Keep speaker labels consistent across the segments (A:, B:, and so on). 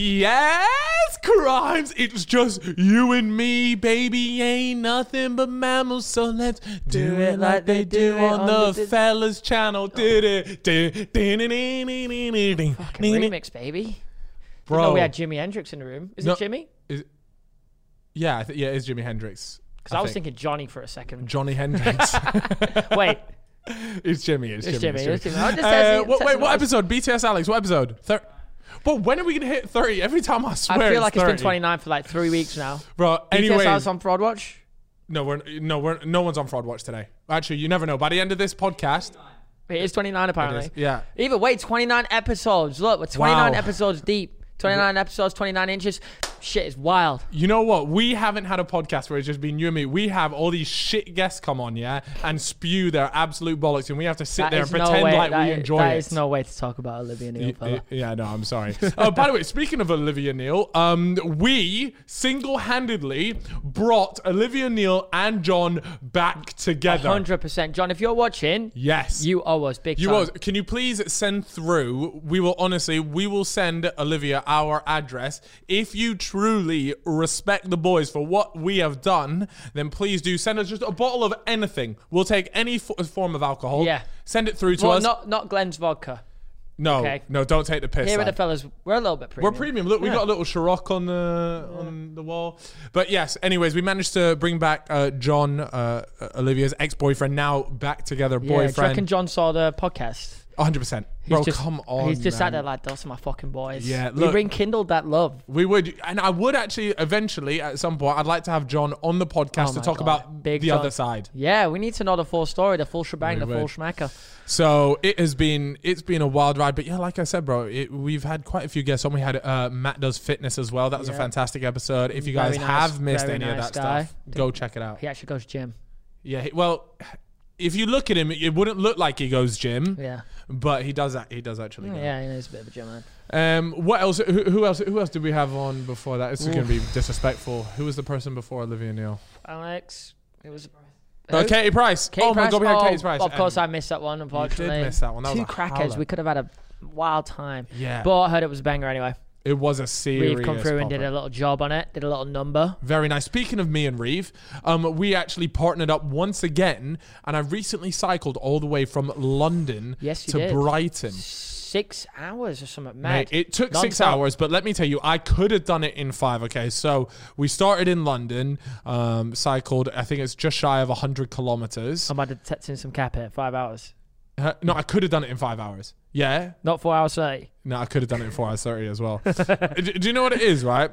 A: Yes, crimes. It's just you and me, baby. Ain't nothing but mammals. So let's do it like they do on the fellas channel.
B: Oh.
A: Did it? Did
B: Fucking remix, Oh, baby. Bro, we had Jimi Hendrix in the room. Is
A: Oh. No.
B: it Jimmy?
A: Yeah, I thi- yeah, it's Jimi Hendrix.
B: Because I, was thinking Johnny for a second.
A: Johnny Hendrix.
B: Wait,
A: it's Jimmy. It's,
B: It's
A: Jimmy.
B: Jimmy, it's Jimmy. I just
A: Uh,
B: said-
A: what,
B: said
A: wait,
B: it
A: what
B: was.
A: episode? BTS Alex. What episode? Thir- but when are we gonna hit thirty? Every time I swear.
B: I feel
A: it's
B: like
A: 30.
B: it's been 29 for like three weeks now.
A: Bro,
B: Anyway,
A: anyway,
B: I was on Fraud Watch.
A: no, we're no, we're no one's on fraud watch today. Actually, you never know. By the end of this podcast,
B: It is 29 apparently.
A: yeah.
B: Either way, 29 episodes. Look, we're 29
A: Wow.
B: episodes deep. 29 episodes, 29 inches. Shit is wild.
A: You know what? We haven't had a podcast where it's just been you and me. We have all these shit guests come on, yeah, and spew their absolute bollocks, and we have to sit
B: That
A: there and
B: is no
A: pretend
B: way-
A: like
B: that
A: we
B: is-
A: enjoy
B: That
A: it.
B: is no way to talk about Olivia Neal,
A: Y-
B: fella.
A: y- Yeah, no, I'm sorry. uh, by the way, speaking of Olivia Neal, um, we single-handedly brought Olivia Neal and John back together.
B: 100%. John, if you're watching,
A: Yes,
B: you owe us big
A: You
B: time.
A: was. Can you please send through? We will honestly, we will send Olivia our address. If you truly respect the boys for what we have done, then please do send us just a bottle of anything. We'll take any f- form of alcohol.
B: Yeah.
A: Send it through to
B: Well,
A: us.
B: not, not Glenn's vodka.
A: no,
B: okay.
A: no, don't take the piss.
B: Here are the
A: lad.
B: fellas. We're a little bit
A: We're premium.
B: premium.
A: Look, we got a little Ciroc on the on the wall. But yes, anyways, we managed to bring back uh, John, uh, uh, Olivia's ex boyfriend, now back together
B: Yeah, do you reckon
A: boyfriend.
B: John saw the podcast?
A: One hundred percent.
B: He's
A: Bro,
B: just,
A: come on.
B: He's just
A: man.
B: sat there like, those are my fucking boys.
A: Yeah,
B: we
A: look-
B: rekindled that love.
A: We would, and I would actually eventually at some point. I'd like to have John on the podcast
B: Oh
A: to
B: my
A: talk
B: God.
A: about
B: Big
A: the
B: John.
A: other side.
B: Yeah, we need to know the full story, the full shebang,
A: We
B: the full
A: would.
B: schmacker.
A: So it has been, it's been a wild ride. But yeah, like I said, bro, it, we've had quite a few guests on. We had uh, Matt does fitness as well. That was a
B: Yeah.
A: fantastic episode. If you
B: Very
A: guys
B: nice-
A: have missed
B: very
A: any of
B: nice
A: that
B: guy.
A: stuff, go check it out.
B: He actually goes gym.
A: Yeah. he- Well, if you look at him, it wouldn't look like he goes gym,
B: Yeah,
A: but he does. act- He does actually. Go.
B: yeah, he knows a bit of a gym man.
A: Um. What else? Who, who else? Who else did we have on before that? This is going to be disrespectful. Who was the person before Olivia Neal?
B: Alex, it was.
A: Oh, Katie Price.
B: Katie
A: oh my
B: Price.
A: god, we had
B: oh,
A: Katie Price.
B: Of course,
A: And
B: I missed that one. Unfortunately,
A: miss that one. That was
B: Two
A: a
B: crackers.
A: howler.
B: We could have had a wild time.
A: Yeah.
B: but I heard it was a banger anyway.
A: it was a serious.
B: Reeve come through and did
A: popper.
B: a little job on it. Did a little number.
A: Very nice. Speaking of me and Reeve, um, we actually partnered up once again, and I recently cycled all the way from London
B: Yes, you
A: to
B: did.
A: Brighton.
B: Six hours or something.
A: Mate,
B: Mad.
A: it took six
B: Non-stop.
A: hours, but let me tell you, I could have done it in five. Okay, so we started in London, um, cycled. I think it's just shy of hundred kilometers.
B: I'm about to text in some cap here. Five hours.
A: Uh, no, I could have done it in five hours. Yeah,
B: Not four hours thirty.
A: No, I could have done it in four hours thirty as well. do, do you know what it is, right?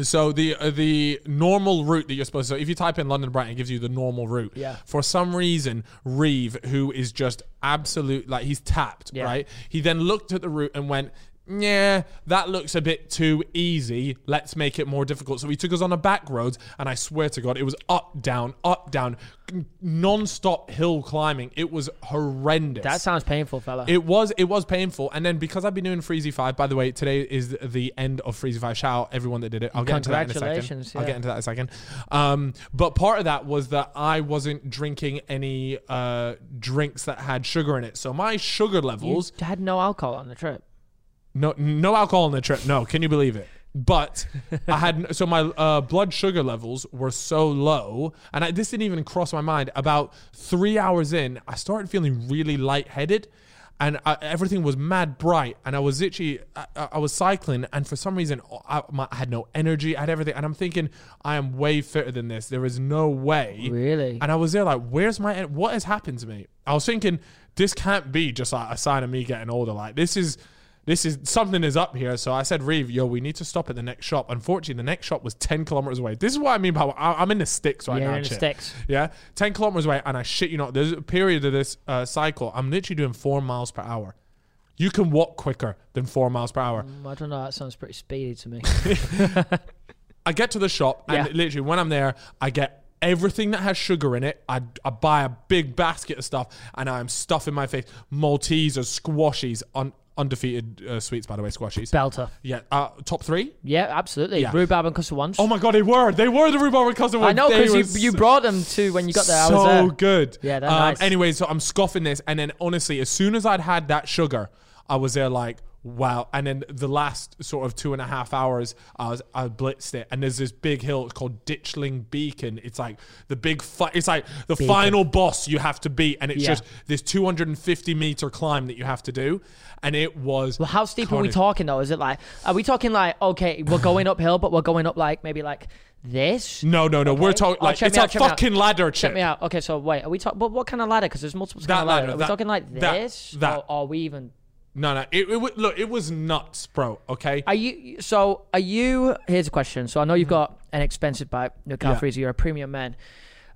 A: So the uh, the normal route that you're supposed to. So if you type in London to Brighton, it gives you the normal route.
B: Yeah.
A: For some reason, Reeve, who is just absolute, like he's tapped,
B: Yeah.
A: right? He then looked at the route and went. Yeah, that looks a bit too easy. Let's make it more difficult. So he took us on a back road, and I swear to God, it was up, down, up, down, non-stop hill climbing. It was horrendous.
B: That sounds painful, fella.
A: It was it was painful, and then because I've been doing Freezy Five. By the way, today is the end of Freezy Five. Shout out everyone that did it. I'll get into that in a second.
B: Congratulations,
A: I'll
B: yeah.
A: get into that in a second. Um, but part of that was that I wasn't drinking any uh, drinks that had sugar in it, so my sugar
B: you
A: levels
B: had no alcohol on the trip.
A: no no alcohol on the trip. No, can you believe it? But I had so my uh, blood sugar levels were so low, and I, this didn't even cross my mind. About three hours in, I started feeling really lightheaded, and I, everything was mad bright. And I was itchy. I, I I was cycling, and for some reason, I, my, I had no energy. I had everything, and I'm thinking, I am way fitter than this. There is no way.
B: Really?
A: And I was there like, where's my, en- what has happened to me? I was thinking, this can't be just like a sign of me getting older. Like this is, this is, something is up here. So I said, Reeve, yo, we need to stop at the next shop. Unfortunately, the next shop was 10 kilometers away. This is what I mean by, I- I'm in the sticks right
B: Yeah,
A: now.
B: you're in the
A: shit.
B: sticks.
A: Yeah. 10 kilometers away. And I shit you not, there's a period of this uh, cycle. I'm literally doing four miles per hour. You can walk quicker than four miles per hour.
B: Mm, I don't know. That sounds pretty speedy to me.
A: I get to the shop and
B: Yeah.
A: literally when I'm there, I get everything that has sugar in it. I, I buy a big basket of stuff and I'm stuffing my face. Maltesers, squashies, un, undefeated uh, sweets, by the way, squashies.
B: Belter.
A: yeah, uh, top three.
B: Yeah, absolutely.
A: Yeah.
B: Rhubarb and custard once.
A: Oh my god, they were. They were the rhubarb and custard.
B: I know
A: They were
B: because you, you
A: so-
B: brought them too when you got there. I was
A: so
B: there.
A: good.
B: Yeah, they're
A: um,
B: nice.
A: Anyway, so I'm scoffing this, and then honestly, as soon as I'd had that sugar, I was there like, wow. And then the last sort of two and a half hours, I was I blitzed it, and there's this big hill it's called Ditchling Beacon. It's like the big, fi- it's like the
B: Beacon.
A: final boss you have to beat, and it's
B: Yeah.
A: just this 250 meter climb that you have to do, and it was.
B: Well, how steep are we
A: carnage.
B: talking though? Is it like are we talking like okay, we're going uphill, but we're going up like maybe like this?
A: No, no, no. We're
B: Okay.
A: talking
B: Oh,
A: like
B: check
A: it's
B: me
A: a
B: out, check me out.
A: fucking ladder,
B: Check
A: chip.
B: me out. Okay, so wait, are we talking? But what kind of ladder? Because there's multiple
A: That
B: kind of ladder.
A: ladder,
B: Are we
A: that-
B: talking like
A: that-
B: this?
A: that.
B: Or are we even?
A: No, no. It, it wa- look, it was nuts, bro. Okay.
B: Are you? So are you? Here's a question. So I know you've got an expensive bike, no car
A: Mm-hmm. Yeah.
B: freezer. You're a premium man.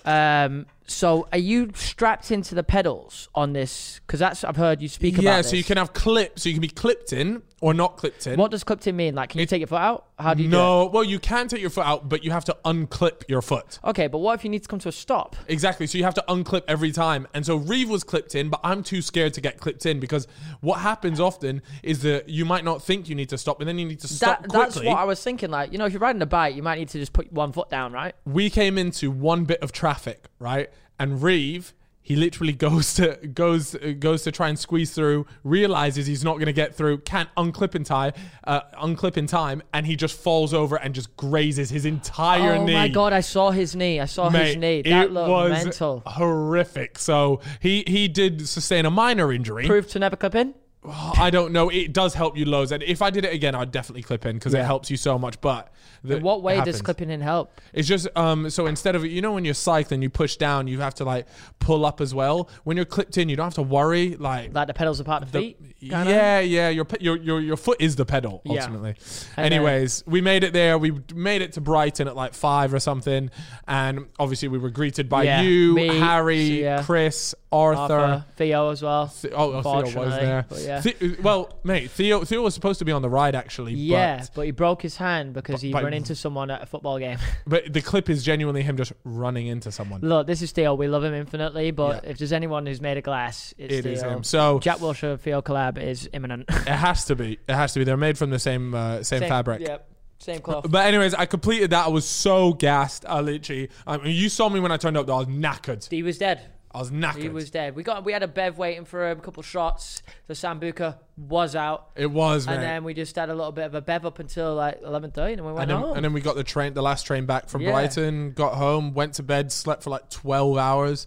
B: Um, so are you strapped into the pedals on this? Because that's I've heard you speak about.
A: yeah, so
B: this.
A: you can have clips. So you can be clipped in or not clipped in.
B: What does clipped in mean? Like, can you take your foot out? How do you? do
A: No, well, you can take your foot out, but you have to unclip your foot.
B: it? Okay, but what if you need to come to a stop?
A: Exactly. So you have to unclip every time. And so Reeve was clipped in, but I'm too scared to get clipped in because what happens often is that you might not think you need to stop, and then you need to stop
B: That, that's
A: quickly.
B: what I was thinking. Like, you know, if you're riding a bike, you might need to just put one foot down, right?
A: we came into one bit of traffic, right? And Reeve, he literally goes to goes uh, goes to try and squeeze through, realizes he's not going to get through, can't unclip in time, uh, unclip in time, and he just falls over and just grazes his entire
B: oh
A: knee.
B: my god, I saw his knee. I saw his knee. That
A: it
B: looked
A: was
B: mental.
A: horrific. So he he did sustain a minor injury.
B: Proof to never clip in.
A: I don't know. It does help you loads, and if I did it again, I'd definitely clip in because it helps you so much. But the,
B: In what way
A: it
B: does
A: happens.
B: clipping in help?
A: It's just um so instead of you know when you're cycling you push down you have to like pull up as well. When you're clipped in you don't have to worry like
B: Like the pedals apart the,
A: the-
B: feet. kinda?
A: yeah yeah your pe- your your your foot is the pedal
B: Yeah.
A: ultimately.
B: And then-
A: Anyways, we made it there. We made it to Brighton at like 5 or something and obviously we were greeted by
B: Yeah,
A: you,
B: me,
A: Harry,
B: yeah.
A: Chris, Arthur.
B: Arthur, Theo as well.
A: Th- Oh, oh, Theo was
B: Unfortunately,
A: there.
B: but yeah.
A: The- well, mate, Theo Theo was supposed to be on the ride actually.
B: yeah,
A: but
B: but, he broke his hand because he
A: but-
B: ran into someone at a football game.
A: but the clip is genuinely him just running into someone.
B: Look, this is Theo. We love him infinitely, but if there's anyone who's made of glass, it's
A: It
B: Theo.
A: is him. So
B: Jack Wilshere Theo collab is imminent.
A: It has to be. It has to be. They're made from the same uh, same, fabric.
B: Yep. Same cloth.
A: But anyways, I completed that. I was so gassed. I literally. I mean, you saw me when I turned up. though. I was knackered.
B: He was dead.
A: I was knackered.
B: He was dead. We got we had a bev waiting for him, a couple shots. The Sambuca was out,
A: It was,
B: and
A: man.
B: then we just had a little bit of a bev up until like eleven thirty, and then we
A: And
B: went
A: then,
B: home.
A: and then we got the train, the last train back from
B: Yeah.
A: Brighton. Got home, went to bed, slept for like twelve hours.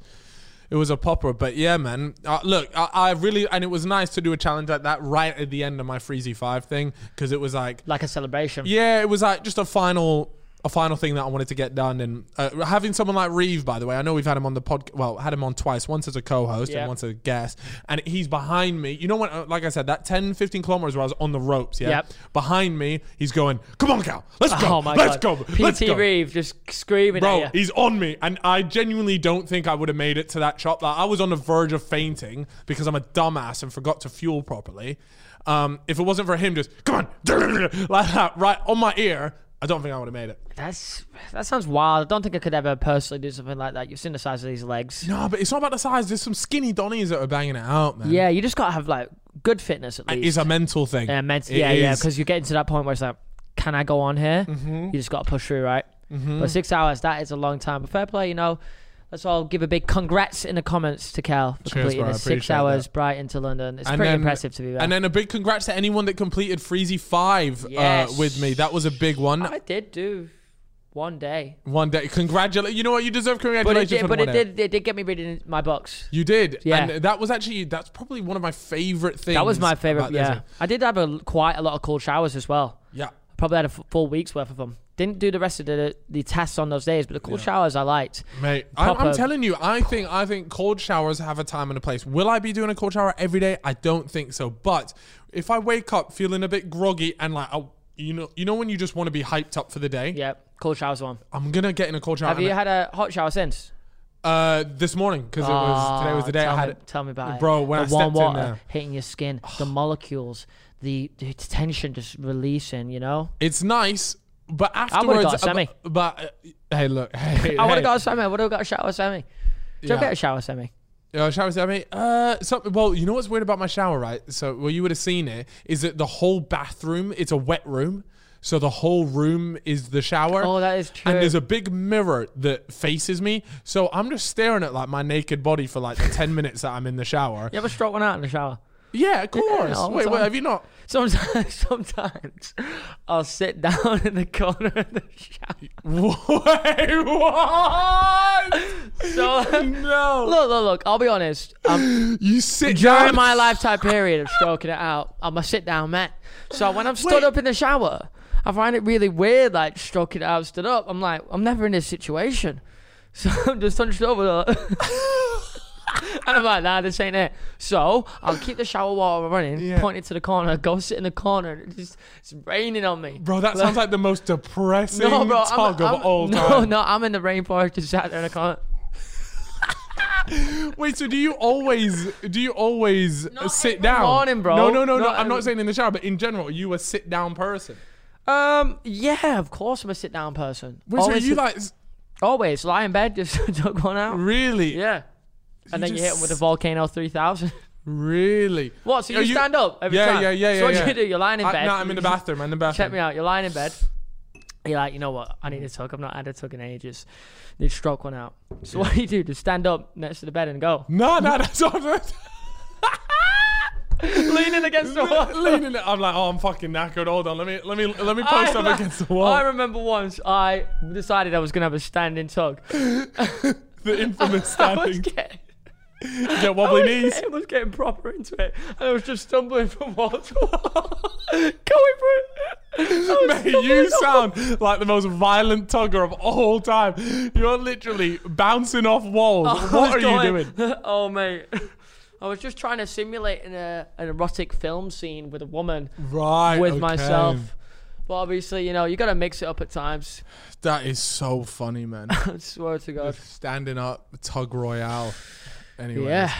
A: It was a popper, but yeah, man. Uh, look, I, I really and it was nice to do a challenge like that right at the end of my Freezy Five thing because it was like
B: like a celebration.
A: Yeah, it was like just a final a final thing that I wanted to get done, and uh, having someone like Reeve, by the way, I know we've had him on the pod, well, had him on twice, once as a co-host
B: Yeah.
A: and once as a guest, and he's behind me. You know when, uh, like I said, that 10, 15 kilometers where I was on the ropes, yeah,
B: Yep.
A: behind me, he's going, "Come on, Cal, let's go,
B: Oh my
A: let's
B: god.
A: go,
B: PT
A: let's go."
B: Reeve just screaming
A: Bro,
B: at you.
A: he's on me, and I genuinely don't think I would have made it to that shop. Like, I was on the verge of fainting because I'm a dumbass and forgot to fuel properly. Um, if it wasn't for him, just come on, like that, right on my ear, I don't think I would have made it.
B: That's that sounds wild. I don't think I could ever personally do something like that. You've seen the size of these legs.
A: No, but it's not about the size. There's some skinny Donnies that are banging it out, man.
B: Yeah, you just gotta have like good fitness at least.
A: it's a mental thing.
B: yeah, mental.
A: It
B: Yeah, yeah,
A: is. Mm-hmm.
B: because you're getting to that point where it's like, can I go on here? You just gotta push through, right? But six hours, that is a long time. But fair play, you know. Let's all give a big congrats in the comments to Cal for
A: Cheers,
B: completing
A: bro, I
B: this six
A: appreciate
B: hours Brighton to London. It's
A: And
B: pretty
A: then-
B: impressive to be there.
A: And then a big congrats to anyone that completed Freezy Five uh,
B: Yes.
A: with me. That was a big one.
B: I did do one day,
A: one day, congratulate. You know what? You deserve
B: but it
A: congratulations.
B: did,
A: for the
B: but it
A: one day.
B: did, it did get me reading my books.
A: You did.
B: Yeah.
A: And that was actually that's probably one of my favorite things.
B: That was my
A: about
B: favorite.
A: this.
B: Yeah, I did have a quite a lot of cold showers as well.
A: Yeah.
B: I probably had a f- full week's worth of them. Didn't do the rest of the the tests on those days, but the cold showers I liked.
A: Mate, I'm, I'm
B: Proper-
A: telling you, I think I think cold showers have a time and a place. Will I be doing a cold shower every day? I don't think so. But if I wake up feeling a bit groggy and like, I, you know, you know when you just want to be hyped up for the day,
B: Yeah, cold showers one.
A: I'm gonna get in a cold shower.
B: Have
A: and-
B: you had a hot shower since? Ah,
A: uh, this morning because it was today was the day
B: tell
A: I had
B: me,
A: it.
B: Tell me about
A: Bro,
B: it,
A: when I
B: the warm
A: stepped in
B: water
A: there-
B: hitting your skin, the molecules, the, the tension just releasing. You know,
A: It's nice, but
B: I would've
A: afterwards,
B: got a semi.
A: But, uh, hey, look, hey,
B: I would
A: hey.
B: have got a semi. I would have got a shower semi. Did
A: Yeah.
B: I get a shower semi?
A: Uh, shower semi. Uh, so, well, you know what's weird about my shower, right? So, well, you would have seen it. Is that the whole bathroom? It's a wet room, so the whole room is the shower.
B: Oh, that is
A: And
B: true.
A: there's a big mirror that faces me, so I'm just staring at like my naked body for like the ten minutes that I'm in the shower.
B: You ever stroke one out in the shower?
A: Yeah, of course.
B: all the
A: wait, wait,
B: time.
A: have you not?
B: Sometimes, sometimes I'll sit down in the corner of the shower.
A: Wait, what?
B: So
A: no.
B: look, look, look. I'll be honest. I'm,
A: you sit
B: during
A: down.
B: my lifetime period of stroking it out, I'm a sit down man. So when I'm stood
A: Wait.
B: up in the shower, I find it really weird, like stroking it out stood up. I'm like, I'm never in this situation. So I'm just hunched over, like- and I'm like, nah, this ain't it. So I'll keep the shower water running,
A: Yeah.
B: point it to the corner, go sit in the corner. and It's just it's raining on me,
A: Bro, that sounds like the most depressing
B: No, bro, I'm,
A: tug
B: I'm,
A: of all
B: no,
A: time.
B: no, I'm in the rainforest, just sat there in a corner.
A: Wait, so do you always do you always
B: Not
A: sit
B: every
A: down?
B: morning, bro.
A: No, no, no, no.
B: Not
A: I'm not
B: every-
A: saying in the shower, but in general, are you a sit down person?
B: Um, yeah, of course I'm a sit down person.
A: Wait, so
B: always,
A: you like s-
B: always lie in bed, just took one out.
A: really,
B: Yeah. And then you hit
A: just-
B: him with a volcano 3000.
A: really?
B: What? So you,
A: Are you-
B: stand up every
A: yeah,
B: time?
A: yeah, yeah, yeah.
B: So what
A: yeah.
B: do you do? You're lying in
A: I-
B: bed.
A: No, I'm in the bathroom. I'm in the bathroom.
B: Check me out. You're lying in bed. You're like, you know what? I need a tug. I've not had a tug in ages. Need to stroke one out. So what do you do? Just stand up next to the bed and go.
A: No, no, that's all.
B: Leaning against the wall.
A: Leaning, I'm like, oh, I'm fucking knackered. Hold on, let me, let me, let me
B: I
A: post up
B: re-
A: against the wall.
B: I remember once I decided I was going to have a standing tug.
A: the infamous
B: I was
A: standing,
B: getting,
A: get
B: I
A: wobbly
B: was
A: knees.
B: getting, I was getting proper into it. And I was just stumbling from wall to wall. Going for it. I was
A: Mate,
B: stumbling
A: you
B: over-
A: sound like the most violent tugger of all time. You're literally bouncing off walls.
B: I
A: what are
B: was
A: you doing?
B: going- oh, mate. I was just trying to simulate an, uh, an erotic film scene with a woman
A: Right.
B: with
A: okay.
B: myself. But obviously, you know, you got to mix it up at times.
A: That is so funny, man.
B: I swear to God.
A: Standing up, tug royale. Anyway.
B: Yeah.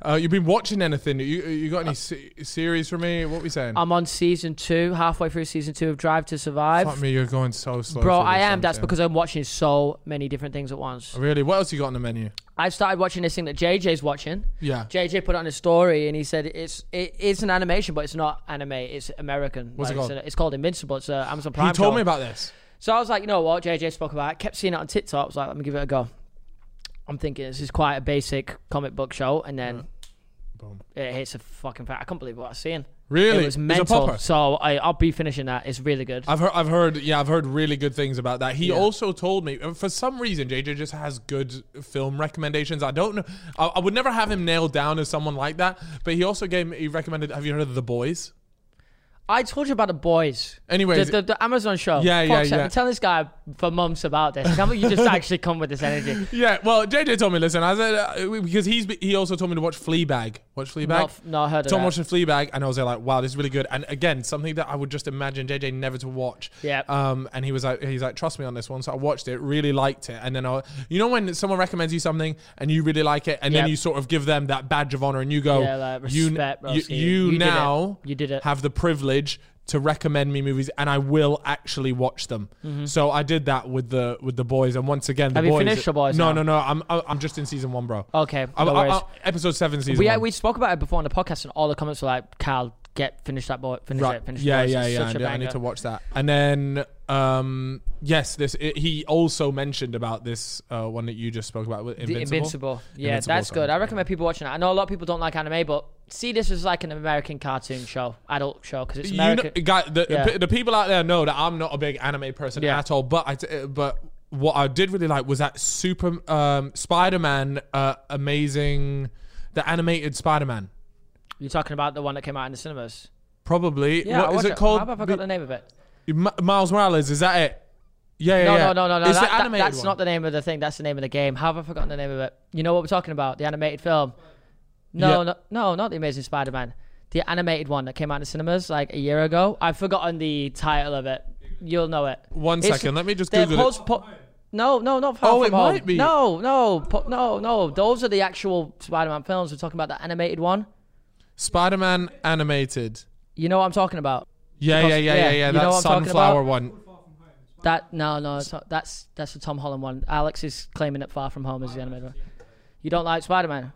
A: Uh, you've been watching anything? You you got any se- series for me? What we saying?
B: I'm on season two, halfway through season two of Drive to
A: Fuck
B: Survive.
A: me, you're going so slow.
B: Bro,
A: through
B: I
A: this,
B: am. That's
A: saying.
B: because I'm watching so many different things at once.
A: Really? What else you got on the menu?
B: I've started watching this thing that JJ's watching.
A: Yeah.
B: JJ put it on his story and he said it's it is an animation, but it's not anime. It's American.
A: What's it
B: Like, it's
A: called?
B: a- It's called Invincible. It's a Amazon Prime.
A: He told
B: show.
A: me about this.
B: So I was like, you know what? JJ spoke about. It. Kept seeing it on TikTok. I was like, let me give it a go. I'm thinking this is quite a basic comic book show, and then
A: Mm. Boom.
B: it hits a fucking fact. I can't believe what I've seen.
A: Really?
B: It was
A: It's a
B: mental.
A: popper?
B: so I, I'll be finishing that. It's really good.
A: I've heard, I've heard, yeah, I've heard really good things about that. He also told me, uh, for some reason, JJ just has good film recommendations. I don't know, I, I would never have him nailed down as someone like that. But he also gave, me, he recommended. Have you heard of The Boys?
B: I told you about the boys.
A: Anyways,
B: the, the, the Amazon show.
A: Yeah,
B: Fuck's
A: yeah,
B: sake,
A: yeah.
B: I've been telling this guy for months about this. How about you just actually come with this energy?
A: yeah. Well, JJ told me, listen, I said uh, because he's he also told me to watch Fleabag. Watch Fleabag.
B: Not, not heard of
A: Tom
B: that.
A: watching Fleabag, and I was there like, "Wow, this is really good." And again, something that I would just imagine JJ never to watch.
B: Yeah.
A: Um, and he was like, "He's like, trust me on this one." So I watched it, really liked it, and then I, you know, when someone recommends you something and you really like it, and
B: Yeah.
A: then you sort of give them that badge of honor, and you go,
B: Yeah, like,
A: you,
B: respect, bro,
A: you,
B: see,
A: you
B: you did it.
A: now,
B: You did it.
A: have the privilege." To recommend me movies, and I will actually watch them. So I did that with the with the boys, and once again, the
B: Mm-hmm. Have you
A: boys.
B: finished The Boys
A: No, no,
B: now?
A: no. I'm I'm just in season one, bro.
B: Okay,
A: I'm-
B: no
A: I- I-
B: worries.
A: episode seven, season.
B: we,
A: one.
B: we spoke about it before on the podcast, and all the comments were like, "Carl, get finish that boy, finish
A: Right.
B: it, finish
A: yeah,
B: the boys.
A: yeah,
B: It's
A: yeah.
B: Such
A: I
B: a
A: need- I need
B: banger.
A: to watch that. And then, um, yes, this it, he also mentioned about this uh, one that you just spoke about, with
B: The
A: Invincible.
B: Invincible. Yeah,
A: Invincible,
B: that's
A: sorry.
B: good. I recommend people watching it. I know a lot of people don't like anime, but see this as like an American cartoon show, adult show, because it's
A: You know,
B: American.
A: guy, the,
B: Yeah.
A: p- the people out there know that I'm not a big anime person
B: Yeah.
A: at all. But I, t- but what I did really like was that Super um, Spider-Man, uh, amazing, the animated Spider-Man.
B: You're talking about the one that came out in the cinemas.
A: Probably.
B: Yeah, I
A: what is
B: watched
A: it, called?
B: How have I
A: The-
B: got the name of it?
A: M- Miles Morales. Is that it? Yeah, yeah,
B: No,
A: yeah.
B: no, no, no, no.
A: It's
B: that-
A: the
B: that-
A: animated
B: that's
A: one.
B: not the name of the thing. That's the name of the game. How have I forgotten the name of it? You know what we're talking about? The animated film. No,
A: Yeah.
B: no, no, not the Amazing Spider-Man. The animated one that came out in the cinemas like a year ago. I've forgotten the title of it. You'll know it.
A: One
B: One second.
A: second, let me just
B: they're
A: Google it.
B: post- po- no, no, not far
A: Oh,
B: from
A: it
B: home.
A: might be.
B: No, no, po- no, no. Those are the actual Spider-Man films. We're talking about the animated one.
A: Spider-Man animated.
B: You know what I'm talking about?
A: Yeah,
B: Because-
A: yeah, yeah,
B: yeah,
A: yeah, yeah.
B: you know
A: That
B: what I'm talking
A: sunflower
B: about?
A: one.
B: That no, no, it's not, that's that's the Tom Holland one. Alex is claiming that Far From Home is the animated one. You don't like Spider Man.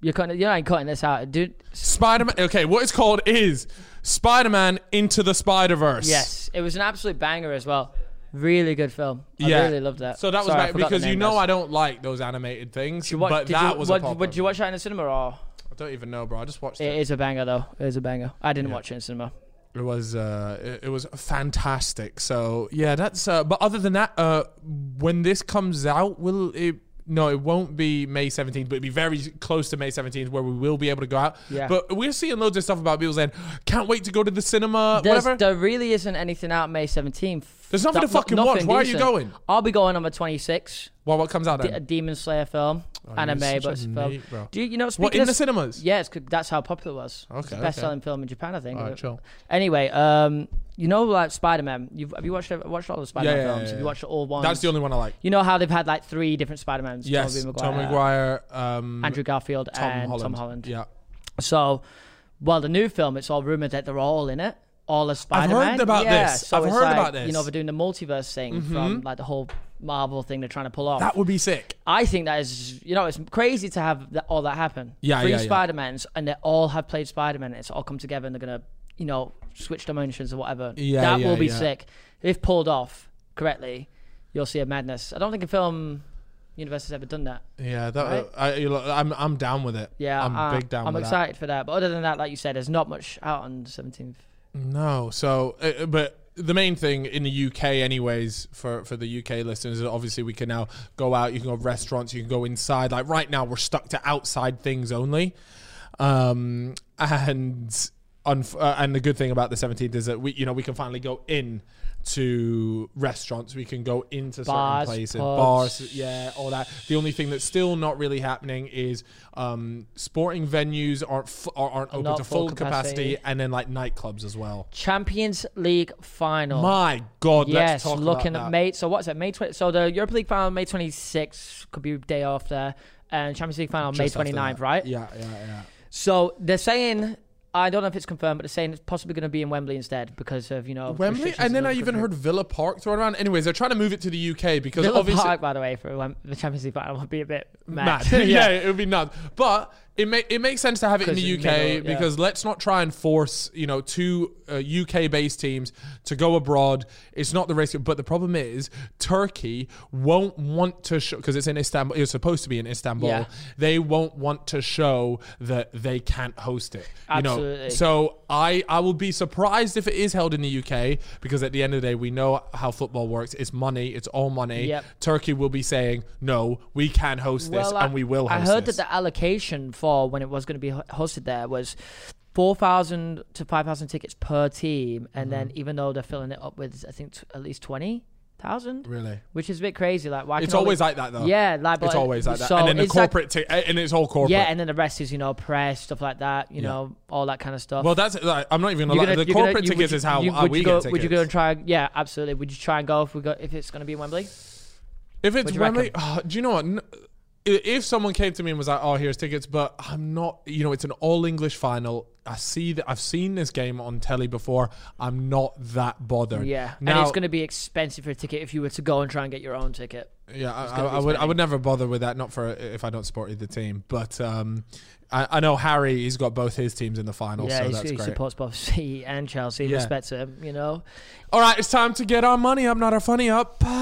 B: You're cutting. You ain't cutting this out, dude.
A: Spider Man. Okay, what it's called is Spider Man Into the Spider Verse.
B: Yes, it was an absolute banger as well. Really good film. I
A: Yeah.
B: really loved that.
A: So that was
B: Sorry, I
A: back
B: forgot the
A: because you
B: name
A: know
B: of
A: I don't like those animated things,
B: it. What-
A: but
B: did
A: that
B: you,
A: was
B: what,
A: a pop.
B: Would you watch that in the cinema or?
A: I don't even know, bro. I just watched
B: It
A: it.
B: is a banger though. It is a banger. I didn't
A: Yeah.
B: watch it in cinema.
A: It was uh, it, it was fantastic. So yeah, that's. Uh, but other than that, uh, when this comes out, will it? No, it won't be May 17th, but it'll be very close to May 17th where we will be able to go out.
B: Yeah.
A: But we're seeing loads of stuff about people saying, can't wait to go to the cinema,
B: There's,
A: whatever.
B: there really isn't anything out May 17th.
A: There's nothing to fucking watch.
B: nothing
A: Where are you
B: decent. uh,
A: going?
B: I'll be going on the 26th.
A: well, what comes out
B: D-
A: then?
B: a Demon Slayer film, anime,
A: Oh, you're such
B: but
A: a
B: it's a film.
A: neat, bro.
B: Do you, you know?
A: what,
B: Speaking
A: in
B: of
A: the
B: s-
A: cinemas?
B: Yeah, it's, 'cause that's how popular it was.
A: Okay,
B: it's the
A: okay.
B: best-selling film in Japan, I think.
A: All right, chill.
B: Anyway, um, you know, like Spider-Man. You've, have you watched watched all the Spider-Man
A: yeah,
B: films?
A: yeah,
B: Have
A: yeah.
B: you watched all ones?
A: That's the only one I like.
B: You know how they've had like three different Spider-Mans?
A: Yes,
B: Tobey Maguire,
A: Tom McGuire, um,
B: Andrew Garfield,
A: Tom
B: and
A: Holland.
B: Tom Holland.
A: Yeah.
B: So, well, the new film, it's all rumored that they're all in it. All as Spider-Man.
A: about
B: yeah,
A: this.
B: So
A: I've
B: it's
A: heard
B: like,
A: about
B: You know,
A: this. Mm-hmm.
B: they're doing the multiverse thing from like the whole Marvel thing they're trying to pull off.
A: That would be sick.
B: I think that is, you know, it's crazy to have that, all that happen.
A: Yeah,
B: Three
A: yeah, yeah.
B: Spider-Mans, and they all have played Spider-Man. It's all come together, and they're going to, you know, switch dimensions or whatever.
A: Yeah,
B: that
A: yeah,
B: will be
A: yeah.
B: sick. If pulled off correctly, you'll see a madness. I don't think a film universe has ever done that.
A: Yeah, that
B: Right?
A: I, you know, I'm I'm down with it.
B: Yeah,
A: I'm
B: I-
A: big down
B: I'm
A: with that.
B: excited for that. But other than that, like you said, there's not much out on the 17th.
A: No, so uh, but the main thing in the UK, anyways, for for the UK listeners, is obviously we can now go out. You can go to restaurants. You can go inside. Like right now, we're stuck to outside things only. Um, and on uh, and the good thing about the 17th is that we you know we can finally go in to restaurants we can go into
B: Bars,
A: certain places
B: pubs.
A: bars yeah all that the only thing that's still not really happening is um sporting venues aren't f- are- aren't open
B: not
A: to full
B: full
A: capacity
B: capacity.
A: and then like nightclubs as well
B: Champions League final.
A: my God, let's
B: Yes,
A: talk
B: looking
A: about
B: at
A: that.
B: May. So what's it? May twenty. So the Europa League final May twenty sixth could be day off there, and Champions League final
A: Just
B: May
A: after
B: 29th,
A: that.
B: right?
A: Yeah, yeah, yeah.
B: So they're saying I don't know if it's confirmed, but they're saying it's possibly going to be in Wembley instead because of you know
A: Wembley,
B: restrictions
A: and then
B: in
A: I
B: other
A: even heard
B: countries.
A: Villa Park thrown around. Anyways, they're trying to move it to the UK because
B: Villa
A: obviously
B: Park, by the way, for Wem- the Champions League final would be a bit mad.
A: mad. yeah. it would be nuts. But it ma- it makes sense to have it in
B: Because
A: the
B: in
A: UK
B: the middle, yeah.
A: because let's not try and force you know two uh, UK based teams to go abroad. It's not the race, but the problem is Turkey won't want to show because it's in Istanbul. It's supposed to be in Istanbul.
B: Yeah.
A: They won't want to show that they can't host it. You know?
B: Absolutely.
A: So I I will be surprised if it is held in the UK because at the end of the day we know how football works. It's money. It's all money.
B: Yep.
A: Turkey will be saying no, we can host this
B: I,
A: and we will
B: I
A: host
B: heard
A: this.
B: that the allocation for when it was going to be ho- hosted there was 4,000 to 5,000 tickets per team.
A: Mm-hmm.
B: And then even though they're filling it up with, I think, t- at least 20,000,
A: really.
B: which is a bit crazy. Like, why
A: It's
B: can
A: always
B: only-
A: like that though.
B: Yeah, like,
A: It's
B: but-
A: always like that.
B: so
A: and then the
B: it's like-
A: corporate ti- eh, and it's all corporate.
B: yeah, and then the rest is, you know, press, stuff like that, you know, all that kind of stuff.
A: well, that's like, I'm not even gonna,
B: You're
A: lie.
B: gonna-
A: the
B: you're gonna-
A: corporate
B: you- would
A: tickets
B: you-
A: is how
B: you-
A: how
B: would
A: we
B: you go,
A: get tickets.
B: Would you go and try? Yeah, absolutely. Would you try and go if we go if it's going to be in Wembley?
A: if it's
B: you
A: Wembley, oh, do you know what? N- i- If someone came to me and was like, "Oh, here's tickets," but I'm not, you know, it's an all English final. I see that I've seen this game on telly before. I'm not that bothered.
B: Yeah, and
A: now
B: it's going to be expensive for a ticket if you were to go and try and get your own ticket.
A: Yeah, I, I,
B: gonna be
A: I would. I
B: spending.
A: would never bother with that. Not for if I don't support either team. But um, I, I know Harry. He's got both his teams in the final.
B: Yeah,
A: so
B: he's-
A: that's
B: he
A: great.
B: supports both City and Chelsea.
A: Yeah.
B: Respects him, you know.
A: All right, it's time to get our money up, not our funny up.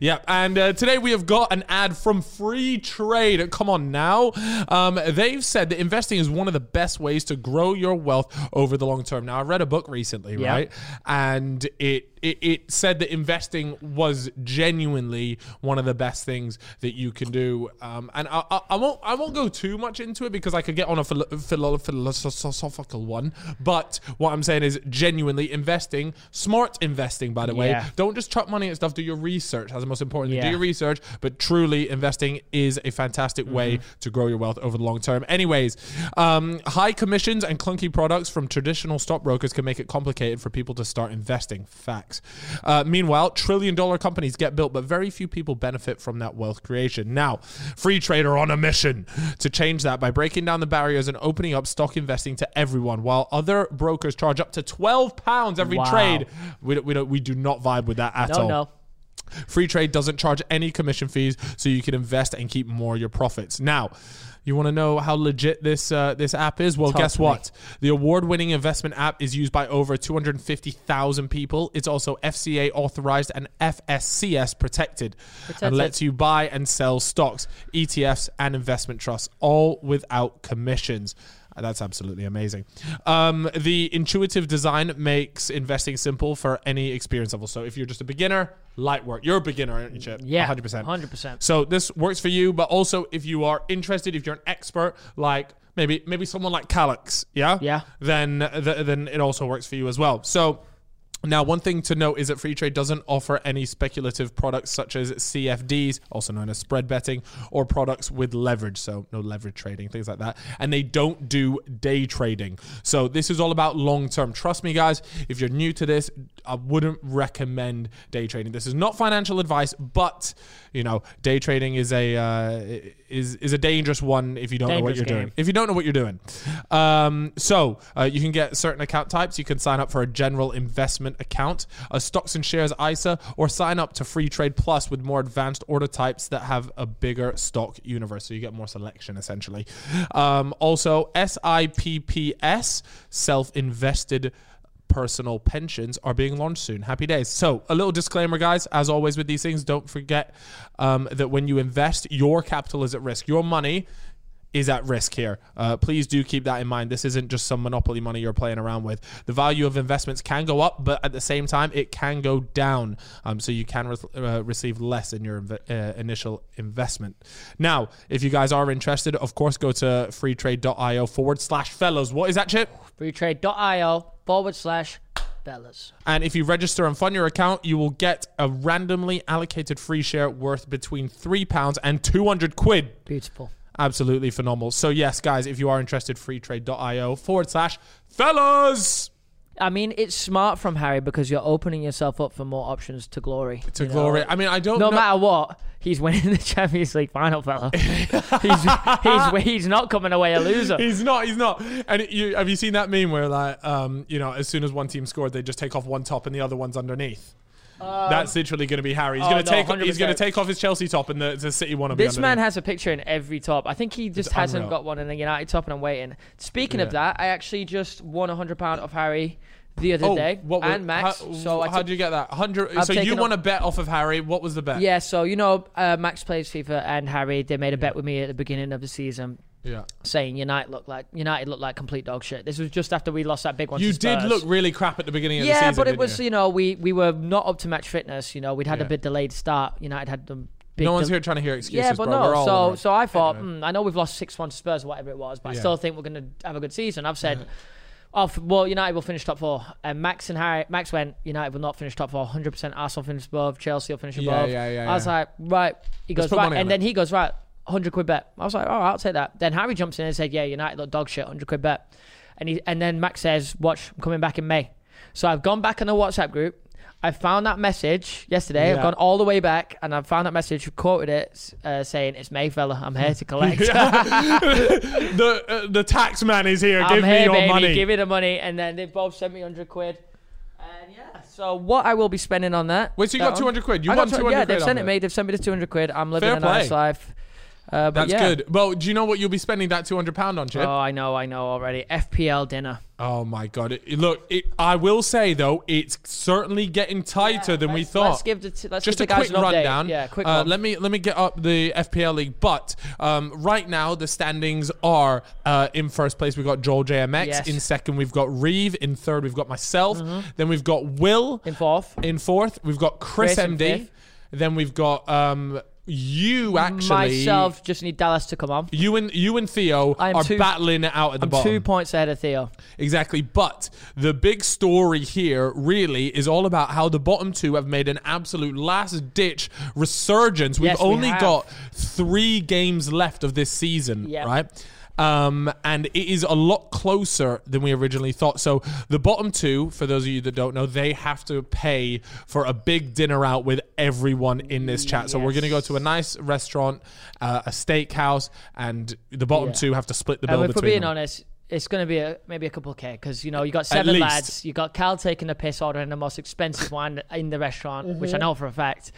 A: Yep, and uh, today we have got an ad from Free Trade. Come on now. Um, they've said that investing is one of the best ways to grow your wealth over the long term. Now, I read a book recently,
B: Yeah.
A: right? And it, it, it said that investing was genuinely one of the best things that you can do. Um, and I, I, I, won't, I won't go too much into it because I could get on a philo- philo- philosophical one. But what I'm saying is genuinely investing, smart investing, by the way.
B: Yeah.
A: Don't just chuck money at stuff. Do your research. That's the most important thing. Do
B: Yeah.
A: your research. But truly, investing is a fantastic way
B: Mm-hmm.
A: to grow your wealth over the long term. Anyways, um, high commissions and clunky products from traditional stockbrokers can make it complicated for people to start investing. Facts. Uh, meanwhile, trillion dollar companies get built, but very few people benefit from that wealth creation. Now, free trade are on a mission to change that by breaking down the barriers and opening up stock investing to everyone, while other brokers charge up to £12 every
B: Wow.
A: trade. We, don't- we, don't, we do not vibe with that at
B: No,
A: all.
B: no.
A: Free trade doesn't charge any commission fees, so you can invest and keep more of your profits. Now, You want to know how legit this uh, this app is? Well,
B: Talk
A: guess
B: to me.
A: what? The award-winning investment app is used by over 250,000 people. It's also FCA authorized and FSCS protected, and
B: Protected.
A: lets you buy and sell stocks, ETFs, and investment trusts, all without commissions. Uh, That's absolutely amazing. Um, the intuitive design makes investing simple for any experience level. So if you're just a beginner, light work. You're a beginner, aren't you, Chip?
B: Yeah,
A: 100%.
B: 100%.
A: So this works for you, but also if you are interested, if you're an expert, like maybe maybe someone like Calix, yeah,
B: Yeah.
A: then th- then it also works for you as well. So. Now, one thing to note is that free trade doesn't offer any speculative products such as CFDs, also known as spread betting, or products with leverage. So, no leverage trading, things like that. And they don't do day trading. So, this is all about long term. Trust me, guys, if you're new to this, I wouldn't recommend day trading. This is not financial advice, but, you know, day trading is a, uh, is, is a dangerous one if you don't know what
B: Dangerous
A: you're doing
B: game.
A: if you don't know what you're doing. Um, so uh, you can get certain account types. You can sign up for a general investment account, a stocks and shares ISA, or sign up to Free Trade Plus with more advanced order types that have a bigger stock universe. So you get more selection essentially. Um, also, SIPPS, self invested personal pensions are being launched soon. Happy days. So, a little disclaimer, guys. As always with these things, don't forget um, that when you invest, your capital is at risk. Your money is at risk here. Uh, please do keep that in mind. This isn't just some monopoly money you're playing around with. The value of investments can go up, but at the same time, it can go down. Um, so you can re- uh, receive less in your inve- uh, initial investment. Now, if you guys are interested, of course, go to freetrade.io forward slash fellows. What is that, Chip?
B: Freetrade.io forward slash fellas.
A: And if you register and fund your account, you will get a randomly allocated free share worth between £3 and 200 quid.
B: Beautiful.
A: Absolutely phenomenal. So, yes, guys, if you are interested, freetrade.io forward slash fellas
B: I mean, it's smart from Harry because you're opening yourself up for more options to glory.
A: to
B: you know?
A: glory. I mean, I don't
B: No
A: know.
B: matter what, he's winning the Champions League final, fella. he's, he's, he's not coming away a loser.
A: He's not. He's not. And it- you, have you seen that meme where, like, um, you know, as soon as one team scored, they just take off one top and the other one's underneath? That's literally going to be Harry. He's
B: Uh, oh,
A: going
B: no,
A: to take. He's going to
B: 100%.
A: take off his Chelsea top, and the, the City one will be
B: This man
A: underneath.
B: has a picture in every top. I think he just
A: It's
B: hasn't
A: unreal.
B: got one in the United top, and I'm waiting. Speaking
A: Yeah.
B: of that, I actually just won a hundred pound off Harry the other day
A: were-
B: and Max.
A: Oh, How,
B: so I
A: how
B: took-
A: did you get that? Hundred.
B: I've
A: So you
B: taken
A: won a bet off of Harry. What was the bet?
B: yeah, so you know, uh, Max plays FIFA, and Harry they made a bet with me at the beginning of the season.
A: Yeah.
B: Saying United look like United look like complete dog shit. This was just after we lost that big one.
A: You
B: to
A: did
B: Spurs.
A: look really crap at the beginning of the
B: Yeah,
A: season.
B: but it
A: didn't
B: was
A: you?
B: you? know we we were not up to match fitness. You know we'd had
A: Yeah.
B: a bit delayed start. United had the big.
A: No one's
B: del-
A: here trying to hear excuses,
B: yeah, but
A: bro. We're all
B: no.
A: on
B: So
A: it.
B: so I thought,
A: Anyway.
B: hmm, I know we've lost six one to Spurs, or whatever it was, but
A: Yeah.
B: I still think we're going to have a good season. I've said, oh f- well, United will finish top four, and Max and Harry, Max went United will not finish top four. Hundred percent Arsenal finish above, Chelsea will finish
A: Yeah,
B: above.
A: yeah, yeah,
B: I was
A: yeah.
B: like, right. He goes
A: put
B: right,
A: money on it.
B: and then he goes right. Hundred quid bet. I was like, all right, I'll take that. Then Harry jumps in and said, yeah, United look dog shit. Hundred quid bet, and he and then Max says, watch, I'm coming back in May. So I've gone back on the WhatsApp group. I found that message yesterday.
A: Yeah.
B: I've gone all the way back and I found that message, quoted it, uh, saying, It's May, fella. I'm here to collect.
A: the uh, the tax man is here.
B: I'm
A: Give
B: here,
A: me your
B: baby.
A: money.
B: Give me the money. And then they both sent me 100 quid. And yeah, so what I will be spending on that.
A: Wait, so you
B: that
A: got
B: on-
A: two hundred quid? You
B: I got
A: won
B: tw-
A: two hundred
B: Yeah,
A: quid.
B: they've
A: off
B: sent
A: it.
B: it me. They've sent me the 200 quid. I'm living
A: Fair
B: a nice
A: play.
B: life. Uh, but
A: That's
B: yeah.
A: good. Well, do you know what you'll be spending that two hundred pound on, Chip?
B: Oh, I know, I know already. FPL dinner.
A: oh my god! It- it- look, it, I will say though, it's certainly getting tighter than we
B: Let's-
A: thought.
B: Let's give the t- let's
A: just a
B: give the guys
A: quick
B: an update.
A: rundown.
B: Yeah, quick
A: Uh,
B: one.
A: let me let me get up the FPL league. But um, right now the standings are uh, in first place we've got Joel JMX.
B: Yes. Mm-hmm.
A: In second we've got Reeve. In third we've got myself. Then we've got Will.
B: In fourth.
A: In fourth we've got Chris,
B: Chris in
A: MD.
B: fifth.
A: Then we've got um, you actually.
B: Myself just need Dallas to come on.
A: You and you and Theo
B: I am
A: are
B: two-
A: battling it out at the
B: I'm
A: bottom.
B: two points ahead of Theo.
A: Exactly. But the big story here really is all about how the bottom two have made an absolute last ditch resurgence. We've
B: Yes, we
A: only
B: have.
A: got three games left of this season,
B: Yeah.
A: right? Um, and it is a lot closer than we originally thought. So the bottom two, for those of you that don't know, they have to pay for a big dinner out with everyone in this chat. So we're going to go to a nice restaurant, uh, a steakhouse, and the bottom
B: Yeah.
A: two have to split the bill
B: And if we're
A: between
B: being
A: them.
B: honest, it's going to be a, maybe a couple of k because you know you got seven
A: least.
B: lads. You got Cal taking the piss ordering the most expensive wine in the restaurant, which I know for a fact.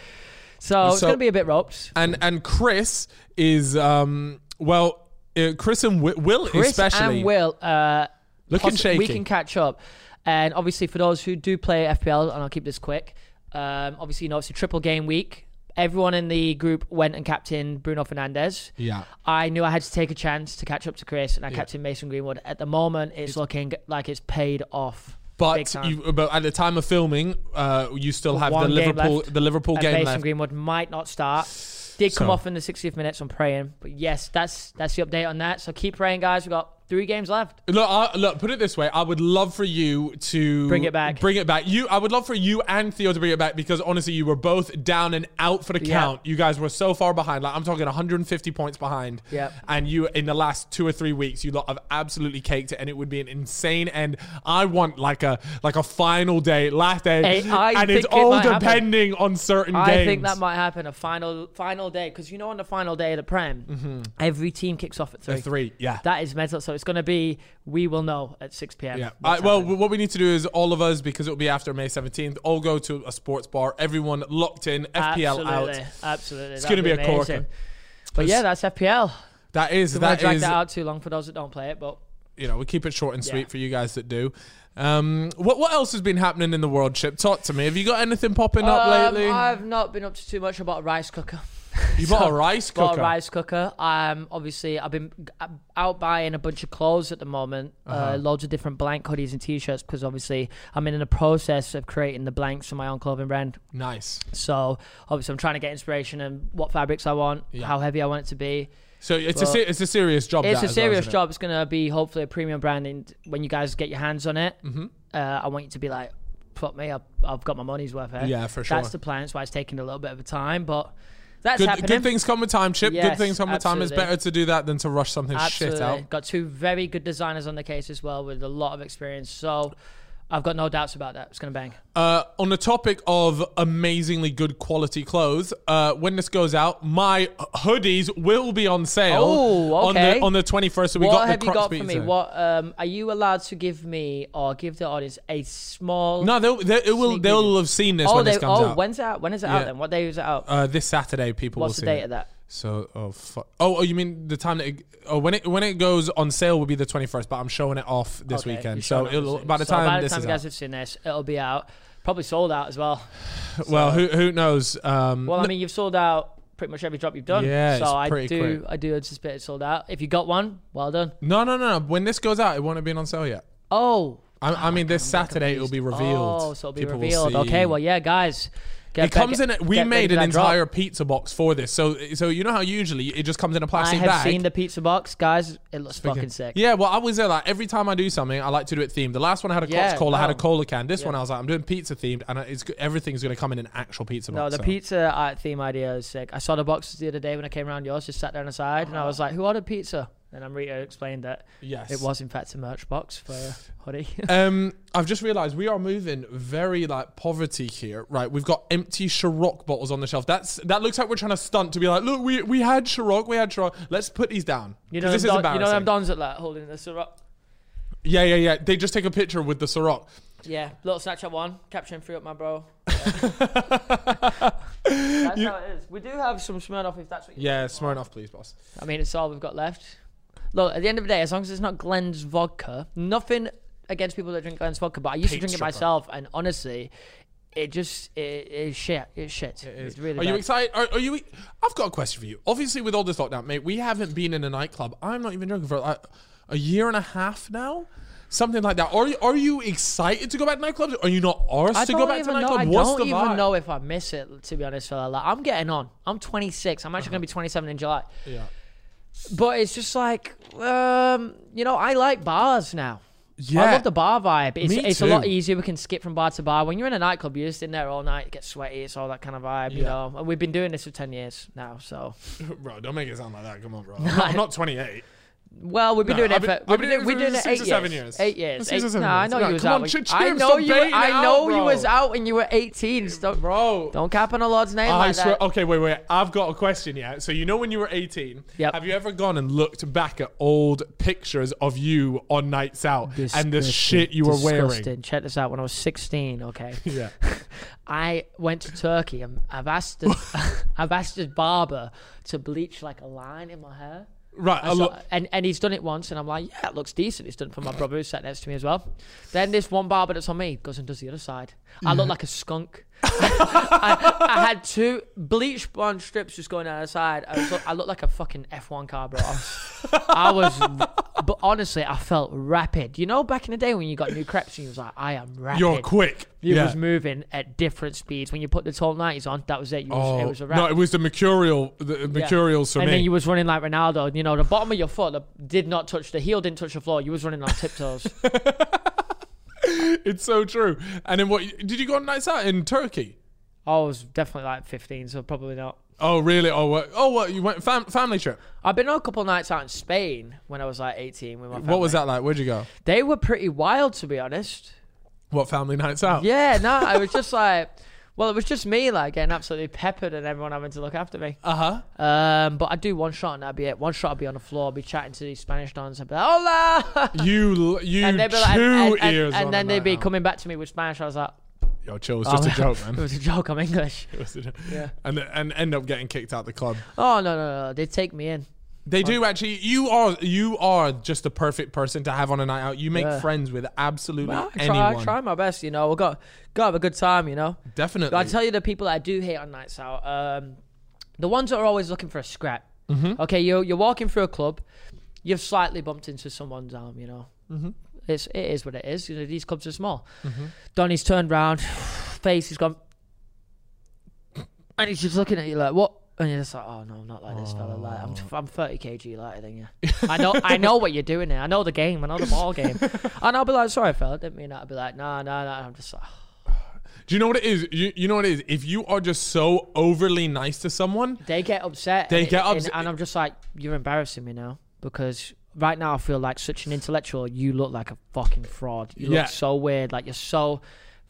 B: So, it's
A: So-
B: going to be a bit ropes.
A: and and Chris is um well uh, Chris and Wi- Will
B: Chris
A: especially
B: and Will, uh,
A: Looking shaky.
B: We can catch up. And obviously, for those who do play FPL, and I'll keep this quick. Um, obviously, you know it's a triple game week. Everyone in the group went and captained Bruno Fernandez.
A: Yeah.
B: I knew I had to take a chance to catch up to Chris, and I captained Mason Greenwood. At the moment, it's, looking like it's paid off. big
A: But
B: time.
A: you, but at the time of filming, uh, you still have the
B: One game
A: Liverpool,
B: left.
A: the Liverpool
B: and
A: game
B: Mason
A: left.
B: Greenwood might not start. Did come
A: So-
B: off in the 60th minutes. I'm praying, but yes, that's that's the update on that. So keep praying, guys. We've got three games left.
A: Look, I, look. Put it this way: I would love for you to
B: Bring it back.
A: Bring it back. You, I would love for you and Theo to bring it back because honestly, you were both down and out for the
B: Yeah.
A: count. You guys were so far behind. Like I'm talking 150 points behind.
B: Yep.
A: And you, in the last two or three weeks, you lot have absolutely caked it, and it would be an insane end. I want like a like a final day, last day,
B: Hey, I
A: and it's
B: think it
A: all
B: might happen.
A: depending on certain
B: I
A: games.
B: think that might happen. A final final day because you know on the final day of the prem, every team kicks off at three.
A: A Mm-hmm. three, yeah.
B: That is mental. So it's going to be we will know at 6 p.m.
A: Yeah.
B: what's
A: I, well,
B: happening.
A: what we need to do is all of us, because it'll be after May 17th, all go to a sports bar. Everyone locked in, FPL
B: absolutely,
A: out.
B: absolutely. It's
A: gonna be a corker.
B: But yeah, that's FPL.
A: That is,
B: Don't want
A: that
B: to drag
A: is,
B: that out too long for those that don't play it, but
A: you know, we keep it short and sweet
B: Yeah.
A: for you guys that do. Um, what what else has been happening in the world, Chip? Talk to me. Have you got anything popping up
B: Um,
A: lately?
B: I've not been up to too much about a rice cooker.
A: you bought a rice
B: Bought
A: cooker.
B: a rice cooker. Um, obviously, I've been g- I'm out buying a bunch of clothes at the moment, uh
A: Uh-huh.
B: loads of different blank hoodies and t-shirts because obviously I'm in the process of creating the blanks for my own clothing brand.
A: Nice.
B: So obviously, I'm trying to get inspiration and what fabrics I want,
A: Yeah.
B: how heavy I want it to be.
A: So it's a
B: Well,
A: se- it's a serious job.
B: It's
A: that as
B: a
A: well,
B: serious
A: isn't it?
B: job. It's gonna be hopefully a premium brand, and when you guys get your hands on it,
A: Mm-hmm.
B: uh, I want you to be like, "Put me up. I've got my money's worth." eh?"
A: Yeah, for sure.
B: That's the plan. That's why it's taking a little bit of a time, but that's
A: Good,
B: happening.
A: good things come with time, Chip. good
B: Yes,
A: things come with time. It's
B: absolutely.
A: better to do that than to rush something
B: Absolutely.
A: shit out.
B: Got two very good designers on the case as well, with a lot of experience. So I've got no doubts about that. It's gonna bang.
A: Uh, on the topic of amazingly good quality clothes, uh, when this goes out, my hoodies will be on sale
B: Oh, okay.
A: on the on the twenty first. So we
B: what
A: got
B: have
A: the
B: you
A: Crocs
B: got for
A: meeting
B: me?
A: today.
B: What um, are you allowed to give me or give the audience a small?
A: No, they'll they, it will
B: Sneak
A: they'll have seen this
B: Oh,
A: when
B: they,
A: this comes
B: oh,
A: out.
B: when's it out? When is it
A: Yeah.
B: out then? What day is it out?
A: uh, this Saturday, people
B: What's
A: will see
B: the date
A: it.
B: of that?
A: So, oh fuck. Oh, oh, you mean the time that? It, oh, when it when it goes on sale will be the twenty first, but I'm showing it off this
B: Okay,
A: weekend.
B: you're
A: So
B: showing up
A: it'll,
B: this
A: by the
B: week. So
A: time
B: by the
A: this
B: time
A: is
B: you guys have seen this, it'll be out. Probably sold out as well.
A: out, well, who who knows? Um,
B: Well, I mean, you've sold out pretty much every drop you've done.
A: Yeah,
B: so
A: it's
B: I
A: pretty
B: do,
A: quick.
B: I do anticipate it's sold out. If you got one, well done.
A: no, no, no, no. When this goes out, it won't have been on sale yet.
B: Oh,
A: I, I mean, this Saturday it'll be revealed.
B: oh, so it'll be
A: People will
B: revealed.
A: see.
B: Okay, well, yeah, guys. Get
A: it
B: back-
A: comes in.
B: get-
A: A, we
B: get
A: made
B: ready
A: an
B: for that drop.
A: entire pizza box for this. So, so you know how usually it just comes in a
B: I
A: plastic
B: have
A: bag.
B: seen the pizza box, guys. It looks fucking sick.
A: Yeah, well, I was there. Like every time I do something, I like to do it themed. The last one I had a
B: Yeah,
A: Cox cola, I had a
B: wow.
A: cola can. This one
B: Yeah.
A: I was like, I'm doing pizza themed, and it's everything's going to come in an actual pizza box.
B: No, the
A: so.
B: pizza uh, theme idea is sick. I saw the boxes the other day when I came around yours, just sat down aside, and I was like, who ordered pizza? And Amrita explained that
A: Uh-huh. Yes,
B: it was, in fact, a merch box for a hoodie.
A: Um, I've just realised we are moving very like poverty here, right? We've got empty Ciroc bottles on the shelf. That's that looks like we're trying to stunt to be like, look, we we had Ciroc, we had Ciroc. Let's put these down.
B: You
A: 'Cause
B: know,
A: this is
B: them don- you know
A: embarrassing.
B: them dons at that holding the syrup.
A: Yeah, yeah, yeah. They just take a picture with the Ciroc.
B: Yeah, little Snapchat one, capturing free up my bro. that's how it is. We do have some Smirnoff if that's what you.
A: Yeah, Smirnoff, please, boss.
B: I mean, it's all we've got left. Look, at the end of the day, as long as it's not Glen's vodka, nothing against people that drink Glen's vodka, but I used
A: Hate
B: to drink it
A: stripper.
B: myself, and honestly, it just it is shit. It's shit. It's really.
A: Are you
B: bad.
A: excited? Are, are you? e- I've got a question for you. Obviously, with all this lockdown, mate, we haven't been in a nightclub. I'm not even joking for like a year and a half now, something like that. Are you? Are you excited to go back to nightclubs? Are you not arsed
B: I
A: to
B: don't
A: go back
B: even
A: to
B: know.
A: nightclub?
B: I
A: What's
B: don't
A: the
B: even
A: vibe?
B: know if I miss it. To be honest, fella. Like, I'm getting on. I'm 26. I'm
A: Uh-huh.
B: actually going to be 27 in July.
A: Yeah.
B: But it's just like, um, you know, I like bars now.
A: Yeah.
B: I love the bar vibe. It's,
A: Me
B: it's a lot
A: too.
B: easier. We can skip from bar to bar. When you're in a nightclub, you're just in there all night, you get sweaty. It's all that kind of vibe, you
A: Yeah.
B: know. And we've been doing this for 10 years now. So,
A: bro, don't make it sound like that. Come on, bro. I'm not, I'm not 28.
B: well, we've been
A: No,
B: doing
A: I've
B: it
A: been-
B: for we've
A: I've
B: been,
A: been
B: doing- we're
A: doing
B: doing
A: it
B: it
A: for
B: eight
A: six or
B: years.
A: seven years.
B: Eight years.
A: Six or
B: Eight-
A: seven
B: nah, I
A: years.
B: know
A: Nah,
B: you was
A: come
B: out.
A: on,
B: when-
A: Chip,
B: I
A: Chip,
B: know
A: stop
B: you. I
A: baiting
B: know
A: out,
B: you was
A: bro.
B: out and you were 18. Stop,
A: Bro.
B: Don't cap on a lord's name
A: I
B: like
A: swear.
B: that.
A: Okay, wait, wait. I've got a question. Yeah. So you know when you were 18,
B: Yep.
A: have you ever gone and looked back at old pictures of you on nights out and the
B: Disgusting.
A: shit you were wearing?
B: Disgusting. Check this out. When I was 16, okay.
A: Yeah.
B: I went to Turkey and I've asked the, I've asked his barber to bleach like a line in my hair.
A: Right.
B: I
A: a
B: saw-
A: lo-
B: and, and he's done it once, and I'm like, yeah, it looks decent. It's done for my brother who's sat next to me as well. Then this one barber that's on me goes and does the other side. I look like a skunk. I, I had two bleach blonde strips just going down the side. I, was, I looked like a fucking F1 car, bro. I was, I was- but honestly, I felt rapid. You know, back in the day when you got new creps, and you was like, I am rapid.
A: you're quick.
B: You
A: yeah.
B: was moving at different speeds. When you put the tall 90s on, that was it. You was, it was a rap.
A: Oh, no, it was the mercurial, the
B: Yeah.
A: mercurials for
B: and
A: me.
B: then you was running like Ronaldo. You know, the bottom of your foot the, did not touch the heel, didn't touch the floor. You was running on tiptoes.
A: it's so true. And then what? Did you go on nights out in Turkey?
B: I was definitely like 15, so probably not.
A: Oh really? Oh what? Oh what? You went fam- family trip.
B: I've been on a couple nights out in Spain when I was like 18 with my family.
A: What was that like? Where'd you go?
B: They were pretty wild, to be honest.
A: What family nights out?
B: Yeah, no, I was just like, well, it was just me like getting absolutely peppered and everyone having to look after me.
A: Uh huh.
B: Um, but I do one shot and that'd be it. One shot, I'd be on the floor, I'd be chatting to these Spanish dons. I'd be like, hola!
A: You l- you
B: Uh-huh. And they'd be like,
A: two
B: and, and- and-
A: ears.
B: and
A: on
B: then
A: a
B: they'd
A: night
B: be
A: out.
B: coming back to me with Spanish. I was like, "Oh,
A: Yo, chill. It's just a joke,
B: It
A: man.
B: was a joke. I'm English.
A: It was a joke.
B: Yeah.
A: And and end up getting kicked out the club.
B: Oh no no no! They take me in.
A: They do actually. You are you are just the perfect person to have on a night out. You make
B: Yeah.
A: friends with absolutely
B: Well, I try,
A: anyone.
B: I try my best. You know, we got got to have a good time. You know,
A: Definitely.
B: I tell you the people I do hate on nights out. Um, the ones that are always looking for a scrap. Okay, you're you're walking through a club, you've slightly bumped into someone's arm. You know, it's it is what it is. You know, these clubs are small. Donny's turned round, face he's gone, and he's just looking at you like what. And you're just like, oh no, I'm not like this fella. Like, I'm, I'm 30 kg lighter than you. I know, I know what you're doing there. I know the game. I know the ball game. and I'll be like, sorry, fella, didn't mean that. I'll be like, nah, nah, nah. I'm just like,
A: Do you know what it is? You, you know what it is? If you are just so overly nice to someone,
B: They get upset.
A: They
B: and-
A: get
B: and-
A: upset.
B: and I'm just like, you're embarrassing me now because right now I feel like such an intellectual. You look like a fucking fraud. You
A: Yeah.
B: look so weird. Like you're so,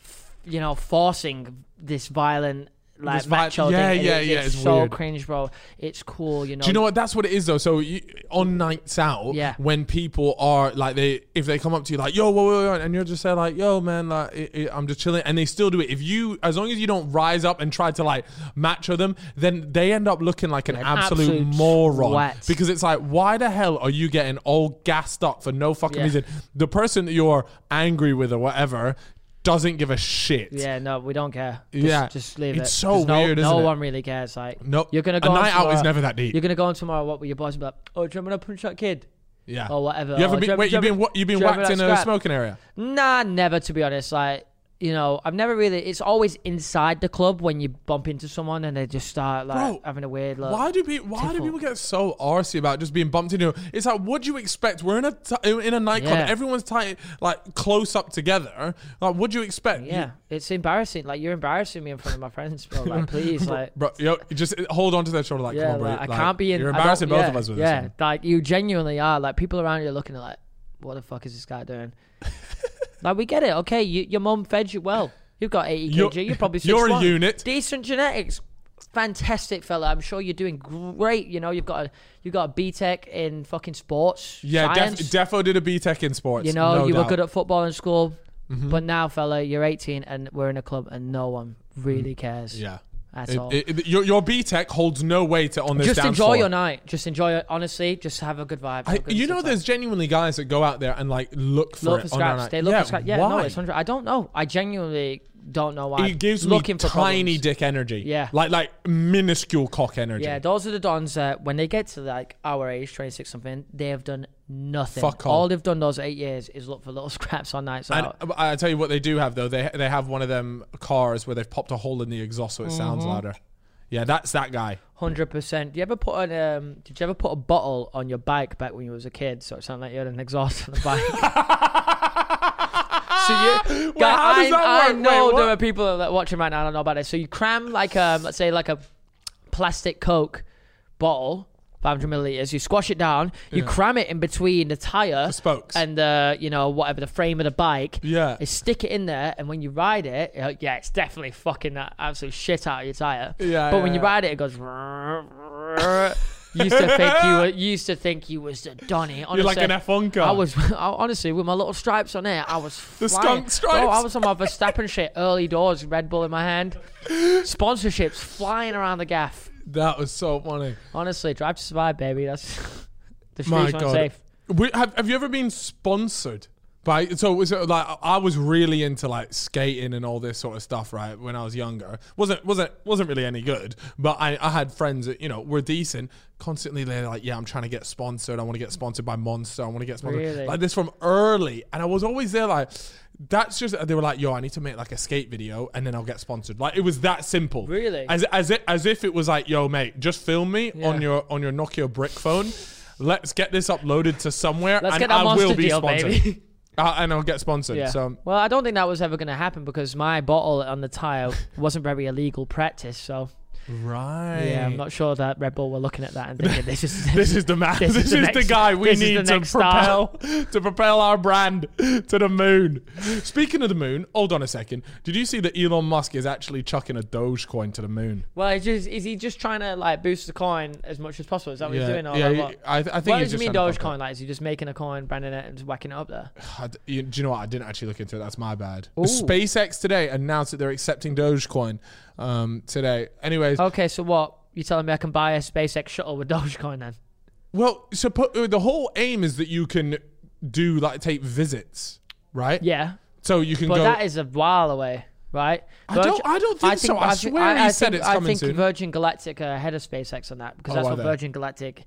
B: f- you know, forcing this violent. Like
A: This vi-
B: macho
A: yeah,
B: thing. and
A: yeah,
B: it-
A: yeah,
B: It's,
A: it's
B: so
A: weird.
B: cringe, bro. It's cool, you know.
A: do you know what? That's what it is, though. So you, on nights out,
B: Um, Yeah.
A: when people are like, they if they come up to you like, yo, whoa, whoa, whoa, and you're just saying like, yo, man, like, i i I'm just chilling, and they still do it. If you, as long as you don't rise up and try to like macho them, then they end up looking like an,
B: An
A: absolute,
B: absolute
A: moron
B: twat.
A: because it's like, why the hell are you getting all gassed up for no fucking
B: Yeah.
A: reason? The person that you're angry with or whatever doesn't give a shit.
B: Yeah, no, we don't care. Just,
A: Yeah.
B: just leave
A: It's
B: it.
A: so
B: 'Cause no,
A: weird,
B: No
A: isn't it?
B: one really cares. Like,
A: Nope.
B: you're gonna
A: A
B: go. on
A: night out is
B: tomorrow-
A: never that deep.
B: You're gonna go on tomorrow. What with your boss? And be like, oh, do you remember that punch that kid?
A: Yeah.
B: or whatever,
A: You haven't
B: or
A: been,
B: German-
A: wait, you've been,
B: German-
A: wa- you've been
B: German
A: whacked in a
B: scrap.
A: smoking area?
B: Nah, never to be honest. Like, you know, I've never really. It's always inside the club when you bump into someone and they just start like
A: Bro,
B: having a weird look.
A: Why do people? Why do
B: Tiffle.
A: people get so arsy about just being bumped into? It's like, what do you expect? We're in a t- in a nightclub.
B: Yeah.
A: Everyone's tight, like close up together. Like, what do you expect? You-
B: Yeah, it's embarrassing. Like you're embarrassing me in front of my friends, bro. Like, please, like.
A: bro, yo, just hold on to their shoulder. Like,
B: Yeah,
A: come on, bro.
B: like, I
A: like,
B: can't be in.
A: You're
B: I don't-
A: embarrassing both
B: yeah,
A: of us with
B: Yeah,
A: this. One.
B: like you genuinely are. Like people around you are looking at like, what the fuck is this guy doing? like we get it. Okay, you, your mum fed you well. You've got 80
A: You're-
B: kg. You're, probably six
A: you're a
B: one.
A: unit.
B: Decent genetics. Fantastic fella. I'm sure you're doing great. You know, you've got a you've got a B Tech in fucking sports.
A: Yeah, def,
B: science.
A: Defo did a B Tech in sports.
B: You know,
A: no
B: you
A: doubt. Mm-hmm.
B: were good at football in school. But now, fella, you're 18 and we're in a club and no one really cares.
A: Mm. Yeah,
B: At
A: It-
B: all.
A: it- it- your your B Tech holds no weight on this.
B: just
A: dance
B: enjoy
A: floor.
B: your night. Just enjoy it. Honestly, just have a good vibe. have
A: I,
B: a good
A: you know,
B: time.
A: there's genuinely guys that go out there and like look for
B: look
A: it
B: for
A: on their
B: scraps.
A: night.
B: They look
A: yeah,
B: for scraps. Yeah,
A: why?
B: no, it's hundred. I don't know. I genuinely don't know why.
A: it gives
B: looking
A: me
B: for
A: tiny
B: problems.
A: dick energy.
B: Yeah.
A: like like minuscule cock energy.
B: Yeah, those are the dons that when they get to like our age, twenty six something, they have done nothing.
A: Fuck all.
B: all. they've done those eight years is look for little scraps on nights
A: And
B: out.
A: I I tell you what they do have though. They they have one of them cars where they've popped a hole in the exhaust so it sounds
B: Mm-hmm.
A: louder. Yeah, that's that guy.
B: Hundred percent. Do you ever put an um? Did you ever put a bottle on your bike back when you was a kid? So it sounded like you had an exhaust on the bike. So you,
A: Wait, how does
B: I,
A: that
B: I
A: work? Wait,
B: know
A: what?
B: there are people that are watching right now. I don't know about it. So you cram like um, let's say like a plastic Coke bottle, 500 milliliters. You squash it down. You cram it in between the tire
A: spokes.
B: and the you know whatever the frame of the bike.
A: Yeah.
B: You stick it in there, and when you ride it, you're like, yeah, it's definitely fucking that absolute shit out of your tire.
A: Yeah,
B: But
A: yeah,
B: when you
A: yeah.
B: ride it, it goes. You used to think you were. You used to think you was the Donny. Honestly,
A: You're like an F1 car.
B: I was I, honestly with my little stripes on it. I was
A: The
B: flying.
A: skunk stripes.
B: Bro, I was on my Verstappen shit. Early doors, Red Bull in my hand, sponsorships flying around the gaff.
A: That was so funny.
B: Honestly, drive to survive, baby. That's The
A: My
B: streets aren't
A: God.
B: safe.
A: We, have, have you ever been sponsored? By, so was it like I was really into like skating and all this sort of stuff right when I was younger wasn't wasn't wasn't really any good but I, I had friends that you know were decent constantly they're like yeah I'm trying to get sponsored I want to get sponsored by Monster I want to get sponsored
B: Really?
A: like this from early and I was always there like that's just they were like yo I need to make like a skate video and then I'll get sponsored like it was that simple
B: Really?
A: as as it, as if it was like, yo, mate, just film me
B: Yeah.
A: on your on your Nokia brick phone. Let's get this uploaded to somewhere,
B: Let's
A: and
B: get that
A: I
B: monster
A: will be
B: deal,
A: sponsored.
B: baby.
A: Uh, and I'll get sponsored.
B: Yeah.
A: So
B: well, I don't think that was ever going to happen because my bottle on the tile wasn't very illegal practice. So
A: right,
B: yeah, I'm not sure that Red Bull were looking at that and thinking this is
A: This is the man.
B: This
A: This,
B: is
A: is,
B: the
A: the,
B: next-
A: guy we
B: this is the
A: need to
B: next star.
A: propel to propel our brand to the moon. Speaking of the moon, hold on a second. Did you see that Elon Musk is actually chucking a Dogecoin to the moon?
B: Well, is, just, is he just trying to like boost the coin as much as possible? Is that what he's doing? Or
A: yeah.
B: like, what?
A: I, I think
B: what
A: he's
B: does it
A: just
B: mean
A: trying to
B: Dogecoin? Like, is he just making a coin, branding it, and just whacking it up there?
A: I d- you- do you know what? I didn't actually look into it. That's my bad.
B: Ooh.
A: SpaceX today announced that they're accepting Dogecoin um, today. Anyways,
B: Okay, so what? You're telling me I can buy a SpaceX shuttle with Dogecoin then?
A: well, suppo- uh, the whole aim is that you can do like take visits, right?
B: Yeah,
A: So you can
B: but
A: go.
B: that is a while away, right?
A: I don't. I don't think, so. I, swear he said
B: think,
A: it's
B: I
A: coming
B: think
A: soon.
B: Virgin Galactic are ahead of SpaceX on that because
A: Oh,
B: that's
A: are
B: what
A: they?
B: Virgin Galactic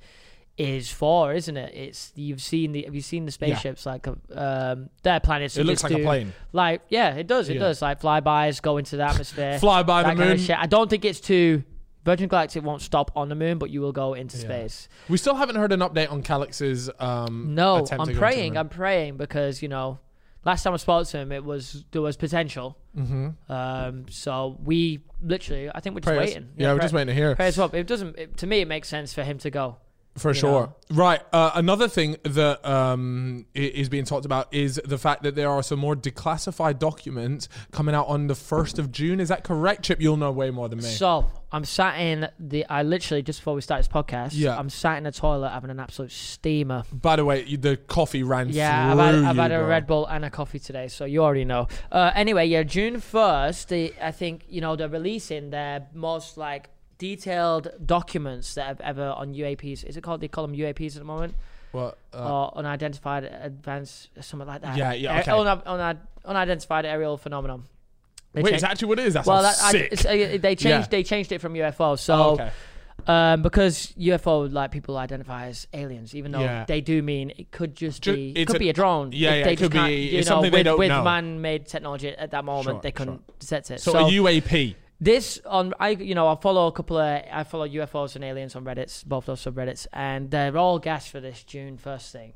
B: is for, isn't it? It's you've seen the have you seen the spaceships like um their planets?
A: It
B: that
A: looks
B: just
A: like a
B: do-
A: plane.
B: Like yeah, it does. It
A: Yeah.
B: does. Like flybys go into the atmosphere,
A: Fly by
B: that
A: the
B: kind of
A: moon.
B: shit. I don't think it's too. Virgin Galactic won't stop on the moon, but you will go into
A: Yeah.
B: space.
A: We still haven't heard an update on Calix's. Um,
B: No,
A: attempt to
B: I'm
A: go into the
B: praying.
A: moon.
B: I'm praying because you know, last time I spoke to him, it was there was potential. Mm-hmm. Um, so we literally, I think we're just
A: Prayers.
B: waiting.
A: Yeah, we're just waiting to hear.
B: Prayers up. It doesn't. It, to me, it makes sense for him to go.
A: For sure. Right. Uh, another thing that um, i- is being talked about is the fact that there are some more declassified documents coming out on the 1st of June. Is that correct, Chip? You'll know way more than me.
B: So I'm sat in the. I literally just before we start this podcast.
A: Yeah.
B: I'm sat in the toilet having an absolute steamer.
A: By the way, you, the coffee ran
B: Yeah, I've
A: through
B: had, I've
A: you,
B: had a
A: bro.
B: Red Bull and a coffee today, so you already know. Uh, anyway, yeah, June first, I think you know they're releasing their most like detailed documents that have ever on UAPs. Is it called? They call them UAPs at the moment,
A: Well, uh,
B: or unidentified advanced something like that.
A: Yeah, yeah,
B: Aer-
A: okay.
B: unid- unid- unidentified aerial phenomenon. They
A: wait,
B: change-
A: is that actually what it is? That's
B: well, that, I,
A: sick.
B: it's, uh, they changed
A: Yeah.
B: they changed it from UFO. So
A: Oh, okay.
B: um, because UFO, like people identify as aliens, even though
A: Yeah.
B: they do mean it could just
A: Ju-
B: be, it
A: it's
B: could
A: a-
B: be a drone.
A: Yeah,
B: If
A: yeah,
B: they
A: it could
B: just can't-
A: be-
B: you
A: it's
B: know,
A: something they
B: with,
A: don't
B: with
A: know.
B: man-made technology at that moment,
A: Sure,
B: they couldn't
A: sure.
B: detect it.
A: so,
B: So,
A: a UAP.
B: this on I, you know, I follow a couple of I follow UFOs and aliens on Reddit's, both those subreddits, and they're all gas for this June first thing.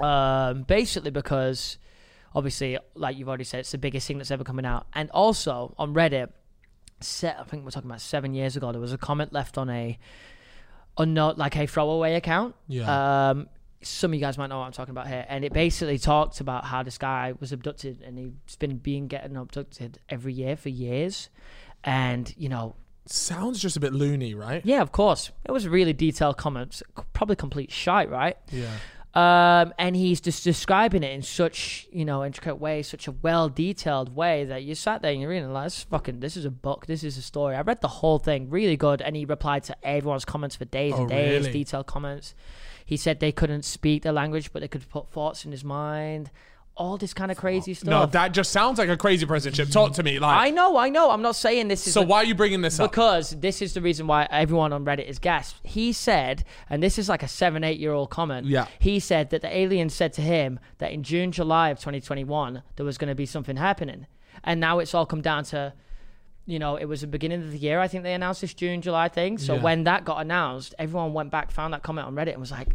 B: Um, basically because obviously, like you've already said, it's the biggest thing that's ever coming out, and also on Reddit set I think we're talking about seven years ago. There was a comment left on a on not like a throwaway account.
A: Yeah.
B: Um, some of you guys might know what I'm talking about here, and it basically talked about how this guy was abducted and he's been being getting abducted every year for years, and you know.
A: Sounds just a bit loony, right?
B: Yeah, of course. It was a really detailed comments, probably complete shite, right?
A: Yeah.
B: Um, and he's just describing it in such, you know, intricate way, such a well detailed way that you sat there and you're reading, like, this is fucking, this is a book, this is a story. I read the whole thing, really good. And he replied to everyone's comments for days and
A: Oh,
B: days,
A: really?
B: detailed comments. He said they couldn't speak the language, but they could put thoughts in his mind. All this kind of crazy stuff.
A: No, that just sounds like a crazy person, Chip. Talk to me. Like,
B: I know, I know. I'm not saying this is
A: so
B: a-
A: why are you bringing this up?
B: because this is the reason why everyone on Reddit is gasped. He said, and this is like a seven, eight year old comment.
A: Yeah.
B: He said that the alien said to him that in June, July of 2021, there was going to be something happening. And now it's all come down to, you know, it was the beginning of the year. I think they announced this June, July thing. So
A: Yeah.
B: when that got announced, everyone went back, found that comment on Reddit, and was like,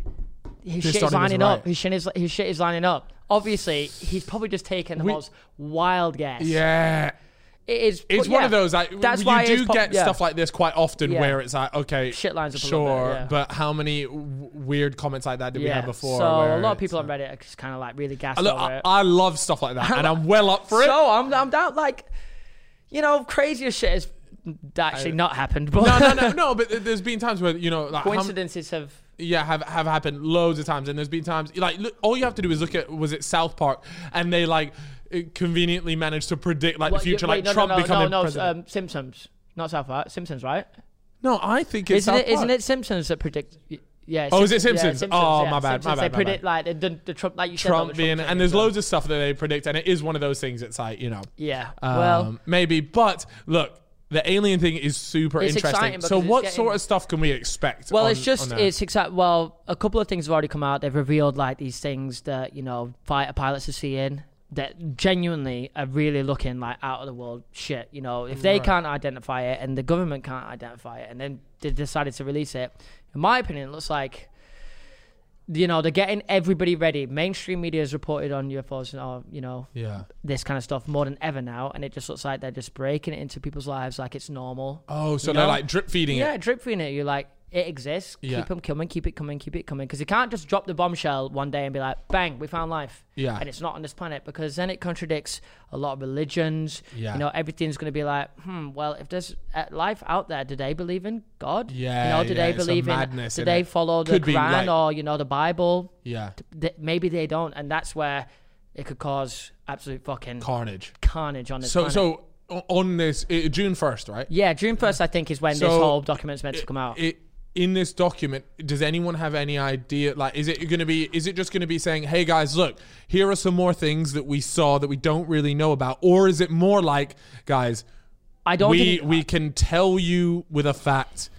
B: his shit is
A: starting was
B: lining up.
A: right.
B: His shit is, his shit is lining up. Obviously, he's probably just taken the
A: We-
B: most wild guess.
A: Yeah.
B: It is.
A: It's
B: but
A: one
B: yeah,
A: of those. Like,
B: that's
A: you
B: why
A: do
B: it's pop-
A: get
B: yeah.
A: stuff like this quite often,
B: Yeah.
A: where it's like, okay,
B: Shit lines up a little bit,
A: sure,
B: yeah.
A: but how many w- weird comments like that did we have before?
B: So a
A: where
B: lot of
A: it's
B: people on
A: like-
B: Reddit are just kind of like really gassed
A: I, look,
B: over
A: I,
B: it.
A: I love stuff like that, and I'm well up for it.
B: so I'm I'm down like, you know, crazier shit has actually not happened, but
A: no, no, no, no. But there's been times where you know, like, how m-
B: coincidences have.
A: yeah, have have happened loads of times, and there's been times like look, all you have to do is look at was it South Park, and they like uh, conveniently managed to predict like
B: What,
A: the
B: you-
A: future,
B: wait,
A: like
B: no,
A: Trump
B: no, no,
A: becoming
B: no, no,
A: president.
B: Um, Simpsons, not South Park. Simpsons, right?
A: no, I think it's
B: Isn't
A: South
B: it? Isn't
A: Park.
B: it Simpsons that predict? Yeah.
A: Oh, is it
B: Simp- yeah,
A: Simpsons? Oh, my bad, my
B: Simpsons.
A: bad,
B: They
A: my
B: predict like the, the, the Trump, like you said,
A: Trump
B: like the
A: being,
B: thing
A: and there's
B: well.
A: loads of stuff that they predict, and it is one of those things. It's like you know,
B: Yeah.
A: um,
B: well,
A: maybe. But look, the alien thing is super
B: It's
A: interesting.
B: exciting
A: So,
B: because it's
A: what
B: getting-
A: sort of stuff can we expect?
B: well,
A: on-
B: it's just
A: on there?
B: it's exact. Well, a couple of things have already come out. They've revealed like these things that you know fighter pilots are seeing that genuinely are really looking like out of the world shit. You know, if they can't identify it and the government can't identify it, and then they decided to release it, in my opinion, it looks like. You know, they're getting everybody ready. Mainstream media has reported on UFOs and, all, you know,
A: yeah.
B: this kind of stuff more than ever now. And it just looks like they're just breaking it into people's lives like it's normal.
A: Oh, so
B: You
A: they're
B: know?
A: like drip feeding
B: Yeah,
A: it.
B: drip feeding it. You're like, it exists. Keep
A: Yeah.
B: 'em Keep them coming. Keep it coming. Keep it coming. Because you can't just drop the bombshell one day and be like, bang, we found life.
A: Yeah.
B: And it's not on this planet because then it contradicts a lot of religions.
A: Yeah.
B: You know, everything's going to be like, hmm, well, if there's uh, life out there, do they believe in God?
A: Yeah,
B: You know, do
A: yeah,
B: they
A: it's a
B: believe in,
A: madness,
B: do
A: innit?
B: they follow the
A: Could be,
B: Quran
A: like-
B: or, you know, the Bible?
A: Yeah.
B: Th- maybe they don't. And that's where it could cause absolute fucking
A: Carnage.
B: carnage on this
A: So,
B: planet.
A: so o- on this uh, June first, right?
B: yeah, June 1st, I think, is when this
A: So,
B: whole document's meant to come out.
A: It, in this document, does anyone have any idea? Like, is it going to be? Is it just going to be saying, "Hey guys, look, here are some more things that we saw that we don't really know about," or is it more like, "Guys,
B: I don't
A: we
B: think it-
A: we can tell you with a fact."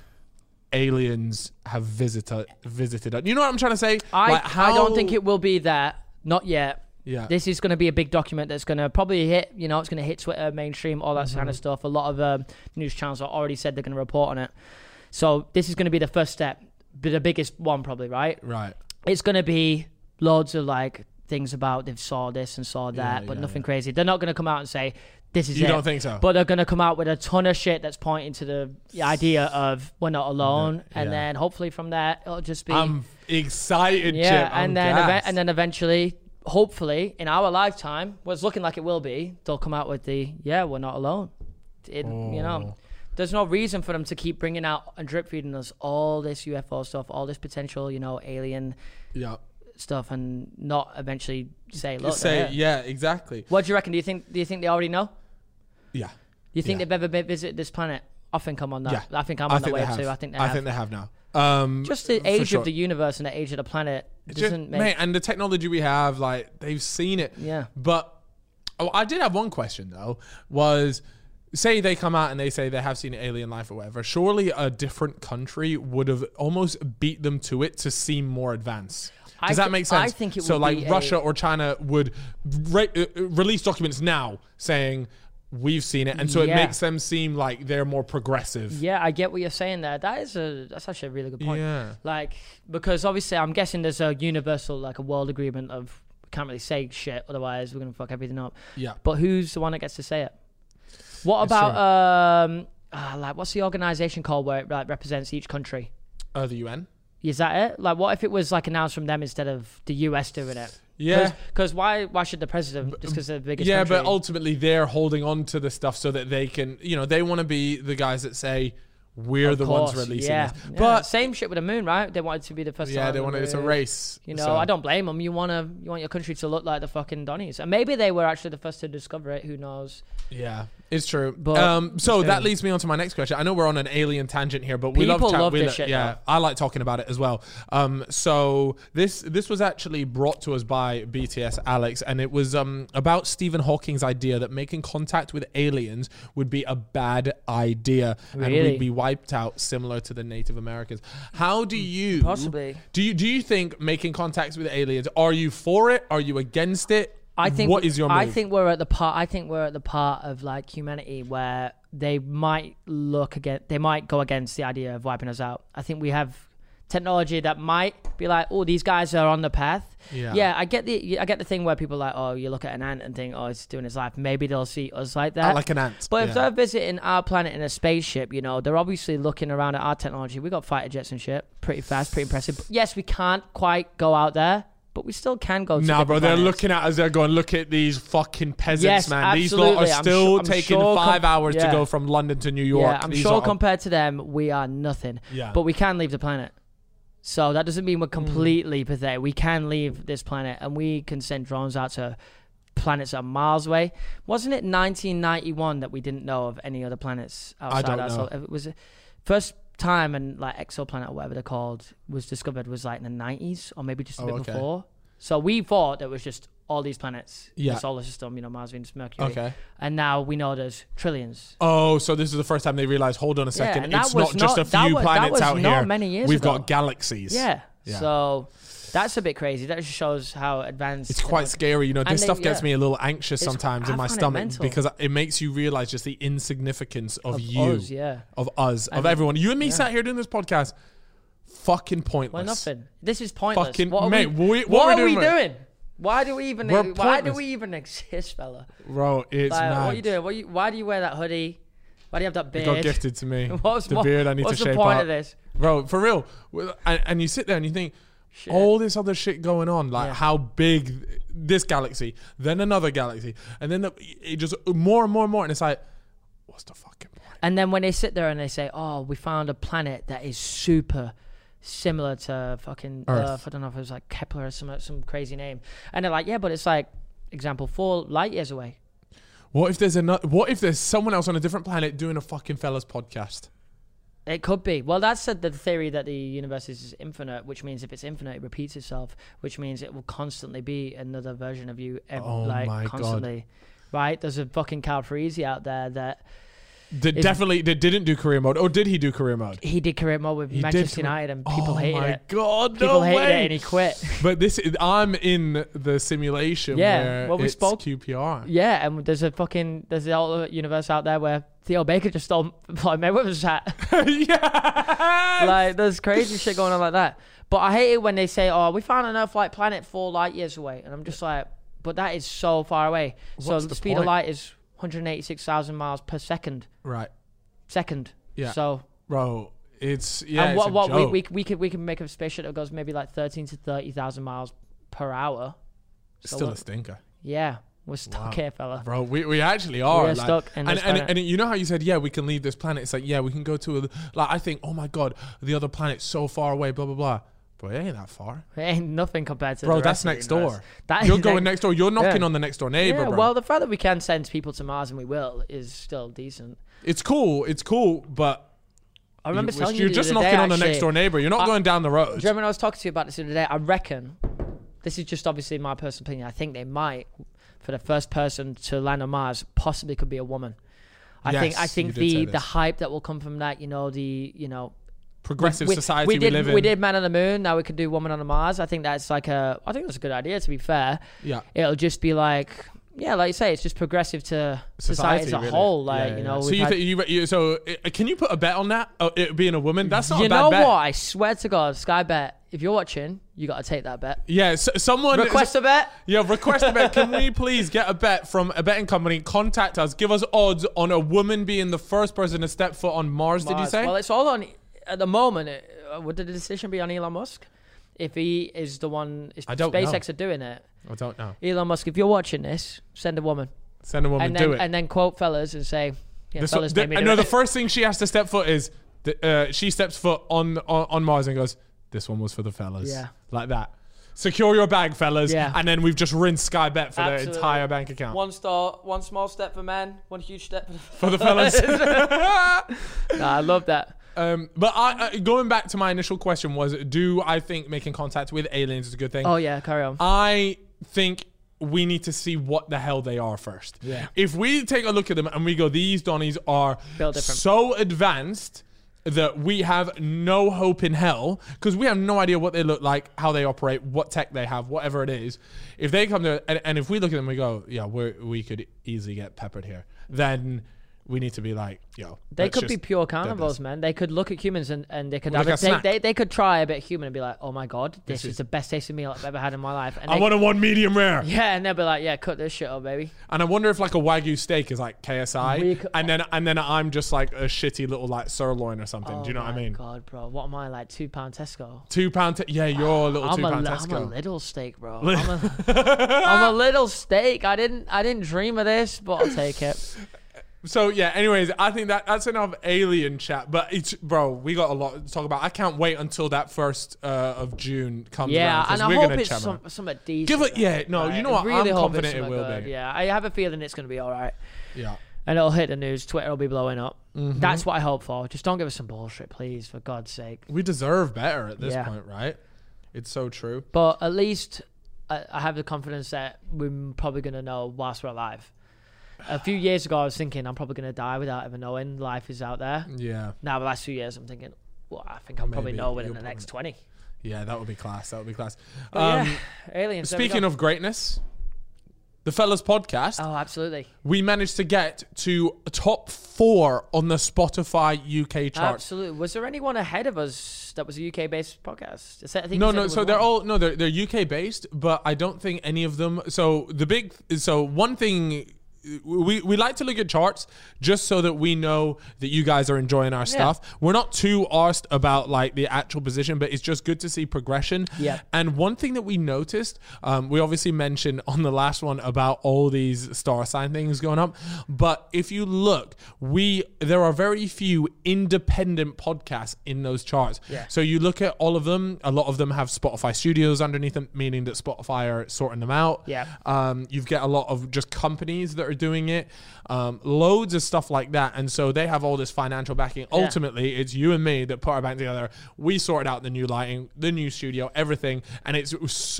A: Aliens have visited visited. us." You know what I'm trying to say?
B: I,
A: Like,
B: I don't think it will be there. Not yet.
A: Yeah.
B: This is going to be a big document that's going to probably hit, you know, it's going to hit Twitter, mainstream, all that
A: Mm-hmm.
B: kind of stuff. A lot of um, news channels have already said they're going to report on it. So this is going to be the first step, but the biggest one probably, right?
A: right.
B: It's going to be loads of like things about they've saw this and saw that,
A: Yeah,
B: but
A: yeah,
B: nothing crazy. They're not going to come out and say, this is
A: You
B: it.
A: don't think so?
B: But they're going to come out with a ton of shit that's pointing to the the idea of we're not alone.
A: yeah.
B: And then hopefully from that, it'll just be.
A: I'm excited,
B: Yeah,
A: Chip. I'm
B: and then eve-
A: gassed.
B: and then eventually, hopefully, in our lifetime, what's looking like it will be, they'll come out with the yeah, we're not alone. It, You
A: Oh.
B: know, there's no reason for them to keep bringing out and drip feeding us all this UFO stuff, all this potential, you know, alien
A: yeah,
B: stuff, and not eventually say, look,
A: say
B: they're here.
A: yeah, exactly.
B: what do you reckon? Do you think? Do you think they already know?
A: Yeah,
B: Do you think
A: Yeah.
B: they've ever been visited this planet? I think I'm on
A: yeah.
B: that. I think I'm on that
A: they
B: wave
A: have.
B: too. I think they
A: I
B: have.
A: think they have now. Um,
B: Just the
A: for
B: age
A: sure.
B: of the universe and the age of the planet
A: Ju-
B: doesn't make.
A: mate, and the technology we have, like they've seen it.
B: Yeah.
A: But oh, I did have one question though. Was say they come out and they say they have seen alien life or whatever. Surely a different country would have almost beat them to it to seem more advanced.
B: I
A: Does that
B: thi-
A: make sense?
B: I think it
A: so.
B: would
A: like
B: be a-
A: Russia or China would re- uh, uh, release documents now saying we've seen it, and so it
B: Yeah.
A: makes them seem like they're more progressive.
B: Yeah, I get what you're saying there. That is a that's actually a really good point.
A: Yeah.
B: Like because obviously I'm guessing there's a universal like a world agreement of we can't really say shit otherwise we're gonna fuck everything up.
A: Yeah.
B: But who's the one that gets to say it? What
A: It's
B: about
A: true.
B: um ah, like what's the organization called where it like represents each country?
A: Uh, the UN.
B: Is that it? Like what if it was like announced from them instead of the US doing it?
A: Yeah. um,
B: Because why why should the president just because they're the biggest
A: Yeah,
B: country?
A: but ultimately they're holding on to the stuff so that they can, you know, they want to be the guys that say we're the
B: Course,
A: ones releasing
B: yeah.
A: this.
B: Yeah,
A: But
B: same shit with the moon, right? They wanted to be the first
A: yeah,
B: time
A: they
B: on
A: want
B: the
A: to. It's a
B: moon.
A: race.
B: You know,
A: so-
B: I don't blame them. You wanna, you want your country to look like the fucking Donnies, and maybe they were actually the first to discover it. Who knows?
A: Yeah, it's true.
B: But-
A: um, so
B: Yeah.
A: that leads me on to my next question. I know we're on an alien tangent here, but we
B: People
A: love, chat-
B: love
A: we
B: this
A: lo-
B: shit,
A: Yeah,
B: though.
A: I like talking about it as well. Um, so this this was actually brought to us by BTS Alex, and it was um about Stephen Hawking's idea that making contact with aliens would be a bad idea and
B: Really?
A: we'd be wiped out, similar to the Native Americans. How do you
B: Possibly.
A: do you do you think making contacts with aliens? Are you for it? Are you against it?
B: I think.
A: what is your move?
B: I think we're at the part. I think we're at the part of like humanity where they might look again. They might go against the idea of wiping us out. I think we have technology that might be like, oh, these guys are on the path.
A: Yeah.
B: yeah, I get the I get the thing where people are like, oh, you look at an ant and think, oh, it's doing its life. Maybe they'll see us like that.
A: like an ant.
B: But
A: Yeah.
B: if they're visiting our planet in a spaceship, you know, they're obviously looking around at our technology. We got fighter jets and shit, pretty fast, pretty impressive. Yes, we can't quite go out there, but we still can go. to
A: Nah,
B: different
A: bro, they're
B: planets.
A: looking at us. They're going, look at these fucking peasants,
B: Yes,
A: man. These
B: absolutely.
A: lot are
B: I'm
A: still
B: su- I'm
A: taking
B: sure com-
A: five hours to
B: yeah.
A: go from London to New York.
B: Yeah, I'm
A: These
B: sure
A: lot are-
B: compared to them, we are nothing.
A: Yeah. Hmm.
B: But we can leave the planet. So that doesn't mean we're completely pathetic. We can leave this planet and we can send drones out to planets that are miles away. Wasn't it 1991 that we didn't know of any other planets outside
A: don't
B: our
A: know.
B: sol- It was the first time and like exoplanet or whatever they're called was discovered was like in the nineties or maybe just a
A: Oh,
B: bit
A: okay.
B: before. So we thought there was just all these planets in
A: Yeah.
B: the solar system, you know, Mars, Venus, Mercury.
A: Okay.
B: And now we know there's trillions.
A: Oh, so this is the first time they realized. Hold on a second,
B: and that
A: it's
B: was
A: not just
B: not-
A: a
B: that
A: few
B: was- that
A: planets
B: was
A: out
B: not
A: here.
B: many years
A: We've
B: ago.
A: got galaxies.
B: Yeah.
A: Yeah.
B: So that's a bit crazy. That just shows how advanced
A: It's quite scary, you know. This
B: they-
A: stuff gets
B: yeah.
A: me a little anxious
B: It's-
A: sometimes
B: I
A: in my
B: find it
A: stomach
B: mental.
A: because it makes you realize just the insignificance of, you,
B: us, yeah.
A: of us, of everyone. You and me sat here doing this podcast, fucking pointless.
B: Well, nothing. This is pointless.
A: Fucking-
B: what are
A: mate,
B: we,
A: we- what
B: what
A: we
B: are we
A: doing, mate?
B: doing? Why do we even? e-
A: We're
B: why do
A: pointless.
B: we even exist, fella?
A: bro. It's
B: Like,
A: mad.
B: what are you doing? What you, why do you wear that hoodie? Why do you have that
A: It got
B: beard?
A: gifted to me.
B: What's
A: the
B: what-
A: beard I need
B: what's
A: to
B: the
A: shape
B: point
A: up.
B: of this?
A: bro. For real, Well, and, and you sit there and you think,
B: Shit.
A: all this other shit going on, like
B: Yeah.
A: how big this galaxy, then another galaxy, and then the, it just more and more and more, and it's like, what's the fucking point?
B: And then when they sit there and they say, "Oh, we found a planet that is super similar to fucking Earth."
A: Earth.
B: I don't know if it was like Kepler or some some crazy name," and they're like, "Yeah, but it's like example four light years away."
A: What if there's another? What if there's someone else on a different planet doing a fucking fellas podcast?
B: It could be. Well, that's said the theory that the universe is infinite, which means if it's infinite, it repeats itself, which means it will constantly be another version of you, ev-
A: Oh
B: like
A: my God.
B: constantly. Right? There's a fucking Calfreezy out there that
A: That definitely that didn't do career mode, or did he do career mode?
B: he did career mode with
A: did
B: Manchester
A: career-
B: United, and people
A: oh
B: hated
A: my
B: it.
A: god,
B: People
A: no
B: hated
A: way!
B: it, and he quit.
A: But this, is, I'm in the simulation.
B: Yeah,
A: where
B: well, we
A: it's
B: spoke-
A: QPR.
B: yeah, and there's a fucking there's the alternate universe out there where Theo Baker just stole Floyd Mayweather's hat.
A: yeah,
B: like there's crazy shit going on like that. But I hate it when they say, "Oh, we found an Earth-like planet four light years away," and I'm just like, "But that is so far away."
A: What's
B: so the
A: the
B: speed of
A: point?
B: light is 186,000 miles per second.
A: right,
B: Second.
A: Yeah.
B: So
A: bro. It's yeah.
B: and
A: it's
B: what
A: a
B: what we,
A: joke.
B: we we could we can make a spaceship that goes maybe like 13 to 30,000 miles per hour. So
A: still
B: what-
A: a stinker.
B: yeah, we're stuck here, fella.
A: Bro, we, we actually are.
B: We are
A: like-
B: stuck in
A: and,
B: this
A: and,
B: planet.
A: and you know how you said, yeah, we can leave this planet. It's like, yeah, we can go to a, like I think, oh my god, the other planet's so far away, blah blah blah. Bro, it ain't that far.
B: It ain't nothing compared to
A: Bro,
B: the
A: that's
B: rest of the
A: next
B: universe.
A: door.
B: That
A: You're
B: is
A: going
B: next-
A: next door. You're knocking
B: Yeah.
A: on the next door neighbor,
B: Yeah,
A: bro.
B: well, the fact that we can send people to Mars and we will is still decent.
A: it's cool. It's cool, but
B: I remember
A: you-
B: telling you
A: you're
B: the
A: just
B: other day,
A: knocking on the
B: actually,
A: next door neighbor. You're not
B: I-
A: going down the road.
B: Do you remember when I was talking to you about this the other day? I reckon this is just obviously my personal opinion. I think they might, for the first person to land on Mars, possibly could be a woman. I think
A: Yes,
B: I
A: you
B: think
A: did
B: the
A: say
B: the
A: this.
B: hype that will come from that, you know, the you know
A: Progressive society
B: we
A: we,
B: did
A: live in.
B: we did man on the moon. Now we could do woman on the Mars. I think that's like a I think that's a good idea. To be fair,
A: Yeah.
B: it'll just be like yeah, like you say, it's just progressive to society, as a
A: really.
B: whole. Like
A: Yeah, yeah,
B: you know,
A: yeah. so
B: we've
A: you,
B: had-
A: think you, you so uh, can you put a bet on that? Oh, it being a woman, that's not
B: you
A: a bad
B: know
A: bet.
B: what? I swear to God, Sky Bet. If you're watching, you got to take that bet.
A: Yeah, so, someone
B: Request a bet.
A: Yeah, request a bet. Can we please get a bet from a betting company? Contact us. Give us odds on a woman being the first person to step foot on Mars. Did you
B: Mars.
A: say?
B: Well, it's all on at the moment. It, uh, would the decision be on Elon Musk? If he is the one, if
A: I don't
B: SpaceX are doing it,
A: I don't know.
B: Elon Musk. If you're watching this, send a woman,
A: Send a woman.
B: and
A: do
B: then
A: it.
B: and then quote fellas and say, yeah,
A: This-
B: fellas,
A: the-
B: made me
A: I
B: do
A: know
B: it.
A: the first thing she has to step foot is the, uh, she steps foot on, on on Mars and goes, "This one was for the fellas."
B: Yeah.
A: like that. Secure your bag, fellas.
B: Yeah.
A: And then we've just rinsed Sky Bet for
B: Absolutely.
A: their entire bank account.
B: one star, one small step for man, one huge step for
A: For the
B: the
A: fellas.
B: Nah, I love that.
A: Um, but I, uh, going back to my initial question was, do I think making contact with aliens is a good thing?
B: Oh yeah, carry
A: Uh,
B: on.
A: I think we need to see what the hell they are first.
B: Yeah.
A: If we take a look at them and we go, these Donnies are
B: Built different.
A: so advanced that we have no hope in hell because we have no idea what they look like, how they operate, what tech they have, whatever it is. If they come to and, and if we look at them, and we go, yeah, we we could easily get peppered here. Then we need to be like, yo,
B: They
A: let's
B: could be
A: just-
B: pure carnivores, man. They could look at humans and, and they could
A: Like
B: have
A: a
B: a, they,
A: snack.
B: they, they could try a bit human and be like, oh my god, this, is,
A: is-
B: the best tasting meal I've ever had in my life. And
A: I
B: they-
A: want a one medium rare.
B: yeah, and they'll be like, yeah, cut this shit up, baby.
A: And I wonder if like a wagyu steak is like
B: We
A: KSI,
B: c-
A: and then and then I'm just like a shitty little like sirloin or something. Do you know
B: Oh
A: what I
B: my
A: mean?
B: God, bro, what am I like? Two pound Tesco.
A: Two pound. Te- yeah, you're a little
B: Ah, I'm
A: two
B: a,
A: pound
B: li- I'm a
A: Tesco.
B: little steak, bro. I'm a, I'm a little steak. I didn't I didn't dream of this, but I'll take it.
A: So yeah. Anyways, I think that that's enough alien chat. But it's bro, we got a lot to talk about. I can't wait until that first uh, of June comes.
B: Yeah,
A: around, 'cause
B: and I
A: we're
B: hope
A: gonna
B: it's
A: chat
B: some,
A: about
B: something decent.
A: Give it- yeah, no, you know what?
B: Really
A: I'm
B: hope it's
A: confident it
B: something
A: will
B: good.
A: be.
B: Yeah, I have a feeling it's gonna be all right,
A: it. Yeah.
B: and it'll hit the news. Twitter will be blowing up.
A: Mm-hmm.
B: That's what I hope for. Just don't give us some bullshit, please, for God's sake.
A: We deserve better at this
B: Yeah.
A: point, right? It's so true.
B: But at least I, I have the confidence that we're probably going to know whilst we're alive. A few years ago, I was thinking I'm probably going to die without ever knowing life is out there.
A: Yeah.
B: Now, the last few years, I'm thinking, well, I think I'll probably
A: Maybe.
B: know within
A: You'll
B: the
A: probably-
B: next 20.
A: Yeah, that would be class. That would be class.
B: But
A: Um,
B: yeah, aliens. there we
A: Speaking
B: go.
A: of greatness, the Fellas podcast,
B: Oh, absolutely.
A: we managed to get to top four on the Spotify UK chart.
B: Absolutely. Was there anyone ahead of us that was a UK based podcast? Is that- I think
A: No,
B: you said
A: no.
B: there
A: So
B: was
A: they're
B: one.
A: all no, they're they're UK based, but I don't think any of them. So the big, so one thing we we like to look at charts just so that we know that you guys are enjoying our stuff. We're not too arsed about like the actual position, but it's just good to see progression.
B: Yeah.
A: And one thing that we noticed, um, we obviously mentioned on the last one about all these star sign things going up, but if you look, we there are very few independent podcasts in those charts.
B: Yeah.
A: So you look at all of them. A lot of them have Spotify Studios underneath them, meaning that Spotify are sorting them out.
B: Yeah.
A: Um, you've got a lot of just companies that are doing it, um, loads of stuff like that, and so they have all this financial backing. Ultimately, it's you and me that put our bank together. We sorted out the new lighting, the new studio, everything, and it's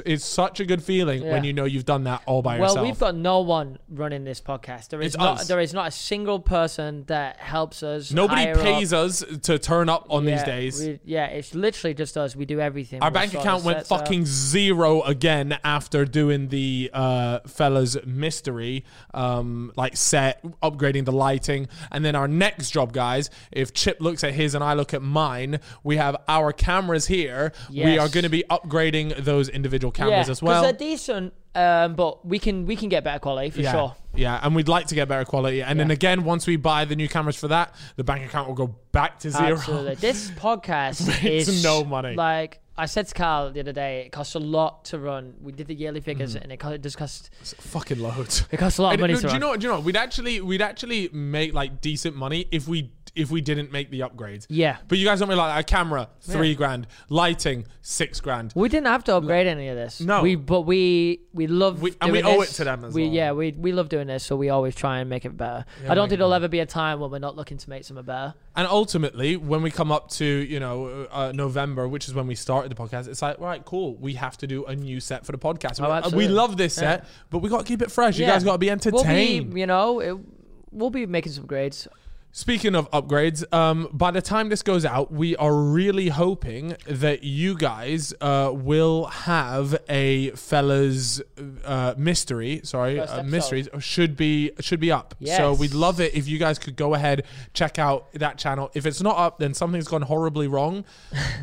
A: it's such a good feeling when
B: Yeah.
A: you know you've done that all by
B: Well,
A: yourself.
B: we've got no one running this podcast. There is
A: It's
B: not
A: us.
B: there is not a single person that helps us.
A: Nobody
B: higher
A: pays
B: up.
A: us to turn up on
B: yeah,
A: these days.
B: we- yeah, it's literally just us. We do everything.
A: Our
B: We
A: bank
B: sort
A: account
B: the
A: went
B: sets up.
A: fucking zero again after doing the uh, fellas mystery, um, like set upgrading the lighting, and then our next job, guys. If Chip looks at his and I look at mine, we have our cameras here. We
B: Yes.
A: are going to be upgrading those individual
B: yeah,
A: cameras as
B: 'cause
A: well.
B: They're decent, um, but we can we can get better quality for
A: yeah.
B: sure.
A: Yeah, and we'd like to get better quality. And then
B: Yeah.
A: again, once we buy the new cameras for that, the bank account will go back to zero.
B: Absolutely. This podcast
A: Makes
B: is
A: no money.
B: Like I said to Carl the other day, it costs a lot to run. We did the yearly figures, and it, co- it just costs
A: Fucking loads.
B: it costs a
A: Mm.
B: lot of
A: And,
B: money
A: no,
B: to
A: do you
B: run.
A: know? what- Do you know? what? We'd actually, we'd actually make like decent money if we if we didn't make the upgrades.
B: Yeah.
A: But you guys don't really like a camera, three
B: Yeah.
A: grand, lighting, six grand.
B: We didn't have to upgrade any of this.
A: No.
B: we but we we love
A: We-
B: doing
A: and we owe it
B: this.
A: to them as
B: we,
A: well.
B: Yeah, we we love doing this, so we always try and make it better. I don't think there'll ever be a time when we're not looking to make something better.
A: And ultimately, when we come up to you know uh, November, which is when we started the podcast, it's like right, cool. We have to do a new set for the podcast.
B: Oh,
A: We- we
B: absolutely.
A: love this set, but we got to keep it fresh. You
B: Yeah.
A: guys got to be entertained.
B: We'll be, you know, it, we'll be making some grades.
A: Speaking of upgrades, um, by the time this goes out, we are really hoping that you guys uh, will have a fellas uh, mystery. Sorry,
B: First
A: uh,
B: episode.
A: mysteries should be should be up. So
B: Yes.
A: we'd love it if you guys could go ahead check out that channel. If it's not up, then something's gone horribly wrong.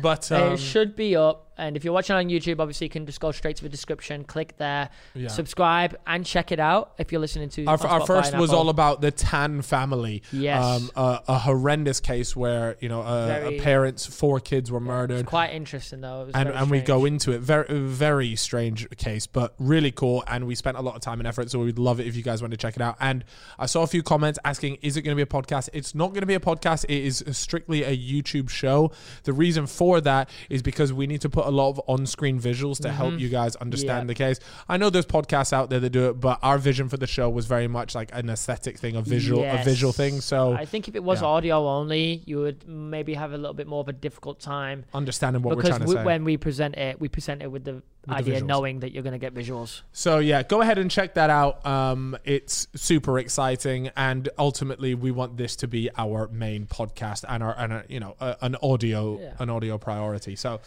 A: But um,
B: it should be up. And if you're watching on YouTube, obviously you can just go straight to the description, click there,
A: Yeah.
B: subscribe, and check it out. If you're listening to
A: our,
B: on
A: our
B: Spotify
A: first
B: and
A: was
B: Apple.
A: all about the Tan family. Um,
B: Yes.
A: a, a horrendous case where you know a, a
B: Very-
A: parents, four kids were
B: It's
A: murdered.
B: quite interesting though. It was
A: and
B: very
A: and we go
B: strange.
A: into it very very strange case but really cool and we spent a lot of time and effort so we'd love it if you guys want to check it out and i saw a few comments asking is it going to be a podcast it's not going to be a podcast it is strictly a youtube show the reason for that is because we need to put a lot of on-screen visuals to help you guys understand
B: Mm-hmm. Yeah.
A: the case i know there's podcasts out there that do it but our vision for the show was very much like an aesthetic thing a visual a
B: Yes.
A: visual thing so
B: I think if it was
A: yeah.
B: audio only, you would maybe have a little bit more of a difficult time.
A: understanding what we're
B: because
A: trying to
B: we-
A: say
B: when we present it, we present it with the
A: the
B: idea
A: visuals.
B: knowing that you're going to get visuals.
A: So yeah, go ahead and check that out. Um, it's super exciting, and ultimately, we want this to be our main podcast and our and our, you know uh, an audio
B: Yeah.
A: an audio priority. So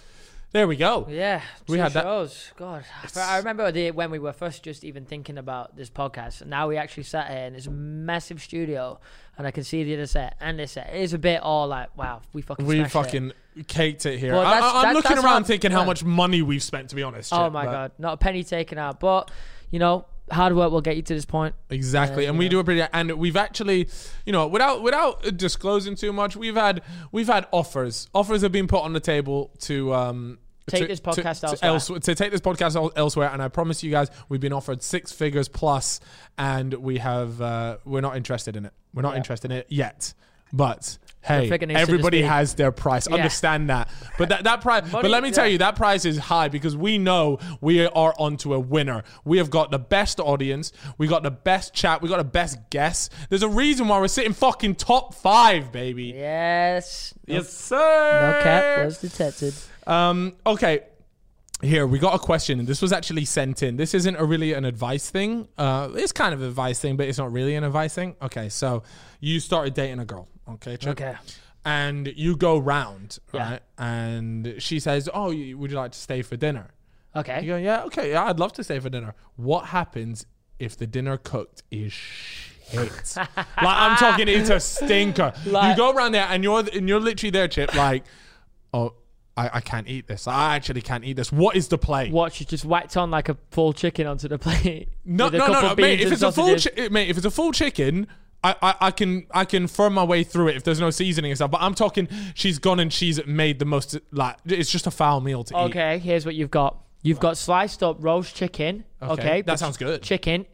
A: there we go.
B: Yeah,
A: We
B: two
A: had that-
B: shows. God, I remember the, when we were first just even thinking about this podcast. And now we actually sat here in this massive studio, and I can see the other set and this set. It is a bit all like, wow, we fucking
A: We
B: smashed it.
A: fucking caked it here.
B: Well,
A: I,
B: that's-
A: I, am
B: that-
A: looking
B: that's what
A: around
B: I'm-
A: thinking how
B: yeah.
A: much money we've spent. To be honest.
B: Oh
A: Chip,
B: my
A: but-
B: god, not a penny taken out, but you know, hard work will get you to this point.
A: Exactly,
B: Yeah,
A: and
B: you
A: we
B: know.
A: do appreciate. And we've actually, you know, without without disclosing too much, we've had we've had offers. Offers have been put on the table to um
B: Take
A: to-
B: this
A: to-
B: podcast
A: to,
B: elsewhere.
A: else- to take this podcast el- elsewhere. And I promise you guys, we've been offered six figures plus, and we have uh, we're not interested in it. We're not
B: Yeah.
A: interested in it yet. But hey,
B: figuring it, so to
A: everybody
B: speak.
A: has their price. Understand that. But that, that price, but let me tell you, that price is high because we know we are onto a winner. We have got the best audience. We got the best chat. We got the best guests. There's a reason why we're sitting fucking top five, baby.
B: Yes.
A: Yes, sir.
B: No cat was detected.
A: Um, okay. Here we got a question, and this was actually sent in. This isn't a really an advice thing. Uh, it's kind of advice thing, but it's not really an advice thing. Okay, so you started dating a girl. Okay, Chip?
B: Okay.
A: And you go round,
B: Yeah.
A: right? And she says, "Oh, you, would you like to stay for dinner?" You
B: Okay.
A: go, "Yeah, okay, yeah, I'd love to stay for dinner." What happens if the dinner cooked is shit? like I'm talking, it's a stinker. you
B: Like-
A: go around there, and you're and you're literally there, Chip. Like, oh, I, I can't eat this. I actually can't eat this. What is the plate?
B: What you just whacked on like a full chicken onto the plate.
A: No,
B: with a
A: no, no,
B: couple
A: no,
B: beans
A: mate. If
B: and
A: it's a full,
B: sausages.
A: chi- mate, if it's a full chicken, I, I, I can, I can firm my way through it if there's no seasoning and stuff. But I'm talking, she's gone and she's made the most. Like, it's just a foul meal to eat.
B: Okay, here's what you've got. You've got sliced up roast chicken.
A: Okay,
B: Okay,
A: that
B: but
A: sounds good.
B: Chicken.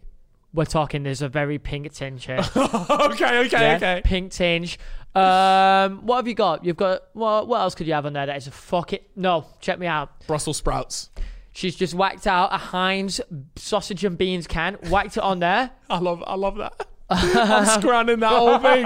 B: We're talking. There's a very pink tinge here.
A: okay, okay,
B: yeah?
A: okay.
B: Pink tinge. Um, what have you got? You've got what? What else could you have on there? That is a fuck it. No, check me out.
A: Brussels sprouts.
B: She's just whacked out a Heinz sausage and beans can. Whacked it on there.
A: I love, I love that. I'm scrounging that whole thing. I'm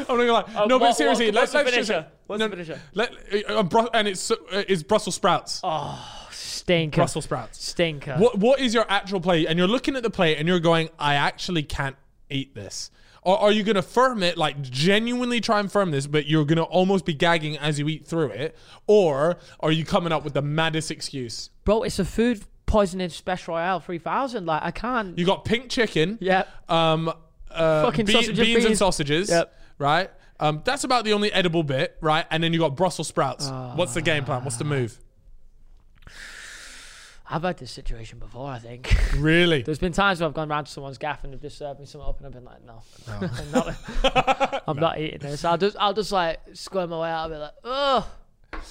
A: not gonna lie. no, but
B: what-
A: seriously,
B: what-
A: let's,
B: what's the
A: let's just.
B: finisher? What's
A: no,
B: the finisher?
A: Let, uh, Bru- and it's uh, it's Brussels sprouts.
B: Oh. Stinker.
A: Brussels sprouts.
B: Stinker.
A: What what is your actual plate? And you're looking at the plate and you're going, I actually can't eat this. Or are you gonna firm it, like genuinely try and firm this, but you're gonna almost be gagging as you eat through it? Or are you coming up with the maddest excuse?
B: Bro, it's a food poisoning special royale 3000. Like I can't.
A: You got pink chicken,
B: Yep.
A: um uh,
B: Fucking
A: be-
B: sausage
A: beans,
B: and
A: and
B: peas.
A: sausages.
B: Yep.
A: Right? Um, that's about the only edible bit, right? And then you got Brussels sprouts.
B: Ah.
A: What's the game plan? What's the move?
B: I've had this situation before. I think.
A: Really?
B: There's been times where I've gone round to someone's gaff and they've just served me something up, and I've been like, no, I'm, not, I'm not eating this. I'll just, I'll just like squirm my way out of it, like, ugh.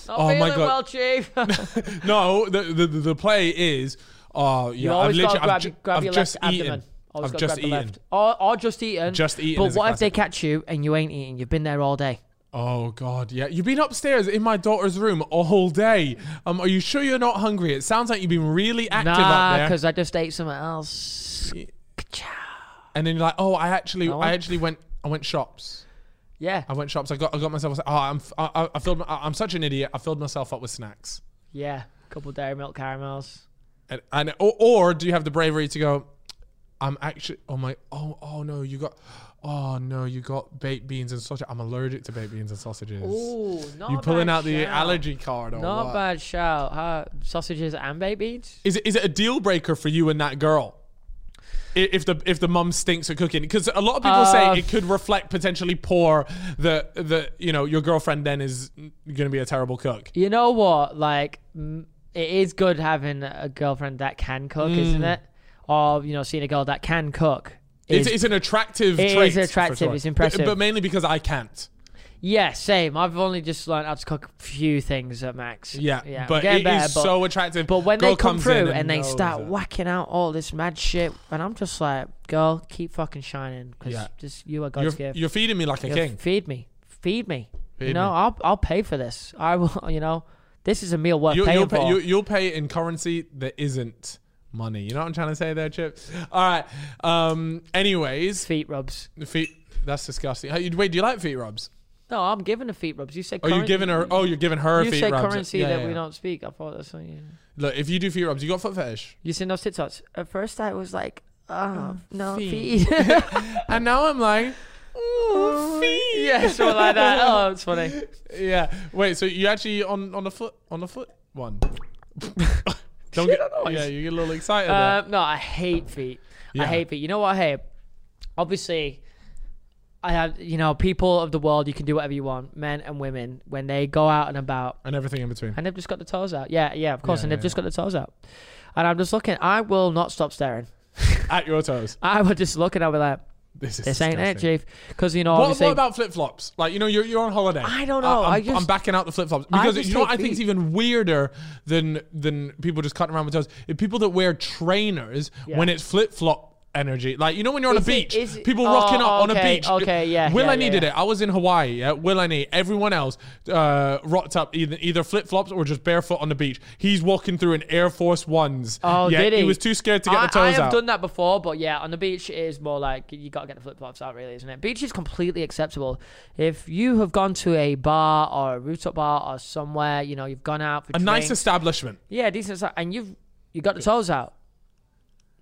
B: Not
A: Oh my
B: feeling
A: God.
B: well, chief.
A: No, the the, the the play is. Oh, yeah,
B: you
A: I've
B: always
A: literally,
B: got to grab,
A: I've, ju-
B: your- grab
A: I've
B: your
A: just
B: left
A: eaten.
B: abdomen. Always
A: I've
B: gotta
A: just
B: grab the
A: eaten.
B: left. Or, or just eaten.
A: Just eaten
B: But
A: is a
B: what if they catch you and you ain't eating? You've been there all day.
A: Oh God, yeah. You've been upstairs in my daughter's room all day. Um, are you sure you're not hungry? It sounds like you've been really active up
B: Nah,
A: there.
B: because I just ate something else.
A: And then you're like, oh, I actually,
B: No.
A: I actually went, I went shops.
B: Yeah,
A: I went shops. I got, I got myself. Oh, I'm, f- I, I- I filled. my- I'm such an idiot. I filled myself up with snacks.
B: yeah. Couple dairy milk caramels.
A: And, and or, or do you have the bravery to go? I'm actually. Oh my. Oh oh no. You got. Oh no. You got baked beans and sausage. I'm allergic to baked beans and sausages.
B: Ooh, not
A: you pulling
B: bad
A: out the
B: shout.
A: allergy card or
B: Not
A: what?
B: bad shout. Huh? Sausages and baked beans.
A: Is it is it a deal breaker for you and that girl? I- If the if the mum stinks at cooking, because a lot of people
B: Uh,
A: say it could reflect potentially poor the the you know your girlfriend then is going to be a terrible cook.
B: You know what? Like, m- it is good having a girlfriend that can cook, isn't
A: Mm.
B: it? Or you know, seeing a girl that can cook.
A: It's,
B: Is,
A: it's an attractive.
B: It is
A: trait, for
B: attractive,
A: sure.
B: it's
A: But-
B: impressive.
A: but, mainly because I can't.
B: yeah, same. I've only just learned how to cook a few things at max.
A: Yeah,
B: yeah. I'm
A: but
B: getting
A: it
B: better,
A: is
B: but,
A: so attractive.
B: but when
A: Girl
B: they come
A: comes
B: through
A: in
B: and, they
A: knows
B: start
A: it.
B: whacking out all this mad shit, and I'm just like, girl, keep fucking shining because
A: Yeah.
B: just you are
A: you're,
B: God's gift.
A: you're feeding me like a
B: Yeah,
A: king.
B: Feed me, feed me.
A: Feed
B: you know,
A: me.
B: I'll I'll pay for this. I will. You know, this is a meal worth
A: You,
B: paying
A: you'll, pay,
B: for.
A: you, you'll pay in currency that isn't money. You know what I'm trying to say there, Chip? All right. Um. Anyways,
B: feet rubs.
A: feet. That's disgusting. How- Wait, do you like feet rubs?
B: No, I'm giving the feet rubs. You said
A: Oh, you're
B: currency-
A: giving her. Oh, you're giving her.
B: you
A: feet
B: say
A: rubs.
B: currency
A: Yeah,
B: that
A: yeah,
B: we
A: yeah.
B: don't speak. I thought that's what you.
A: Look, if you do feet rubs, you got foot fetish.
B: You seen those TikToks? At first, I was like, oh, no
A: feet.
B: feet.
A: And now I'm like, ooh, feet.
B: yeah, something like that. Oh, it's funny.
A: Yeah. Wait. So you actually on on the foot on the foot one. don't get. Yeah, you get a little excited. there.
B: Um, no, I hate feet.
A: Yeah.
B: I hate feet. You know what I hate? Obviously, I have. You know, people of the world, you can do whatever you want, men and women, when they go out and about.
A: and everything in between.
B: and they've just got the toes out. Yeah, yeah, of course,
A: Yeah,
B: and they've
A: yeah,
B: just got the toes out. And I'm just looking. I will not stop staring.
A: At your toes.
B: I will just look and I'll be like,
A: This is.
B: "This ain't it,
A: disgusting.
B: chief." Because you know,
A: What,
B: obviously,
A: what about flip flops? Like you know, you're you're on holiday.
B: I don't know.
A: I'm,
B: I just-
A: am backing out the flip flops
B: I
A: because
B: just
A: you know what I
B: hate
A: think is
B: feet.
A: even weirder than than people just cutting around with toes. If people that wear trainers
B: Yeah.
A: when it's flip flop energy. Like you know when you're on
B: Is
A: a
B: it-
A: beach,
B: is it-
A: people
B: oh,
A: rocking up on a
B: okay,
A: beach.
B: okay, yeah,
A: Will
B: yeah,
A: I
B: yeah,
A: needed it. I was in Hawaii. Yeah, Will I need everyone else uh, rocked up either either flip flops or just barefoot on the beach. He's walking through in Air Force Ones.
B: Oh,
A: yeah,
B: did he?
A: was too scared to get
B: I,
A: the toes
B: I have
A: out.
B: done that before, but yeah, on the beach it is more like you gotta get the flip flops out, really, isn't it? Beach is completely acceptable. If you have gone to a bar or a rooftop bar or somewhere, you know, you've gone out for
A: a nice
B: drinks-
A: establishment.
B: yeah, decent, si- and you've you got the toes out.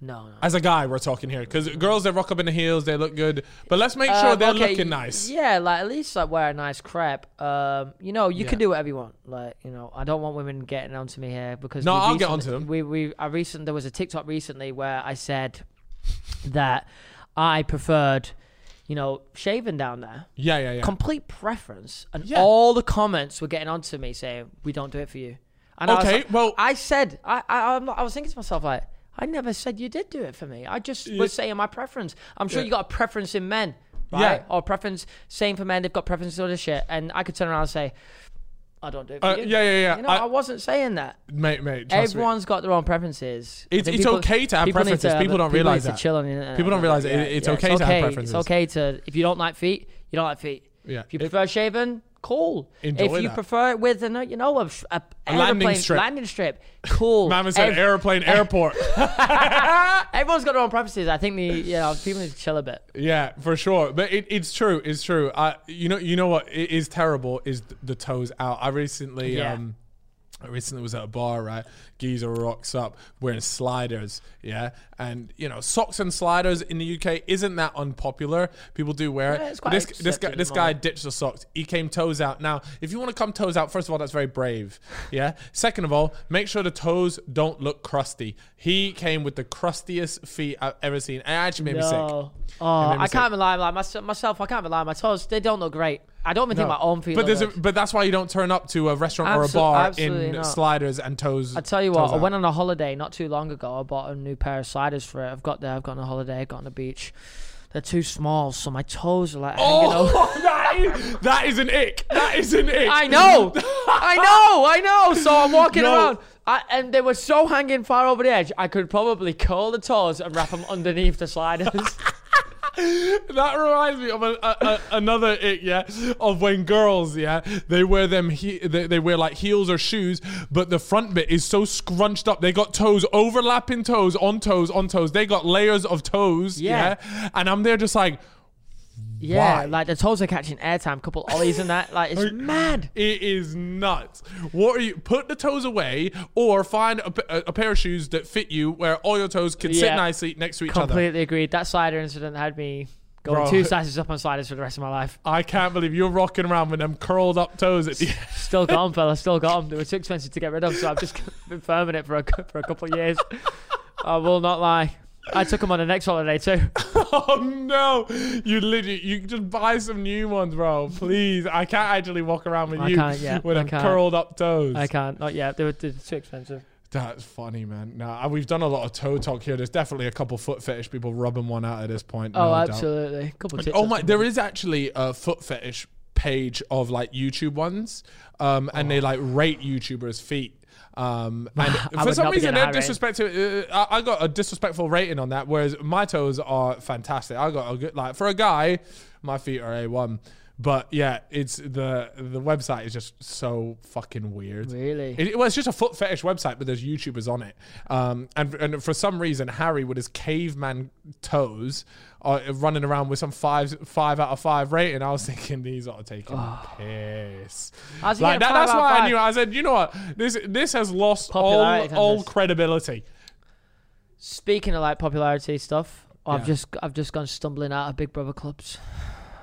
B: No, no.
A: As a guy, we're talking here because girls they rock up in the heels, they look good, but let's make sure
B: Um,
A: they're
B: okay,
A: looking
B: y-
A: nice.
B: Yeah, like at least like wear a nice crepe. Um, you know, you
A: Yeah.
B: can do whatever you want. Like, you know, I don't want women getting onto me here because
A: No,
B: we
A: I'll get
B: recently-
A: onto them.
B: We we I recent there was a TikTok recently where I said that I preferred, you know, shaving down there.
A: Yeah, yeah, yeah.
B: Complete preference, and
A: Yeah.
B: all the comments were getting onto me saying we don't do it for you. And I was
A: Okay,
B: like-
A: well-
B: I said I I, I'm not- I was thinking to myself like. I never said you did do it for me. I just was saying my preference. I'm sure
A: Yeah.
B: you got a preference in men, right?
A: Yeah.
B: Or preference, same for men. They've got preferences or this shit. And I could turn around and say, I don't do it for
A: Uh,
B: you.
A: yeah, yeah, yeah.
B: You know,
A: I-
B: I, wasn't saying that.
A: mate, mate. Trust me.
B: Everyone's got their own preferences. I
A: It's-
B: think
A: it's okay to have
B: need
A: preferences. People don't
B: need
A: realize
B: to
A: that.
B: chill on the internet.
A: People don't realize
B: Yeah,
A: it- it's
B: yeah,
A: okay to have preferences.
B: It's okay to if you don't like feet, you don't like feet.
A: Yeah.
B: If you
A: If-
B: prefer shaven, cool.
A: Enjoy
B: if you
A: that.
B: prefer it with an you know a, a,
A: A landing
B: aeroplane-
A: strip.
B: landing strip, cool.
A: Mama said
B: Ev-
A: airplane airport.
B: Everyone's got their own preferences. I think the you know people need to chill a bit.
A: yeah, for sure. But it, it's true. It's true. I, you know, you know what i- is terrible is th- the toes out. I recently,
B: Yeah.
A: um, I recently was at a bar, right? Geezer rocks up wearing sliders, yeah, and you know socks and sliders in the UK isn't that unpopular. People do wear it.
B: Yeah, it's
A: But
B: quite
A: this this guy
B: accepted
A: this
B: at the
A: guy
B: moment.
A: ditched the socks. He came toes out. Now, if you want to come toes out, first of all, that's very brave. Yeah. Second of all, make sure the toes don't look crusty. He came with the crustiest feet I've ever seen. It actually made me sick.
B: No. Oh,
A: made me
B: I
A: sick.
B: can't even lie. Like myself, myself, I can't even lie. My toes, they don't look great. I don't even think my own feet.
A: But
B: look
A: there's a,
B: good.
A: but that's why you don't turn up to a restaurant
B: Absol-
A: or a bar
B: absolutely
A: in
B: not.
A: sliders and toes.
B: I tell you what, I went on a holiday not too long ago. I bought a new pair of sliders for it. I've got there. I've got on a holiday. I've got on the beach. They're too small, so my toes are like hanging over.
A: Oh, that, is, that is an ick. That is an ick.
B: I know, I know, I know. So I'm walking
A: No.
B: around, I, and they were so hanging far over the edge. I could probably curl the toes and wrap them underneath the sliders.
A: That reminds me of a, a, a, another ick, yeah, of when girls, yeah, they wear them, he, they, they wear like heels or shoes, but the front bit is so scrunched up. They got toes, overlapping toes, on toes, on toes. They got layers of toes, yeah.
B: Yeah.
A: And I'm there just like,
B: yeah,
A: Why?
B: like the toes are catching airtime. Couple ollies and that, like it's mad.
A: it is nuts. What are you, put the toes away or find a, p- a- a pair of shoes that fit you where all your toes can sit
B: Yeah.
A: nicely next to each other.
B: Completely agreed. That slider incident had me going
A: Bro.
B: two sizes up on sliders for the rest of my life.
A: I can't believe you're rocking around with them curled up toes at the end.
B: Still got 'em, fella. Still got 'em. They were too expensive to get rid of, so I've just been firming it for a, cou- for a couple of years. I will not lie. I took 'em on the next holiday too.
A: Oh no! You literally, you just buy some new ones, bro. Please, I can't actually walk around with
B: I
A: you
B: can't, yeah,
A: with
B: I
A: them
B: can't.
A: curled up toes.
B: I can't. Not yet. They were, they were too expensive.
A: That's funny, man. Now we've done a lot of toe talk here. There's definitely a couple foot fetish people rubbing one out at this point.
B: Oh,
A: no doubt.
B: absolutely. couple tits.
A: Oh my! There is actually a foot fetish page of like YouTube ones, um, and
B: Oh.
A: they like rate YouTubers' feet. Um, and for
B: would
A: some
B: not be
A: reason,
B: getting
A: they're
B: that rating.
A: disrespectful. Uh, I, I got a disrespectful rating on that, whereas my toes are fantastic. I got a good like for a guy, my feet are a one. But yeah, it's the the website is just so fucking weird.
B: Really?
A: It, well, it's just a foot fetish website, but there's YouTubers on it. Um, and, and for some reason, Harry with his caveman toes are running around with some five five out of five rating. I was thinking these are taking the piss.
B: How's he
A: Like
B: getting
A: that,
B: a five
A: that's
B: out of
A: why I
B: five?
A: knew. I said, you know what, this this has lost all
B: Popularity
A: all
B: contest.
A: credibility.
B: Speaking of like popularity stuff,
A: Yeah.
B: I've just I've just gone stumbling out of Big Brother clubs.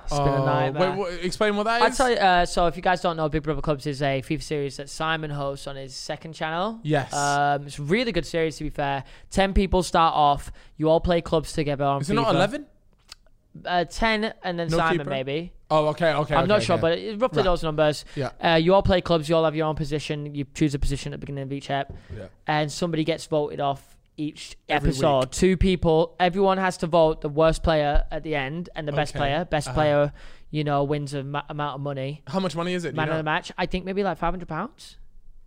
B: It's been
A: Oh,
B: a nightmare.
A: wait, what- explain what that
B: I
A: is.
B: tell you, uh, so if you guys don't know, Big Brother Clubs is a FIFA series that Simon hosts on his second channel.
A: Yes.
B: um, it's a really good series to be fair. Ten people start off. You all play clubs together on.
A: is it not
B: FIFA.
A: eleven?
B: Uh, ten, and then
A: No
B: Simon
A: keeper?
B: maybe.
A: Oh, okay, okay.
B: I'm
A: okay,
B: not sure,
A: okay.
B: but it's roughly
A: Right.
B: those numbers.
A: Yeah.
B: Uh, you all play clubs. You all have your own position. You choose a position at the beginning of each app,
A: Yeah.
B: and somebody gets voted off each
A: Every
B: episode.
A: week.
B: Two people. Everyone has to vote the worst player at the end and the best
A: Okay.
B: player. Best
A: Uh-huh.
B: player, you know, wins a ma- amount of money.
A: How much money is it? Do you
B: Man of
A: know?
B: the match. I think maybe like five hundred pounds.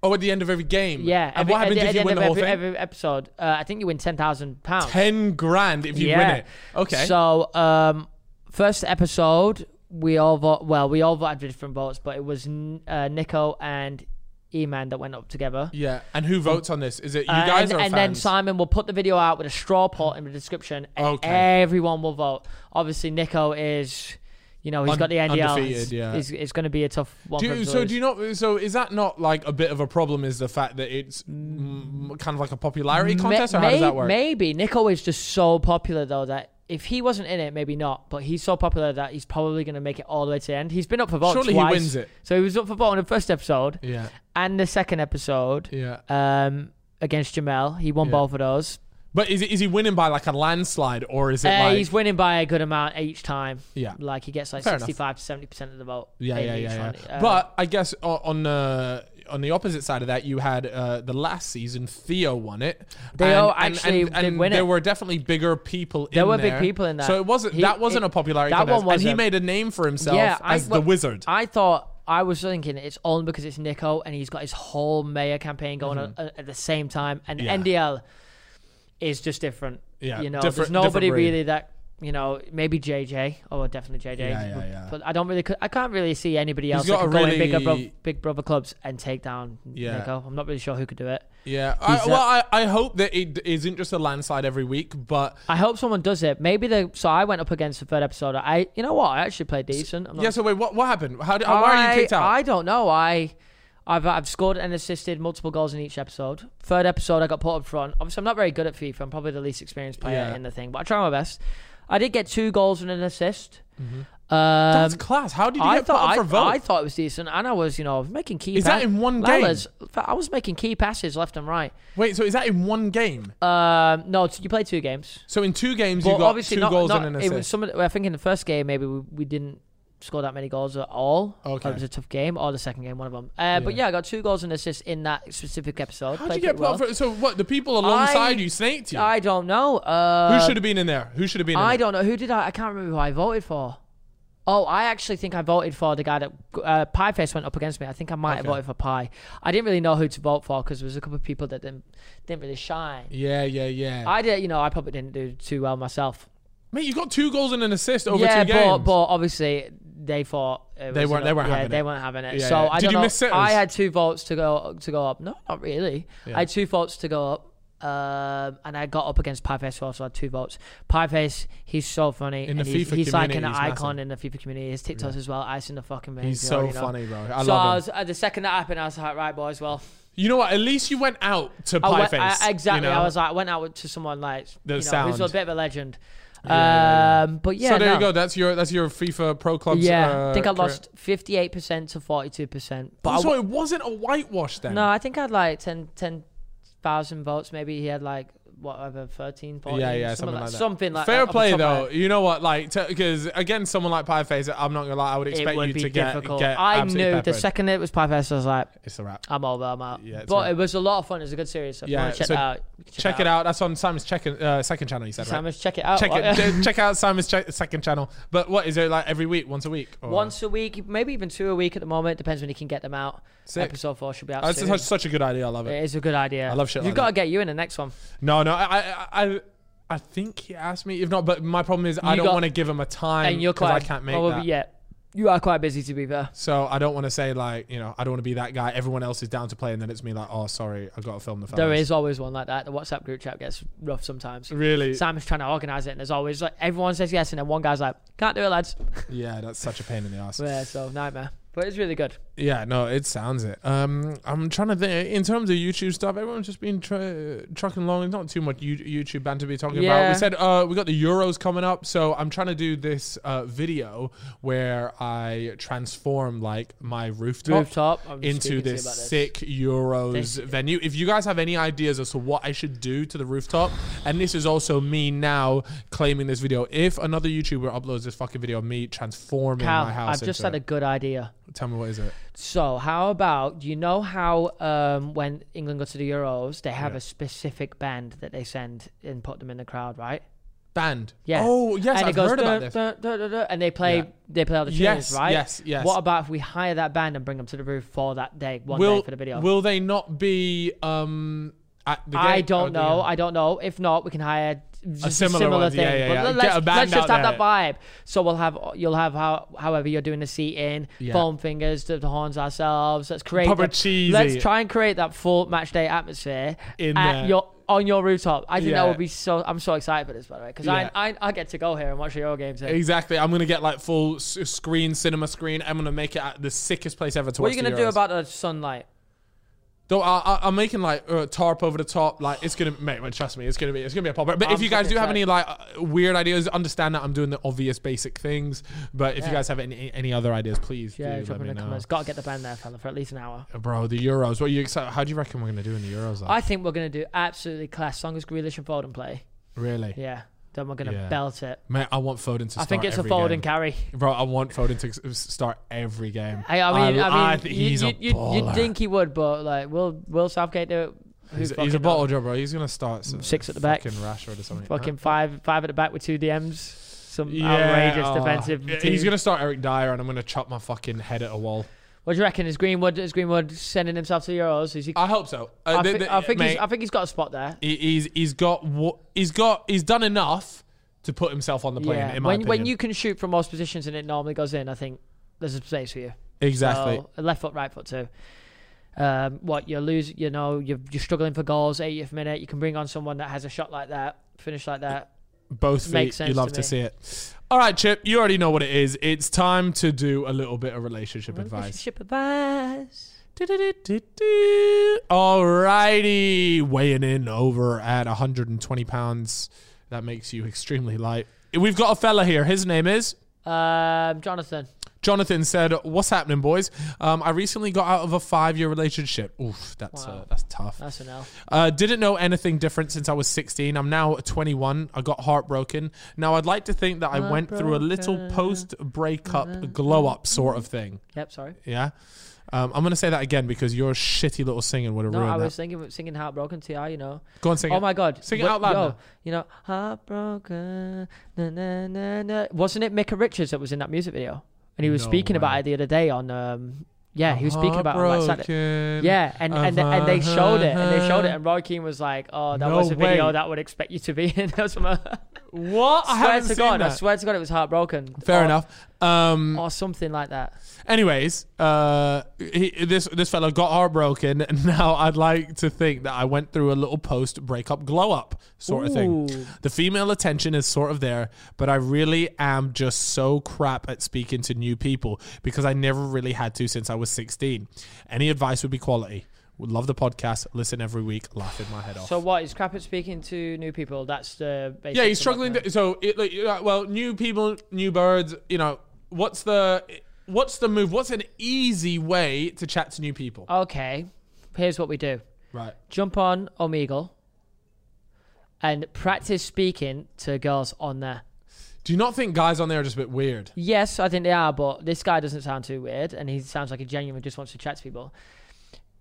A: Oh, at the end of every game.
B: Yeah.
A: And what happens
B: at the-
A: if you
B: at the
A: win
B: end
A: the
B: of
A: whole
B: every,
A: thing?
B: every episode, uh, I think you win ten thousand pounds.
A: Ten grand if you win it. Okay.
B: So, um, first episode, we all vote. Well, we all voted for different votes, but it was N- uh, Nico and E-Man that went up together.
A: yeah. And who votes on this? Is it you
B: Uh,
A: guys
B: and,
A: or
B: and
A: fans?
B: then Simon will put the video out with a straw poll in the description, and
A: Okay.
B: everyone will vote. Obviously, Nico is, you know, he's
A: Un-
B: got the NDL.
A: undefeated,
B: It's,
A: yeah.
B: it's, going to be a tough one.
A: Do
B: for him
A: you,
B: to
A: so
B: lose.
A: do you not? So is that not like a bit of a problem? Is the fact that it's mm, kind of like a popularity
B: Ma-
A: contest, or how does
B: may-
A: that work?
B: Maybe Nico is just so popular though that if he wasn't in it, maybe not. But he's so popular that he's probably going to make it all the way to the end. He's been up for vote
A: Surely he
B: twice.
A: wins it.
B: So he was up for vote on the first episode
A: Yeah,
B: and the second episode
A: yeah.
B: um, against Jamel. He won
A: Yeah.
B: both of those.
A: But is, it, is he winning by like a landslide, or is it
B: Uh,
A: like
B: he's winning by a good amount each time.
A: yeah?
B: Like he gets like
A: Fair enough.
B: sixty-five to seventy percent of the vote.
A: Yeah,
B: in
A: yeah,
B: each
A: yeah,
B: one.
A: yeah.
B: Uh,
A: but I guess o- on the on the opposite side of that, you had uh, the last season. Theo won it.
B: Theo actually did win
A: There
B: it.
A: were definitely bigger people.
B: There
A: in
B: were
A: there.
B: big people in that.
A: So it wasn't
B: He-
A: that wasn't
B: it-
A: a popularity
B: that
A: contest,
B: one
A: and he
B: wasn't.
A: made a name for himself
B: Yeah, I-
A: as
B: well,
A: the wizard.
B: I thought I was thinking it's only because it's Nico and he's got his whole mayor campaign going on at, at the same time, and
A: Mm-hmm. Yeah.
B: NDL is just different.
A: Yeah,
B: you know,
A: different-
B: there's nobody
A: different breed.
B: really that you know. Maybe JJ, oh, definitely JJ.
A: Yeah, yeah, yeah.
B: But I don't really, I can't really see anybody else that
A: got
B: can
A: a
B: go in bigger bro-
A: really-
B: big brother clubs and take down
A: Yeah.
B: Nico. I'm not really sure who could do it.
A: yeah. I,
B: He's a-
A: well, I, I hope that it isn't just a landslide every week, but
B: I hope someone does it. Maybe the so I went up against the third episode. I you know what I actually played decent. I'm not
A: yeah. So wait, what what happened? How did, why are you kicked out?
B: I don't know. I, I've I've scored and assisted multiple goals in each episode. Third episode, I got put up front. Obviously, I'm not very good at FIFA. I'm probably the least experienced player
A: Yeah.
B: in the thing, but I try my best. I did get two goals and an assist.
A: Mm-hmm. That's
B: Um,
A: class. How did you
B: I
A: get put up
B: thought I,
A: for vote?
B: I thought it was decent, and I was you know making key.
A: Is that in one game?
B: Lalas, I was making key passes left and right.
A: wait, so is that in one game?
B: Um, no, t- you play two games.
A: So in two games, you
B: Well,
A: got
B: obviously
A: two
B: not,
A: goals
B: not,
A: and an
B: it
A: assist.
B: was some of the- I think in the first game maybe we, we didn't score that many goals at all.
A: Okay.
B: It was a tough game, or the second game, one of them. Uh, But
A: Yeah.
B: yeah, I got two goals and assists in that specific episode.
A: How
B: Played
A: did you get
B: pretty
A: put
B: well.
A: up for? So what? The people alongside
B: I-
A: you snaked you.
B: I don't know. Uh,
A: who should have been in there? Who should have been? in
B: I
A: there?
B: don't know. Who did I? I can't remember who I voted for. Oh, I actually think I voted for the guy that uh, Pie Face went up against me. I think I might have
A: Okay.
B: voted for Pie. I didn't really know who to vote for because there was a couple of people that didn't didn't really shine.
A: Yeah, yeah, yeah.
B: I did, you know, I probably didn't do too well myself.
A: Mate, you got two goals and an assist over
B: yeah,
A: two games.
B: but but obviously they thought it
A: They weren't-
B: was enough-
A: they weren't
B: yeah,
A: having
B: they
A: it.
B: weren't having it.
A: Yeah,
B: so
A: yeah.
B: I
A: Did
B: don't
A: you
B: know.
A: miss sitters?
B: I had two votes to go to go up. No, not really.
A: Yeah.
B: I had two votes to go up. Um, and I got up against Pieface, who also had two votes. Pieface, he's so funny.
A: In the
B: and he's,
A: FIFA
B: he's like an
A: community, he's
B: icon in the FIFA community. His TikToks as well, icing the fucking veins.
A: He's
B: you
A: so
B: already know.
A: funny, bro. I
B: so I
A: love him.
B: was, uh, the second that happened, I was like, right, boys, well.
A: You know what? At least you went out to
B: I
A: pie
B: went-
A: face.
B: I- exactly.
A: you know?
B: I was like, went out to someone like,
A: The
B: you know,
A: sound.
B: who's a bit of a legend.
A: yeah,
B: Um, but yeah,
A: so there
B: no.
A: you go. That's your that's your FIFA Pro uh, Club.
B: Yeah, I think I lost fifty eight percent to forty two percent. But I
A: so
B: w-
A: it wasn't a whitewash then.
B: no, I think I had like 10 10,000 votes. Maybe he had like whatever 13, 14,
A: yeah, yeah, something
B: something, like
A: like that.
B: something like
A: Fair
B: off the
A: play
B: top of my
A: though.
B: head.
A: You know what? Like because again, someone like pie face, I'm not gonna lie. I would expect
B: It would
A: you
B: be
A: to get,
B: difficult.
A: get
B: I
A: absolutely
B: knew the
A: peppered.
B: second it was five S, I was like,
A: It's a wrap.
B: I'm over, I'm out.
A: Yeah, it's
B: but
A: right.
B: it was a lot of fun. It was a good series. So if you
A: Yeah,
B: want to check
A: so
B: it out, you can
A: Check it out. That's on Simon's second uh, second channel. You said right.
B: Samus, check it out.
A: check
B: Well, yeah.
A: it. check out Simon's che- second channel. But what is it like every week? Once a week? Or?
B: Once a week, maybe even two a week at the moment. Depends when you can get them out.
A: Sick.
B: Episode four should be out.
A: Oh, this
B: soon.
A: is such a good idea. I love it.
B: It is a good idea.
A: I love shit
B: You've
A: like
B: got to
A: that.
B: get you in the next one.
A: No, no, I, I, I, I think he asked me. If not, but my problem is I
B: You
A: don't
B: got-
A: want to give him a time
B: and you're
A: because
B: quite
A: I can't make
B: oh,
A: that.
B: Yeah, you are quite busy to be fair.
A: So I don't want to say like you know I don't want to be that guy. Everyone else is down to play, and then it's me like oh sorry I've got to film the. Fellas.
B: There is always one like that. The WhatsApp group chat gets rough sometimes.
A: really
B: Simon's trying to organise it, and there's always like everyone says yes, and then one guy's like, "Can't do it, lads."
A: yeah that's such a pain in the ass.
B: Yeah, so nightmare. But it's really good.
A: Yeah, no, it sounds it. Um, I'm trying to think in terms of YouTube stuff. Everyone's just been tr- trucking along. There's not too much you- YouTube banter to be talking about.
B: Yeah.
A: We said uh, we got the Euros coming up, so I'm trying to do this uh, video where I transform like my rooftop.
B: Rooftop I'm
A: Into
B: speaking to you
A: this
B: about this.
A: sick Euros venue. If you guys have any ideas as to what I should do to the rooftop, and this is also me now claiming this video. If another YouTuber uploads this fucking video of me transforming
B: Cal,
A: my house,
B: I've just
A: into
B: had a good idea.
A: it, tell me what is it?
B: So, how about do you know how um, when England go to the Euros, they have
A: Yeah.
B: a specific band that they send and put them in the crowd, right?
A: band.
B: Yeah.
A: Oh yes,
B: and
A: I've
B: it goes
A: heard
B: duh,
A: about this.
B: duh, duh, duh, duh, and they play
A: Yeah.
B: they play all the tunes,
A: Yes,
B: right?
A: yes, yes.
B: What about if we hire that band and bring them to the roof for that day, one
A: will
B: day for the video?
A: will they not be um at the
B: I
A: gate? Oh,
B: don't
A: the-
B: know. I don't know. If not, we can hire just a
A: similar
B: similar,
A: one.
B: thing.
A: Yeah, yeah,
B: But
A: yeah.
B: le-
A: Get
B: Let's,
A: a band
B: let's just
A: out
B: have that vibe. So we'll have you'll have how however you're doing the seating,
A: Yeah.
B: foam fingers, the, the horns ourselves. Let's create
A: Proper
B: the-
A: cheesy.
B: Let's try and create that full match day atmosphere
A: In
B: at
A: there.
B: your on your rooftop. I think
A: Yeah.
B: that would be so. I'm so excited for this, by the way, because
A: Yeah.
B: I, I I get to go here and watch the Euro games. Here.
A: Exactly. I'm gonna get like full s- screen, cinema screen. I'm gonna make it at the sickest place ever to
B: What are
A: watch.
B: you gonna
A: the
B: do
A: Euros.
B: about the sunlight?
A: Though I, I, I'm making like a tarp over the top. Like it's gonna, mate. well, Trust me, it's gonna be, it's gonna be a pop. But if
B: I'm
A: you guys
B: fucking
A: do have any like uh, weird ideas, understand that I'm doing the obvious basic things. But if you
B: Yeah.
A: guys have any any other ideas, please
B: Yeah,
A: do
B: drop
A: let
B: in
A: me
B: the
A: know.
B: comments. Got to get the band there, fella, for at least an hour.
A: Bro, the Euros. What are you excited? How do you reckon we're gonna do in the Euros? Like?
B: I think we're gonna do absolutely class. Song as Grealish and Foden play.
A: really,
B: Yeah, then we're gonna
A: Yeah.
B: belt it.
A: mate. I want Foden to. Start
B: I think it's a
A: every
B: fold
A: game.
B: and carry.
A: Bro, I want Foden to s- start every game.
B: I, I mean, I, mean,
A: think
B: you,
A: he's
B: you,
A: a
B: you'd-
A: baller.
B: you'd think he would, but like, will Will Southgate do it? Who
A: he's, he's a
B: fucking
A: bottle
B: knows?
A: job, bro. He's gonna start some
B: Six at the back.
A: fucking Rashford or something.
B: Fucking five, five at the back with two DMs. Some
A: Yeah,
B: outrageous
A: oh.
B: defensive.
A: Yeah,
B: team.
A: He's gonna start Eric Dyer, and I'm gonna chop my fucking head at a wall.
B: What do you reckon? Is Greenwood is Greenwood sending himself to the Euros? Is he? I,
A: I hope so. Uh,
B: thi-
A: th- th-
B: I think
A: mate,
B: he's, I think he's got a spot there.
A: he- he's he's got what he's got. He's done enough to put himself on the plane.
B: Yeah.
A: In my
B: When when
A: opinion.
B: you can shoot from most positions and it normally goes in, I think there's a space for you. Oh,
A: exactly.
B: So, left foot, right foot too. Um, what you lose, you know, you're, you're struggling for goals. 80th minute, you can bring on someone that has a shot like that, finish like that.
A: both feet.
B: Makes sense
A: you love to,
B: to me.
A: see it. All right, Chip, you already know what it is. It's time to do a little bit of relationship advice.
B: Relationship advice.
A: All righty, weighing in over at 120 pounds. That makes you extremely light. We've got a fella here. His name is
B: Um, Jonathan,
A: Jonathan. Said, "What's happening, boys? Um, I recently got out of a five-year relationship. Oof, that's uh,
B: Wow.
A: that's tough.
B: that's an L.
A: Uh, didn't know anything different since I was 16. I'm now 21. I got heartbroken. Now I'd like to think that I went through a little post
B: Mm-hmm.
A: breakup glow up sort of thing.
B: Yep, sorry.
A: Yeah. Um, I'm gonna say that again because your shitty little singing would have
B: No, I
A: ruined
B: was
A: that.
B: thinking singing Heartbroken TI, you know.
A: Go on, sing
B: oh
A: it.
B: my god.
A: Sing it
B: Wh-
A: out loud
B: yo,
A: now.
B: You know, Heartbroken. Na, na, na, na. Wasn't it Micah Richards that was in that music video? And he was
A: No
B: speaking
A: way.
B: about it the other day on um yeah, he was speaking about it on like Saturday.
A: Heartbroken.
B: Yeah, and and,
A: of
B: and they showed it, and they showed it,
A: her.
B: and Roy Keane was like, "Oh, that
A: No
B: was a video
A: way.
B: that would expect you to be in." That was my-
A: What? I
B: swear
A: haven't
B: to
A: seen
B: God, I
A: that.
B: swear to God, it was heartbroken.
A: Fair
B: Or-
A: enough. Um,
B: or something like that.
A: Anyways, uh, he, this this fellow got heartbroken, and now I'd like to think that I went through a little post breakup glow up sort of thing.
B: Ooh.
A: The female attention is sort of there, but I really am just so crap at speaking to new people because I never really had to since I was 16. Any advice would be quality. Would love the podcast. Listen every week. Laughing my head off.
B: So what is crap at speaking to new people? That's the basic
A: yeah,
B: of
A: he's
B: what
A: struggling.
B: the-
A: To, so it, like, uh, well, new people, new birds. You know, what's the what's the move? What's an easy way to chat to new people?
B: Oh. okay, here's what we do:
A: Right.
B: jump on Omegle and practice speaking to girls on there.
A: Do you not think guys on there are just a bit weird?
B: Yes, I think they are, but this guy doesn't sound too weird, and he sounds like he genuinely just wants to chat to people.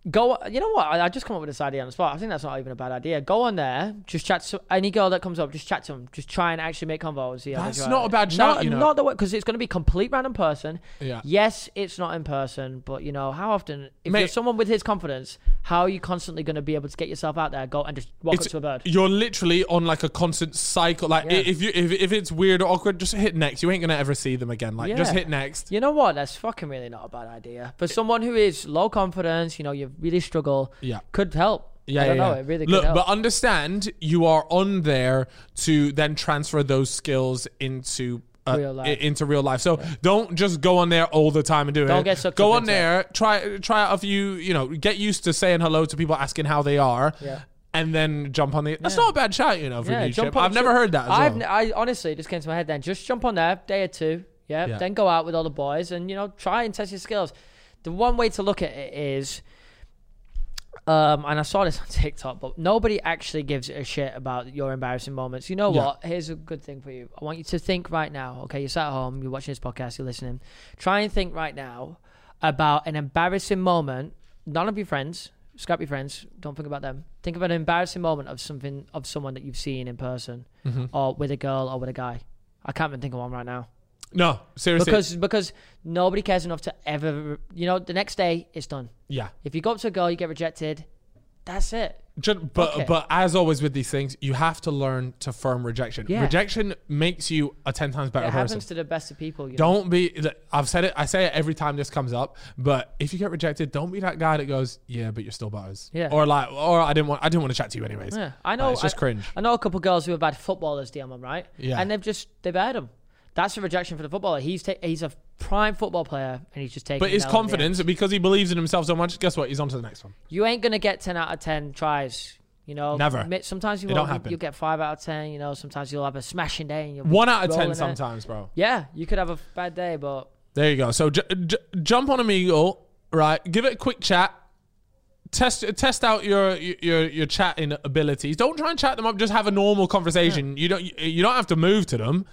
B: Go, you know what? I, I just come up with this idea on the spot. I think that's not even a bad idea. Go on there, just chat to any girl that comes up. Just chat to them. Just try and actually make convo. And see how they
A: That's
B: drive.
A: not a bad
B: Not,
A: shout, you know.
B: not the way because it's going to be complete random person.
A: Yeah.
B: Yes, it's not in person, but you know how often if
A: Mate-
B: you're someone with his confidence, how are you constantly going to be able to get yourself out there, go and just walk up to a bird?
A: You're literally on like a constant cycle. Like i
B: Yeah.
A: if you if, if it's weird or awkward, just hit next. You ain't gonna ever see them again. Like just
B: Yeah.
A: hit next.
B: You know what? That's fucking really not a bad idea for someone who is low confidence. You know, you really struggle.
A: Yeah.
B: could help.
A: Yeah,
B: I don't
A: yeah,
B: know.
A: yeah.
B: It really
A: Look,
B: could help.
A: but understand you are on there to then transfer those skills into uh,
B: Real life.
A: i- into real life. So don't just go on there all the time and do it.
B: Don't get sucked
A: Go
B: up
A: on
B: into it.
A: there, try try out a few. You know, get used to saying hello to people, asking how they are.
B: Yeah.
A: And then jump on the. That's not a bad shout, you know. For
B: yeah,
A: you,
B: jump
A: Chip.
B: on,
A: I've never heard that. As
B: I've
A: well.
B: n- I honestly it just came to my head. Then just jump on there, day or two. Yeah,
A: Yeah.
B: Then go out with all the boys and you know try and test your skills. The one way to look at it is. Um, and I saw this on TikTok, but nobody actually gives a shit about your embarrassing moments. You know
A: Yeah.
B: what? Here's a good thing for you. I want you to think right now. Okay, you're sat at home, you're watching this podcast, you're listening. Try and think right now about an embarrassing moment. None of your friends, Scrap your friends. Don't think about them. Think about an embarrassing moment of something of someone that you've seen in person, or with a girl or with a guy. I can't even think of one right now
A: No, seriously.
B: because because nobody cares enough to ever. You know, the next day it's done.
A: yeah.
B: If you go up to a girl, you get rejected. That's it.
A: Ju- But
B: Okay.
A: but as always with these things, you have to learn to firm rejection.
B: Yeah.
A: Rejection makes you a ten times better
B: It
A: person.
B: happens to the best of people. You know?
A: Don't be. look, I've said it. I say it every time this comes up. But if you get rejected, don't be that guy that goes, "Yeah, but you're still butters."
B: Yeah.
A: Or like, or I didn't want. I didn't want to chat to you anyways.
B: Yeah, I
A: Like,
B: know.
A: it's just
B: I,
A: cringe.
B: I know a couple girls who have had footballers DM them, right?
A: Yeah.
B: and they've just they've had him. That's a rejection for the footballer. He's ta- he's a prime football player, and he's just taking.
A: But
B: it
A: his
B: down at the
A: confidence, because he believes in himself so much, guess what? He's on to the next one.
B: end. You ain't gonna get ten out of ten tries. You know,
A: Never.
B: Mi- Sometimes you
A: It
B: won't,
A: don't
B: you-
A: happen.
B: You'll get five out of ten. You know, sometimes you'll have a smashing day, and you'll be
A: One out of
B: rolling
A: ten
B: it.
A: sometimes, bro.
B: Yeah, you could have a bad day, but
A: There you go. So j- j- jump on Amigo, right? Give it a quick chat. Test test out your your your chatting abilities. Don't try and chat them up. Just have a normal conversation. You don't you don't have to move to them.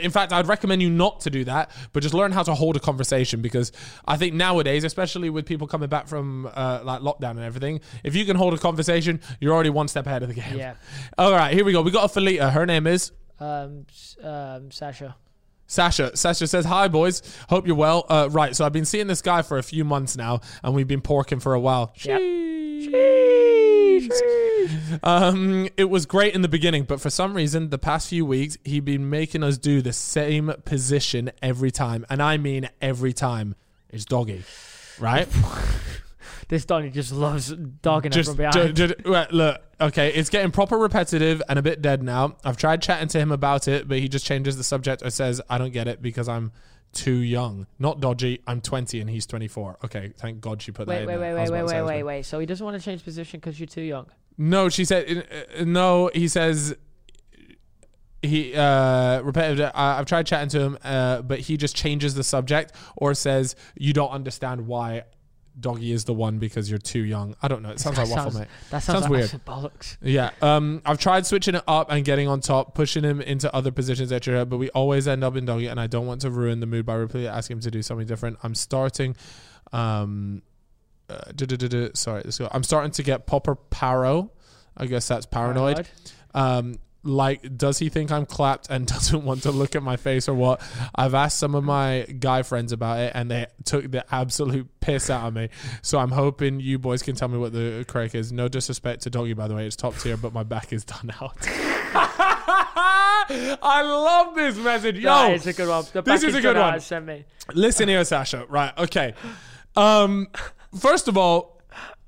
A: In fact, I'd recommend you not to do that, but just learn how to hold a conversation because I think nowadays, especially with people coming back from uh, like lockdown and everything, if you can hold a conversation, you're already one step ahead of the game.
B: Yeah.
A: All right, here we go. We got a Felita. Her name is
B: um, s- um, Sasha.
A: Sasha, Sasha says, "Hi boys, hope you're well." Uh, right, so I've been seeing this guy for a few months now, and we've been porking for a while.
B: Yep.
A: Um, it was great in the beginning, but for some reason, the past few weeks, he'd been making us do the same position every time, and I mean every time. It's doggy, right?
B: This Donny just loves dogging her
A: just,
B: from behind.
A: ju- ju- right, look, okay, it's getting proper repetitive and a bit dead now. I've tried chatting to him about it, but he just changes the subject or says, I don't get it because I'm too young. Not dodgy, I'm 20 and he's 24. Okay, thank God she put that
B: wait,
A: in
B: wait,
A: there.
B: wait,
A: I was
B: wait,
A: about
B: wait,
A: to say
B: wait,
A: this
B: wait,
A: one.
B: wait. So he doesn't want to change position because you're too young.
A: No, she said, uh, uh, no, he says, he uh repetitive I, i've tried chatting to him uh but he just changes the subject or says you don't understand why doggy is the one because you're too young i don't know it sounds like waffle
B: sounds-
A: mate
B: That sounds,
A: Sounds
B: like
A: weird.
B: absolute bollocks.
A: Yeah. Um, I've tried switching it up and getting on top, pushing him into other positions, etc. But we always end up in doggy, and I don't want to ruin the mood by repeatedly asking him to do something different. I'm starting. Um, uh, duh, duh, duh, duh. sorry, let's go. I'm starting to get popper paro. I guess that's paranoid.
B: Paranoid.
A: Um, like, does he think I'm clapped and doesn't want to look at my face or what? I've asked some of my guy friends about it, and they took the absolute piss out of me. So I'm hoping you boys can tell me what the crack is. No disrespect to Doggy, by the way, it's top tier, but my back is done out. I love this message, yo.
B: That is a good one. The
A: this is a good one.
B: Send me.
A: Listen here, Sasha. Right. Okay. Um, first of all,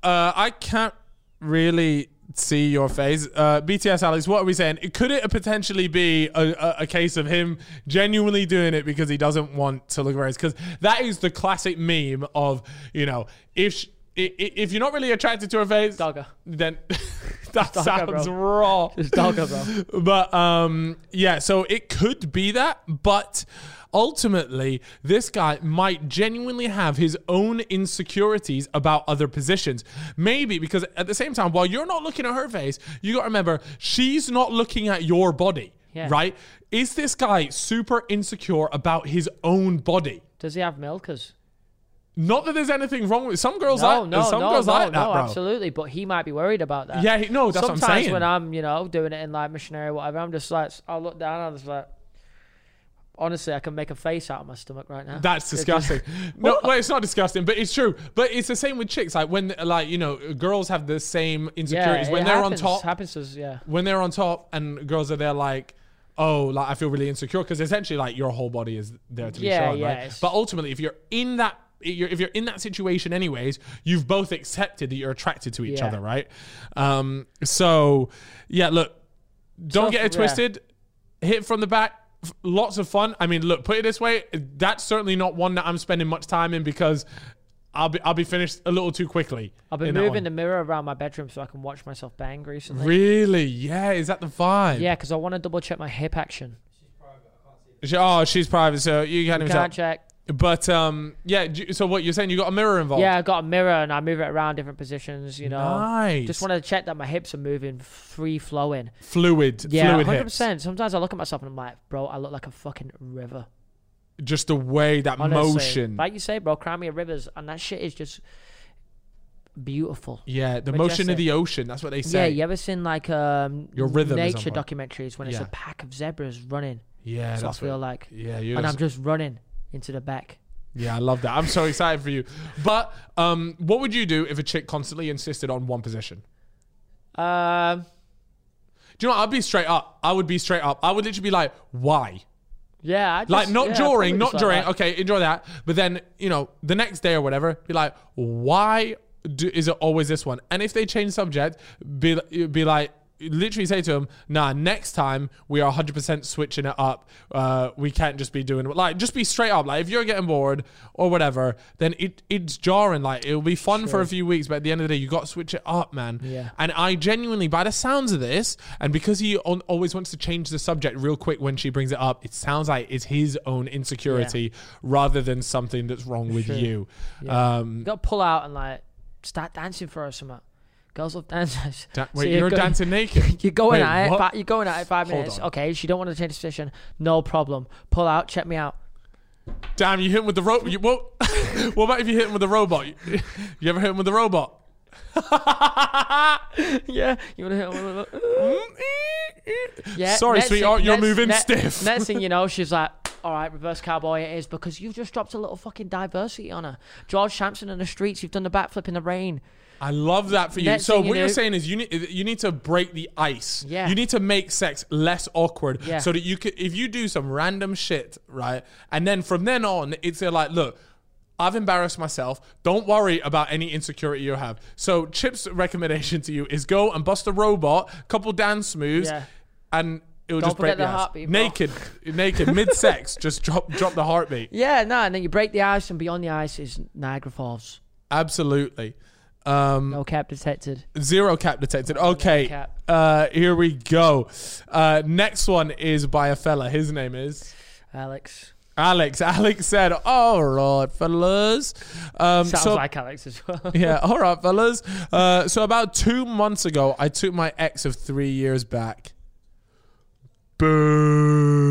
A: uh, I can't really see your face. Uh, BTS Alex, what are we saying? Could it potentially be a, a, a case of him genuinely doing it because he doesn't want to look around? Because that is the classic meme of, you know, if sh- i- i- if you're not really attracted to her face,
B: Dogger.
A: then that
B: Dogger, bro.
A: sounds raw
B: Just dogger, bro.
A: but um yeah so it could be that but ultimately this guy might genuinely have his own insecurities about other positions maybe because at the same time while you're not looking at her face you got to remember she's not looking at your body
B: Yeah.
A: right is this guy super insecure about his own body
B: Does he have milkers?
A: not that there's anything wrong with some girls
B: No,
A: like
B: no,
A: some
B: no,
A: girls
B: no,
A: like that
B: no,
A: bro
B: absolutely. But he might be worried about that.
A: yeah he, no that's
B: Sometimes
A: what i'm saying
B: when I'm, you know, doing it in like missionary or whatever, I'm just like, I'll look down and I'm just like, honestly, I can make a face out of my stomach right now.
A: That's
B: It's
A: disgusting. no, well, it's not disgusting, but it's true. But it's the same with chicks. Like when, like you know, girls have the same insecurities
B: Yeah,
A: when
B: it
A: they're
B: happens.
A: on top.
B: Happens to us, yeah.
A: When they're on top, and girls are there like. Oh, like I feel really insecure because essentially, like your whole body is there to be
B: Yeah,
A: shown,
B: yeah,
A: right?
B: it's-
A: But ultimately, if you're in that, you're, if you're in that situation, anyways, you've both accepted that you're attracted to each
B: Yeah.
A: other, right? Um, so yeah, look, don't
B: Tough,
A: get it
B: yeah.
A: twisted. Hit from the back. f- Lots of fun. I mean, look, put it this way, that's certainly not one that I'm spending much time in because I'll be I'll be finished a little too quickly.
B: I've been
A: in that
B: moving
A: one.
B: the mirror around my bedroom so I can watch myself bang recently.
A: Really? Yeah, is that the vibe?
B: Yeah, because I want to double check my hip action.
A: She- oh, she's private, so you can't even
B: Can't
A: tell.
B: check.
A: But um, yeah. do you- So what you're saying? You got a mirror involved?
B: Yeah, I got a mirror and I move it around different positions. You know,
A: Nice.
B: just wanted to check that my hips are moving free flowing.
A: Fluid.
B: Yeah,
A: fluid
B: hundred
A: hips.
B: percent. Sometimes I look at myself and I'm like, bro, I look like a fucking river.
A: Just the way that
B: Honestly.
A: motion.
B: like you say, bro, cry me a rivers, and that shit is just. beautiful.
A: Yeah, the motion
B: Majestic.
A: of the ocean. That's what they
B: Yeah,
A: say.
B: you ever seen like um
A: Your rhythm is on
B: nature
A: point.
B: documentaries when it's
A: Yeah.
B: a pack of zebras running?
A: Yeah,
B: That's,
A: that's,
B: what I feel
A: what-
B: like.
A: Yeah, you
B: And I'm just running into the back.
A: yeah, I love that. I'm so excited for you. But um, what would you do if a chick constantly insisted on one position?
B: Um,
A: Do you know? What? I'd be straight up. I would be straight up. I would literally be like, "Why?"
B: yeah, I just,
A: Like not
B: yeah, I'd
A: during,
B: probably
A: not
B: just like
A: during.
B: that.
A: Okay, enjoy that. But then you know, the next day or whatever, be like, "Why do, is it always this one?" And if they change subject, be be like. Literally say to him, nah, next time we are 100% switching it up. Uh, we can't just be doing, like, just be straight up. Like, if you're getting bored or whatever, then it, it's jarring. Like, it'll be fun for a few weeks, but at the end of the day, you got to switch it up, man.
B: Yeah.
A: And I genuinely, by the sounds of this, and because he on, always wants to change the subject real quick when she brings it up, it sounds like it's his own insecurity rather than something that's wrong with
B: Sure.
A: you. Um,
B: You got to pull out and like start dancing for us, something. Girls love dancers.
A: da-
B: So
A: wait, you're
B: go-
A: dancing naked.
B: You're
A: Wait,
B: going at
A: what?
B: it. Fi- you're going at it five
A: Hold
B: minutes.
A: on.
B: Okay, she don't want to change the position. No problem. Pull out. Check me out.
A: Damn, you hit him with the rope. You, what, what about if you hit him with the robot? You, you ever hit him with the robot?
B: yeah, you want to hit one of those? Yeah.
A: Sorry,
B: next
A: sweetheart,
B: thing-
A: you're
B: next-
A: moving
B: ne-
A: stiff.
B: Next thing you know, she's like, "All right, reverse cowboy, it is because you've just dropped a little fucking diversity on her." George Sampson in the streets. You've done the backflip in the rain.
A: I love that for you.
B: Next
A: so
B: thing you
A: what you're
B: know-
A: saying is you need you need to break the ice.
B: Yeah.
A: You need to make sex less awkward.
B: Yeah.
A: So that you could if you do some random shit, right? And then from then on, it's uh, like, look, I've embarrassed myself. Don't worry about any insecurity you have. So Chip's recommendation to you is go and bust a robot, couple dance moves,
B: Yeah.
A: and it'll
B: Don't
A: just break
B: forget the
A: ice.
B: heartbeat, bro.
A: Naked, naked, mid sex, just drop drop the heartbeat.
B: Yeah, no, and then you break the ice, and beyond the ice is Niagara Falls.
A: Absolutely. Um,
B: No cap detected.
A: Zero cap detected. Okay.
B: cap.
A: Uh, here we go. Uh, next one is by a fella. His name is
B: Alex
A: Alex. Alex said, All right, fellas. Um,
B: sounds
A: so,
B: like Alex as well.
A: yeah, all right, fellas. Uh, so, about two months ago, I took my ex of three years back.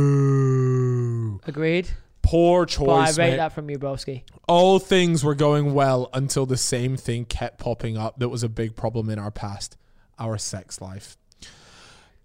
A: Boo.
B: Agreed.
A: Poor
B: But I
A: choice.
B: rate
A: mate.
B: that from you, broski.
A: All things were going well until the same thing kept popping up that was a big problem in our past our sex life.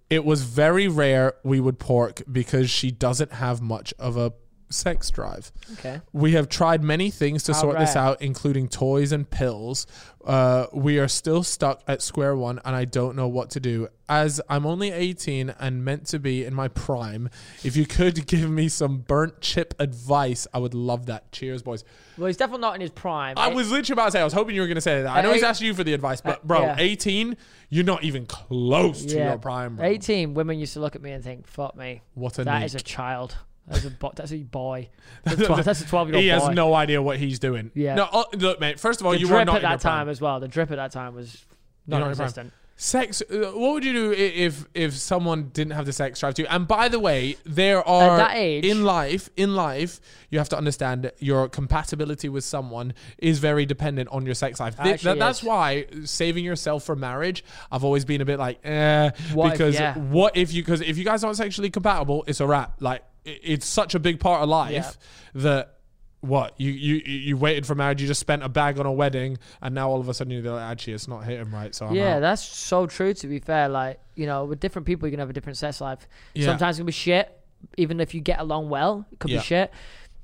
A: It was very rare we would pork because she doesn't have much of a sex drive.
B: Okay.
A: We have tried many things to
B: How
A: sort this
B: rare.
A: out, including toys and pills. Uh, we are still stuck at square one, and I don't know what to do. As I'm only 18 and meant to be in my prime, if you could give me some burnt chip advice, I would love that. Cheers, boys.
B: Well, he's definitely not in his prime.
A: I
B: Eh?
A: was literally about to say, I was hoping you were going to say that. I
B: At
A: know he's
B: eight-
A: asking you for the advice, but
B: at-
A: bro,
B: yeah.
A: 18, you're not even close to
B: Yeah.
A: your prime. Bro.
B: 18, women used to look at me and think, fuck me.
A: What a
B: that is
A: neat.
B: a child. That's a, bo- that's a boy. That's, a tw- that's a 12 year old
A: He
B: boy.
A: has no idea what he's doing.
B: Yeah.
A: No, oh, look, mate. First of all,
B: the
A: you were
B: drip
A: not
B: at
A: in your
B: that
A: prime.
B: time as well. The drip at that time was
A: not
B: non
A: in your prime.
B: existent.
A: Sex. Uh, what would you do i- if if someone didn't have the sex drive to? And by the way, there are
B: that age-
A: in life. In life, you have to understand that your compatibility with someone is very dependent on your sex life. Th-
B: Actually
A: that- that's
B: is.
A: why saving yourself for marriage. I've always been a bit like, eh,
B: What if-
A: because
B: yeah.
A: what if you? Because if you guys aren't sexually compatible, it's a wrap. Like i- it's such a big part of life that. What you, you you waited for marriage? You just spent a bag on a wedding, and now all of a sudden you're like, actually, it's not hitting right. So I'm out.
B: yeah, that's so true, to be fair. Like, you know, with different people, you're going to have a different sex life.
A: Yeah.
B: Sometimes it can be shit, even if you get along well, it could
A: Yeah.
B: be shit.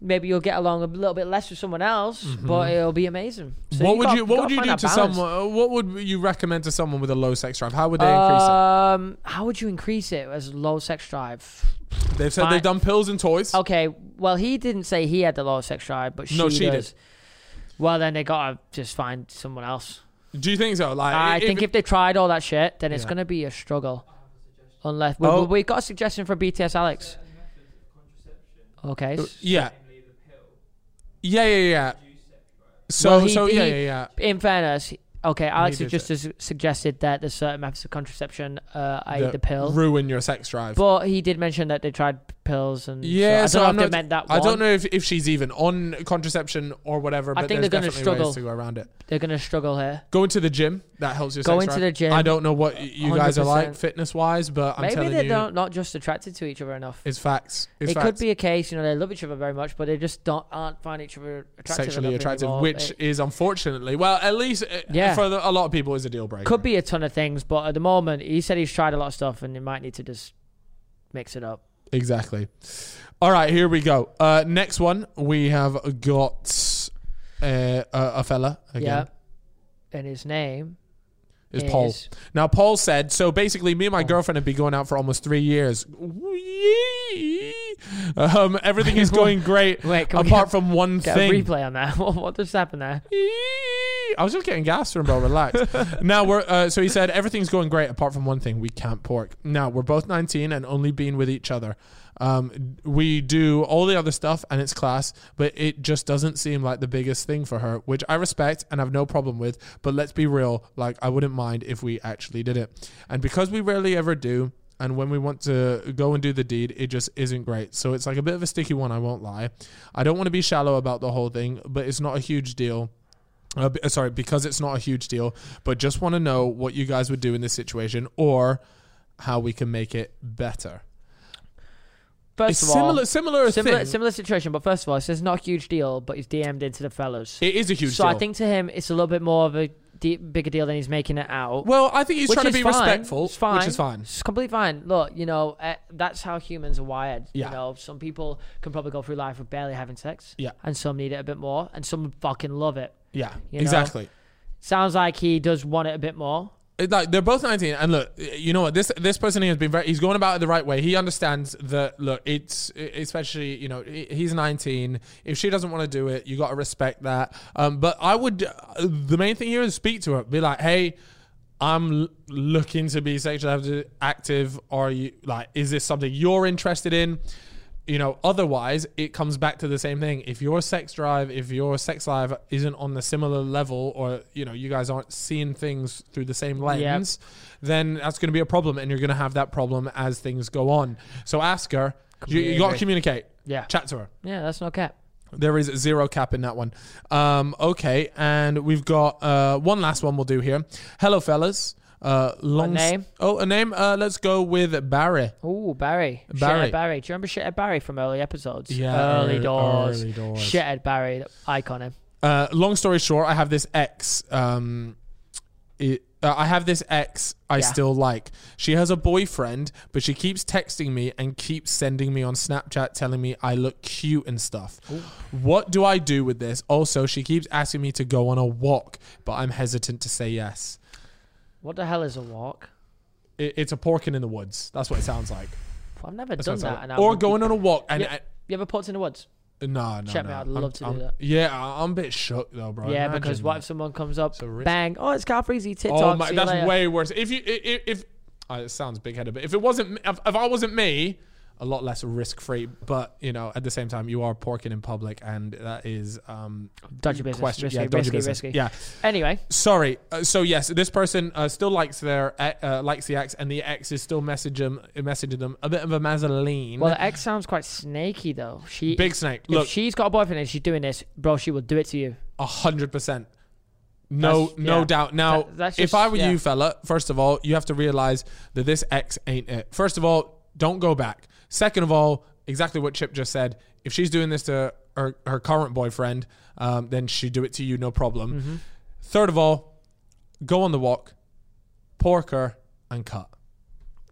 B: Maybe you'll get along a little bit less with someone else, but it'll be amazing. So
A: Mm-hmm. what would
B: gotta-
A: you What would
B: gotta
A: you
B: find
A: do to
B: that balance.
A: someone? uh, What would you recommend to someone with a low sex drive? How would they
B: Um, how would you increase it as low sex drive?
A: increase it? They've said
B: fine.
A: they've done pills and toys.
B: Okay, well, he didn't say he had the lower sex drive, but she,
A: No, she did.
B: does. Well, then they gotta just find someone else.
A: Do you think so? Like,
B: I
A: Uh, if-
B: think if they tried all that shit, then it's
A: Yeah.
B: gonna be a struggle. Unless we,
A: Oh.
B: we we got a suggestion for BTS Alex. Okay. s-
A: yeah, yeah, yeah, yeah. So,
B: Well, he-
A: so yeah,
B: he-
A: yeah, yeah.
B: In fairness, okay, Alex
A: did
B: has just su- suggested that there's certain methods of contraception, uh, i.e.
A: That
B: the pill.
A: ruin your sex drive.
B: But he did mention that they tried pills and
A: Yeah,
B: so I don't know if
A: I'm
B: they meant that.
A: I
B: one.
A: don't know if, if she's even on contraception or whatever. But
B: think
A: there's
B: they're gonna
A: definitely ways
B: struggle.
A: to go around it.
B: They're gonna struggle here.
A: Going to the gym that helps your
B: Going
A: sex
B: to
A: drive.
B: the gym,
A: I don't know what y- you guys are like
B: 100%.
A: fitness wise, but I'm
B: Maybe
A: telling
B: they're
A: you,
B: not, not just attracted to each other enough.
A: it's facts. It's
B: it
A: facts.
B: could be a case, you know, they love each other very much, but they just don't aren't find each other attractive.
A: sexually
B: enough
A: attractive,
B: anymore.
A: which
B: It
A: is unfortunately, well, at least uh,
B: Yeah.
A: for the, a lot of people, is a deal breaker.
B: could be a ton of things, but at the moment, he said he's tried a lot of stuff, and he might need to just mix it up.
A: Exactly. All right, here we go. Uh, next one, we have got uh, a, a fella again.
B: Yeah, and his name
A: Is Paul.
B: is-
A: Now, Paul said, so basically, me and my girlfriend have been going out for almost three years. Whee! Um, everything is going great,
B: Wait, can we
A: apart
B: get-
A: from one
B: Get
A: thing.
B: a replay on that. what, what just happened there?
A: I was just getting gas from bro. Relax. now we're uh, so he said everything's going great apart from one thing. We can't pork. Now we're both 19 and only been with each other. Um, we do all the other stuff and it's class, but it just doesn't seem like the biggest thing for her, which I respect and have no problem with. But let's be real, like I wouldn't mind if we actually did it. And because we rarely ever do, and when we want to go and do the deed, it just isn't great. So it's like a bit of a sticky one, I won't lie. I don't want to be shallow about the whole thing, but it's not a huge deal. Uh, b- uh, sorry, because it's not a huge deal, but just want to know what you guys would do in this situation or how we can make it better.
B: First
A: it's
B: of all,
A: similar, similar,
B: similar,
A: thing.
B: similar situation, but first of all, it says not a huge deal, but he's DM'd into the fellas.
A: it is a huge
B: so
A: deal.
B: I think to him, it's a little bit more of a de- bigger deal than he's making it out.
A: well, I think he's
B: Which
A: trying to
B: is
A: be
B: fine.
A: respectful,
B: It's fine.
A: which is fine.
B: It's completely fine. Look, you know, uh, that's how humans are wired.
A: Yeah.
B: You know, some people can probably go through life with barely having sex.
A: Yeah.
B: And some need it a bit more, and some fucking love it.
A: Yeah,
B: You know?
A: exactly.
B: Sounds like he does want it a bit more.
A: It- like they're both 19 and look you know what this this person here has been very he's going about it the right way he understands that look it's e, especially you know he- he's 19 if she doesn't want to do it you got to respect that um but i would uh, the main thing here is speak to her be like hey i'm l- looking to be sexually active are you like is this something you're interested in you know otherwise it comes back to the same thing if your sex drive if your sex life isn't on the similar level or you know you guys aren't seeing things through the same lens then that's going to be a problem and you're going to have that problem as things go on so ask her you,
B: Completely
A: got to
B: agree.
A: communicate
B: Yeah.
A: chat to her
B: Yeah, that's not cap.
A: there is zero cap in that one. Um, okay, and we've got uh, one last one we'll do here. Hello, fellas. Uh, long
B: name?
A: oh, a name. Uh, let's go with Barry.
B: Ooh, Barry.
A: Barry.
B: Shithead Barry. Do you remember Shithead Barry from early episodes?
A: Yeah,
B: Early
A: ear-
B: doors.
A: early doors.
B: Shithead Barry. Icon him.
A: Uh, long story short, I have this ex. Um, it, uh, I have this ex I
B: Yeah.
A: still like. She has a boyfriend, but she keeps texting me and keeps sending me on Snapchat telling me I look cute and stuff. What do I do with this? Also, she keeps asking me to go on a walk, but I'm hesitant to say yes.
B: What the hell is a walk?
A: It, it's a porking in the woods. That's what it sounds like.
B: I've never
A: That's what
B: done
A: it
B: that.
A: sounds
B: and
A: like.
B: I
A: Or
B: would be-
A: going on a walk and.
B: Yeah. You ever put in the woods?
A: No, no,
B: Check me
A: no.
B: out. I'd
A: I'm-
B: love to do
A: I'm-
B: that.
A: Yeah, I- I'm a bit shook though, bro.
B: yeah,
A: Imagine
B: because
A: that.
B: what if someone comes up,
A: a risk.
B: bang, oh, it's Carfreezy, TikTok,
A: Oh my,
B: see you
A: that's
B: later.
A: way worse. If you, if, if uh, it sounds big headed, but if it wasn't, if, if I wasn't me, a lot less risk free. But you know, at the same time, you are porking in public, and that is um
B: Dodgy business, risky,
A: dodgy
B: risky,
A: business.
B: risky.
A: Yeah,
B: Anyway,
A: sorry. Uh, so yes, this person uh, still likes their uh, likes the ex, and the ex is still messaging messaging them a bit of a mazzoline.
B: well, the ex sounds quite snaky though. She,
A: Big snake.
B: if
A: Look,
B: she's got a boyfriend and she's doing this, bro, she will do it to you.
A: A hundred percent. No,
B: That's-
A: no
B: yeah.
A: doubt. Now,
B: That- that's
A: if
B: just-
A: I were
B: yeah.
A: you, fella, first of all, you have to realize that this ex ain't it. First of all, don't go back. Second of all, exactly what Chip just said. If she's doing this to her, her current boyfriend, um, then she'd do it to you, no problem.
B: Mm-hmm.
A: Third of all, go on the walk, pork her, and cut.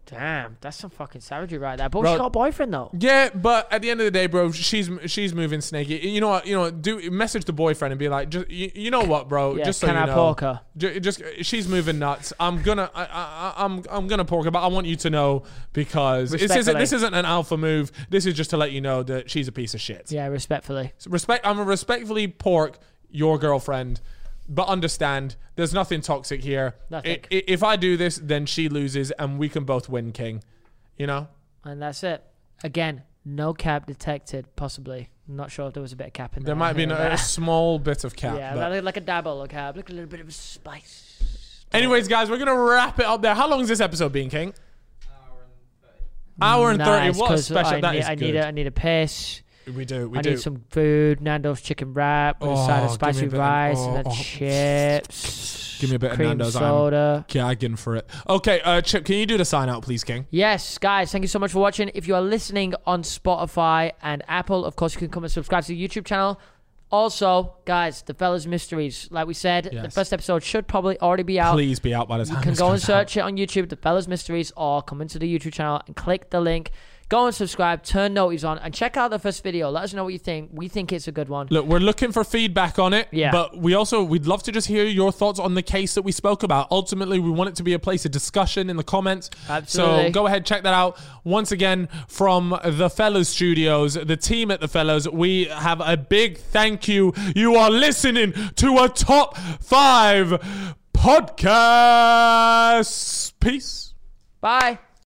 B: Damn, that's some fucking savagery right there. But
A: Bro-
B: she's got a boyfriend though.
A: Yeah, but at the end of the day, bro, she's she's moving snaky. You know what? You know, what? do message the boyfriend and be like, just you, you know what, bro?
B: Yeah,
A: just so
B: can
A: you
B: I
A: know,
B: pork her?
A: Ju- Just she's moving nuts. I'm gonna I, I, I'm I'm gonna pork her, but I want you to know because this isn't
B: Respectfully.
A: this isn't an alpha move. This is just to let you know that she's a piece of shit.
B: Yeah, respectfully.
A: So respect. I'm gonna respectfully pork your girlfriend, but understand there's nothing toxic here.
B: Nothing.
A: I- I- if I do this, then she loses, and we can both win, King. You know.
B: And that's it. Again, no cap detected, possibly. Not sure if there was a bit of cap in there.
A: There might be
B: here
A: an-
B: and
A: a,
B: there.
A: small bit of cap.
B: yeah,
A: but-
B: like, like a dabble, like a, like a little bit of spice.
A: Anyways, guys, we're gonna wrap it up there. How long is this episode being, King? Hour and
B: nice,
A: 30. What a
B: 'cause
A: special.
B: I
A: that
B: need,
A: is
B: I
A: good.
B: need a, I need a piss.
A: we do. We
B: I
A: do.
B: need some food. Nando's chicken wrap with a side
A: Oh, give me
B: of
A: a
B: spicy
A: bit of-
B: rice
A: oh,
B: and then
A: oh.
B: chips.
A: Give me a bit of
B: cream
A: Nando's, I'm-
B: soda.
A: Gagging for it. Okay, uh, Chip, can you do the sign out, please, King?
B: Yes, guys, thank you so much for watching. If you are listening on Spotify and Apple, of course, you can come and subscribe to the YouTube channel. Also, guys, the Fellas Mysteries. Like we said, the
A: Yes.
B: first episode should probably already be out.
A: Please be out by the time.
B: You can
A: this
B: go and
A: comes out.
B: search it on YouTube, The Fellas Mysteries, or come into the YouTube channel and click the link. Go and subscribe, turn noties on, and check out the first video. Let us know what you think. We think it's a good one.
A: Look, we're looking for feedback on it.
B: Yeah.
A: But we also we'd love to just hear your thoughts on the case that we spoke about. Ultimately, we want it to be a place of discussion in the comments.
B: Absolutely.
A: So go ahead, check that out. Once again, from the Fellows Studios, the team at the Fellows, we have a big thank you. You are listening to a top five podcast. Peace.
B: Bye.